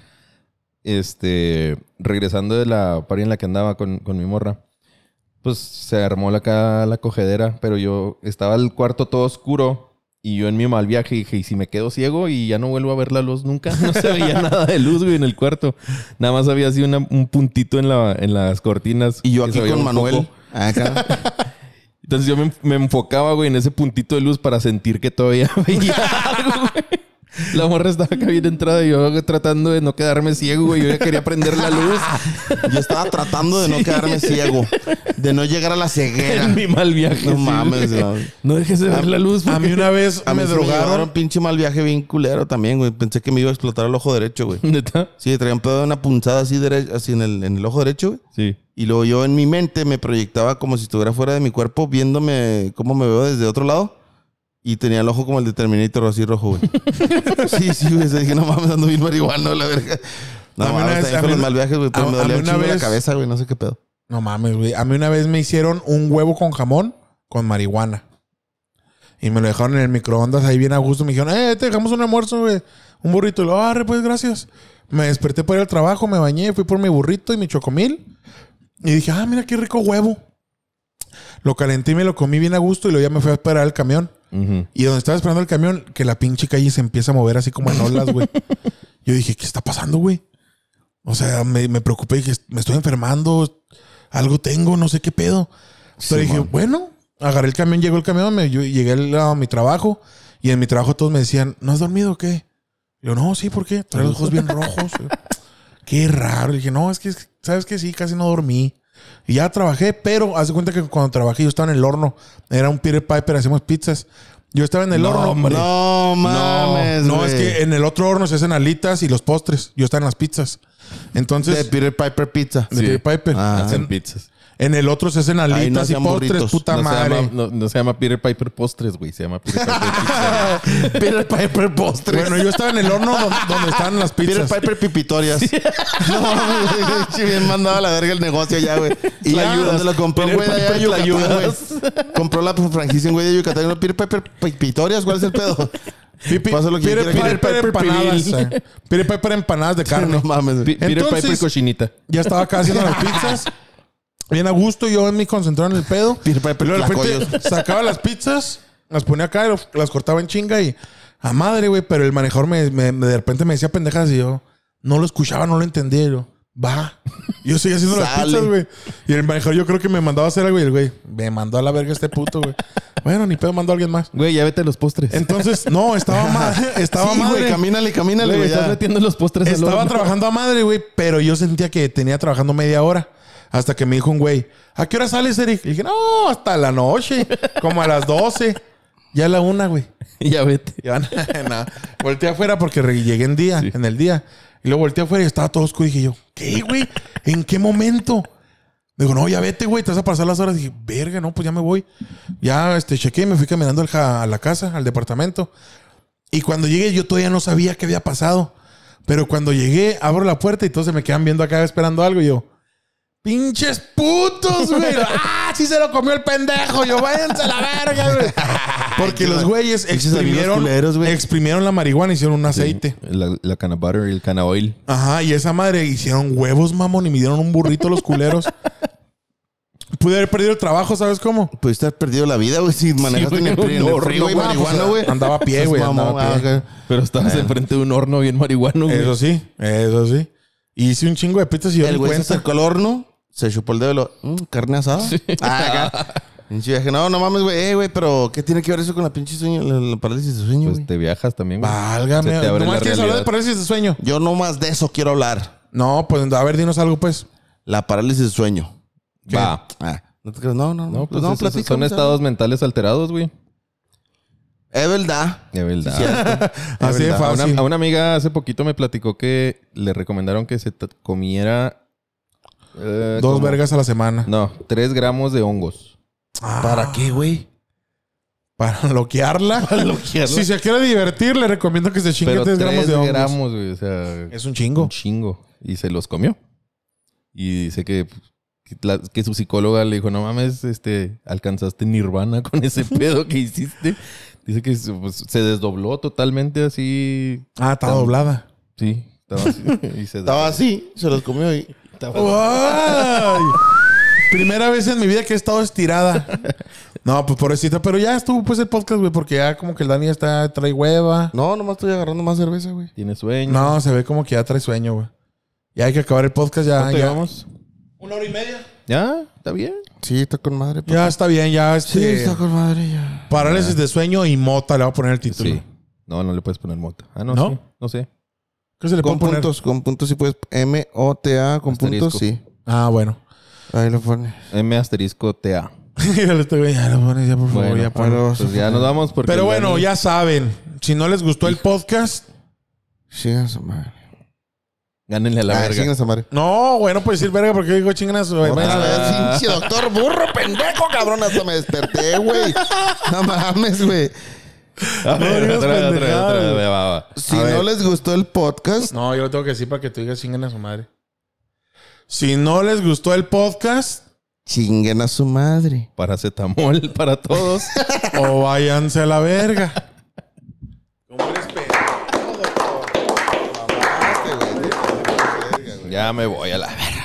este, regresando de la party en la que andaba con, con mi morra, pues se armó la, acá la cogedera, pero yo estaba el cuarto todo oscuro y yo en mi mal viaje dije, ¿y si me quedo ciego y ya no vuelvo a ver la luz nunca? No se veía nada de luz, güey, en el cuarto. Nada más había así una- un puntito en, la, en las cortinas.
Y yo
que
aquí
se veía
con
un
Manuel. Ah,
foco.
Acá.
Entonces yo me, me enfocaba, güey, en ese puntito de luz para sentir que todavía veía algo, güey. La morra estaba acá bien entrada y yo tratando de no quedarme ciego, güey. Yo ya quería prender la luz
Yo estaba tratando de no quedarme ciego. De no llegar a la ceguera.
en mi mal viaje.
No
sí,
mames,
güey.
no.
No dejes de ver la luz,
A mí una vez
A mí
me
sí me drogaron.
drogaron.
pinche mal viaje bien culero también, güey. Pensé que me iba a explotar el ojo derecho, güey.
¿Neta?
Sí, traía un pedo de una punzada así, dere- así en, el, en el ojo derecho, güey.
Sí.
Y luego yo en mi mente me proyectaba como si estuviera fuera de mi cuerpo, viéndome cómo me veo desde otro lado. Y tenía el ojo como el de Terminator, así rojo, güey. sí, sí, güey. Dije, no mames, ando bien marihuano, la verga. No,
A mí una
mames,
vez-
también
a
con
mí
los
una-
mal viajes, güey. Pero
a-
me
a
dolía
mí
un
una
chingo la
vez-
cabeza, güey. No sé qué pedo.
No mames, güey. A mí una vez me hicieron un huevo con jamón con marihuana. Y me lo dejaron en el microondas ahí bien a gusto. Me dijeron, eh, te dejamos un almuerzo, güey. Un burrito. Y lo, arre, pues, gracias. Me desperté para ir al trabajo, me bañé, fui por mi burrito y mi chocomil. Y dije, ah, mira qué rico huevo. Lo calenté y me lo comí bien a gusto y luego ya me fui a esperar el camión.
Ujú.
Y donde estaba esperando el camión, que la pinche calle se empieza a mover así como en olas, güey. Yo dije, ¿qué está pasando, güey? O sea, me, me preocupé, dije, me estoy enfermando, algo tengo, no sé qué pedo. Pero dije, bueno, agarré el camión, llegó el camión, me, yo llegué al- a mi trabajo y en mi trabajo todos me decían, ¿no has dormido o qué? Y yo, no, sí, ¿por qué? Trae los ojos bien rojos. Y yo, qué raro. Y dije, no, es que, ¿sabes qué? Sí, casi no dormí. Y ya trabajé, pero haz de cuenta que cuando trabajé yo estaba en el horno. Era un Peter Piper, hacíamos pizzas. Yo estaba en el
No,
horno.
hombre.
No mames,
No,
güey.
es que en el otro horno se hacen alitas y los postres. Yo estaba en las pizzas.
De
Entonces, de,
Peter Piper Pizza.
Peter Piper.
Ah.
Hacen-
Hacen pizzas.
en el otro se hacen
Ahí no
alitas y
hacían
postres,
burritos.
puta
no,
madre.
Se llama, no, no se llama Peter Piper Postres, güey. Se llama Peter Piper Pizza.
Peter Piper Postres.
Bueno, yo estaba en el horno donde, donde estaban las
Peter
pizzas.
Piper Pipitorias. No mames, güey. Sí, bien mandado a la verga el negocio ya, güey. Y la
Tlayudas.
ayuda. lo compró,
Peter
güey, de allá de
Piper
Yucatán,
Tlayudas.
güey. Compró la franquicia en güey de Yucatán. y no, Peter Piper Pipitorias, ¿cuál es el pedo? Pipi, Pasa lo que
Peter
quiera que-
Piper empanadas. eh. Peter Piper empanadas de carne.
No mames.
Pi- Peter
Entonces-
Piper y cochinita.
Ya estaba acá haciendo las pizzas. Bien a gusto, yo en mi concentrado en el pedo.
Peter Piper,
Y luego de repente
tlacoyos.
sacaba las pizzas, las ponía acá, y los- las cortaba en chinga y a madre, güey. Pero el manejador me, me- me- de repente me decía pendejas y yo no lo escuchaba, no lo entendía. y yo, va. Yo seguía haciendo las
Sale.
pizzas, güey. Y el manejador yo creo que me mandaba a hacer algo y el güey me mandó a la verga este puto, güey. Bueno, ni pedo, mandó a alguien más.
Güey, ya vete a los postres.
Entonces, no, estaba madre. Estaba
Sí,
madre.
güey, camínale, camínale,
Güey,
güey.
estás
ya.
metiendo los postres al
Estaba
horno.
trabajando a madre, güey, pero yo sentía que tenía trabajando media hora. Hasta que me dijo un güey, ¿a qué hora sales, Eric? Y dije, no, hasta la noche, como a las 12. Ya a la una, güey.
Ya vete.
Y van, no. Volteé afuera porque re- llegué en día, en el día. Y luego volteé afuera y estaba todo oscuro. Y dije yo, ¿qué, güey? ¿En qué momento? Digo, no, ya vete, güey, te vas a pasar las horas. dije, verga, no, pues ya me voy. Ya este, chequé y me fui caminando al ja- a la casa, al departamento. Y cuando llegué, yo todavía no sabía qué había pasado. Pero cuando llegué, abro la puerta y todos se me quedan viendo acá esperando algo. Y yo, pinches putos, güey. ¡Ah! Sí se lo comió el pendejo. Yo, váyanse a la verga, güey. Porque los güeyes
Pinches amigos
exprimieron,
culeros, güey.
exprimieron la marihuana y hicieron un aceite.
La, la cana butter y el cana oil.
Ajá, y esa madre hicieron huevos, mamón, y me dieron un burrito los culeros. Pude haber perdido el trabajo, ¿sabes cómo?
Pudiste haber perdido la vida, güey, si manejaste en
güey,
el
un
frío, en el
horno,
frío, güey,
güey,
marihuana, güey.
Andaba a pie,
Estás
güey.
mamón,
Andaba a pie.
ah,
Pero estabas enfrente de un horno bien marihuano, güey.
Eso sí, eso sí. Hice un chingo de pitas y yo
El
ni
güey se
cuenta.
acercó al horno, se chupó el dedo y lo... "Mm, ¿Carne asada? Ah, acá. Pinche viaje. No, no mames, güey. Eh, güey, pero ¿qué tiene que ver eso con la pinche sueño, la, la parálisis de sueño,
Pues
güey?
te viajas también, güey.
Válgame.
Se te
¿No
abre la
más quieres
realidad.
hablar de parálisis de sueño?
Yo no más de eso quiero hablar.
No, pues a ver, dinos algo, pues.
La parálisis de sueño.
Va.
Ah, no te creas. No, no,
No,
no.
pues
no,
esos
platica,
son
¿cómo se llama?
estados mentales alterados, güey.
Es verdad.
De verdad.
Así de
verdad.
a, una,
fácil.
a una amiga hace poquito me platicó que le recomendaron que se t- comiera... eh,
Dos
como-
vergas a la semana.
No, tres gramos de hongos.
Ah,
¿Para qué, güey?
Para bloquearla. Si se quiere divertir, le recomiendo que se chingue
Pero
tres gramos de hongos.
gramos, güey. O sea,
Es un chingo.
un chingo. Y se los comió. Y dice que, que, la- que su psicóloga le dijo, no mames, este, alcanzaste nirvana con ese pedo que hiciste. Dice que se, pues, se desdobló totalmente así.
Ah, está doblada.
Sí, estaba así. y se
Estaba así, se los comió y...
¡Ay! Primera vez en mi vida que he estado estirada. No, pues pobrecita, pero ya estuvo pues el podcast, güey, porque ya como que el Dani ya está, trae hueva.
No, nomás estoy agarrando más cerveza, güey.
Tiene sueño.
No, se ve como que ya trae sueño, güey. Ya hay que acabar el podcast, ya.
¿Cuánto
Ya,
llevamos?
Una hora y media.
¿Ya? ¿Está bien?
Sí, está con madre. pa-
Ya está bien, ya este.
Sí, está con madre ya.
Parálisis de sueño y mota, le voy a poner el título.
Sí. No, no le puedes poner mota. Ah, no,
¿No?
sí. No sé.
¿Qué se le puede
Con
poner?
puntos, con puntos sí puedes... M-O-T-A, con
Asterisco.
puntos sí.
Ah, bueno.
Ahí lo pone.
M asterisco TA.
ya lo estoy- ya lo pones, ya por favor,
Bueno,
ya ponlo.
bueno.
Pues ya nos vamos porque...
Pero
el
bueno,
Dani-
ya saben. Si no les gustó el podcast,
Sigan su madre.
Gánenle a la
Ah,
verga.
sigan su madre. Ah.
no, güey, no puedes decir verga porque digo chinganas.
Otra vez, pinche doctor burro, pendejo, cabrón. Hasta me desperté, güey. No mames, güey.
A ver,
digas
otra vez, otra vez,
pendejadas.
otra vez, va, va.
Si
A ver.
no les gustó el podcast,
No, yo lo tengo que decir para que tú digas chinguen a su madre. Si no les gustó el podcast,
chinguen a su madre.
Paracetamol para todos.
o váyanse a la verga. ¿Cómo les
ya me voy a la verga.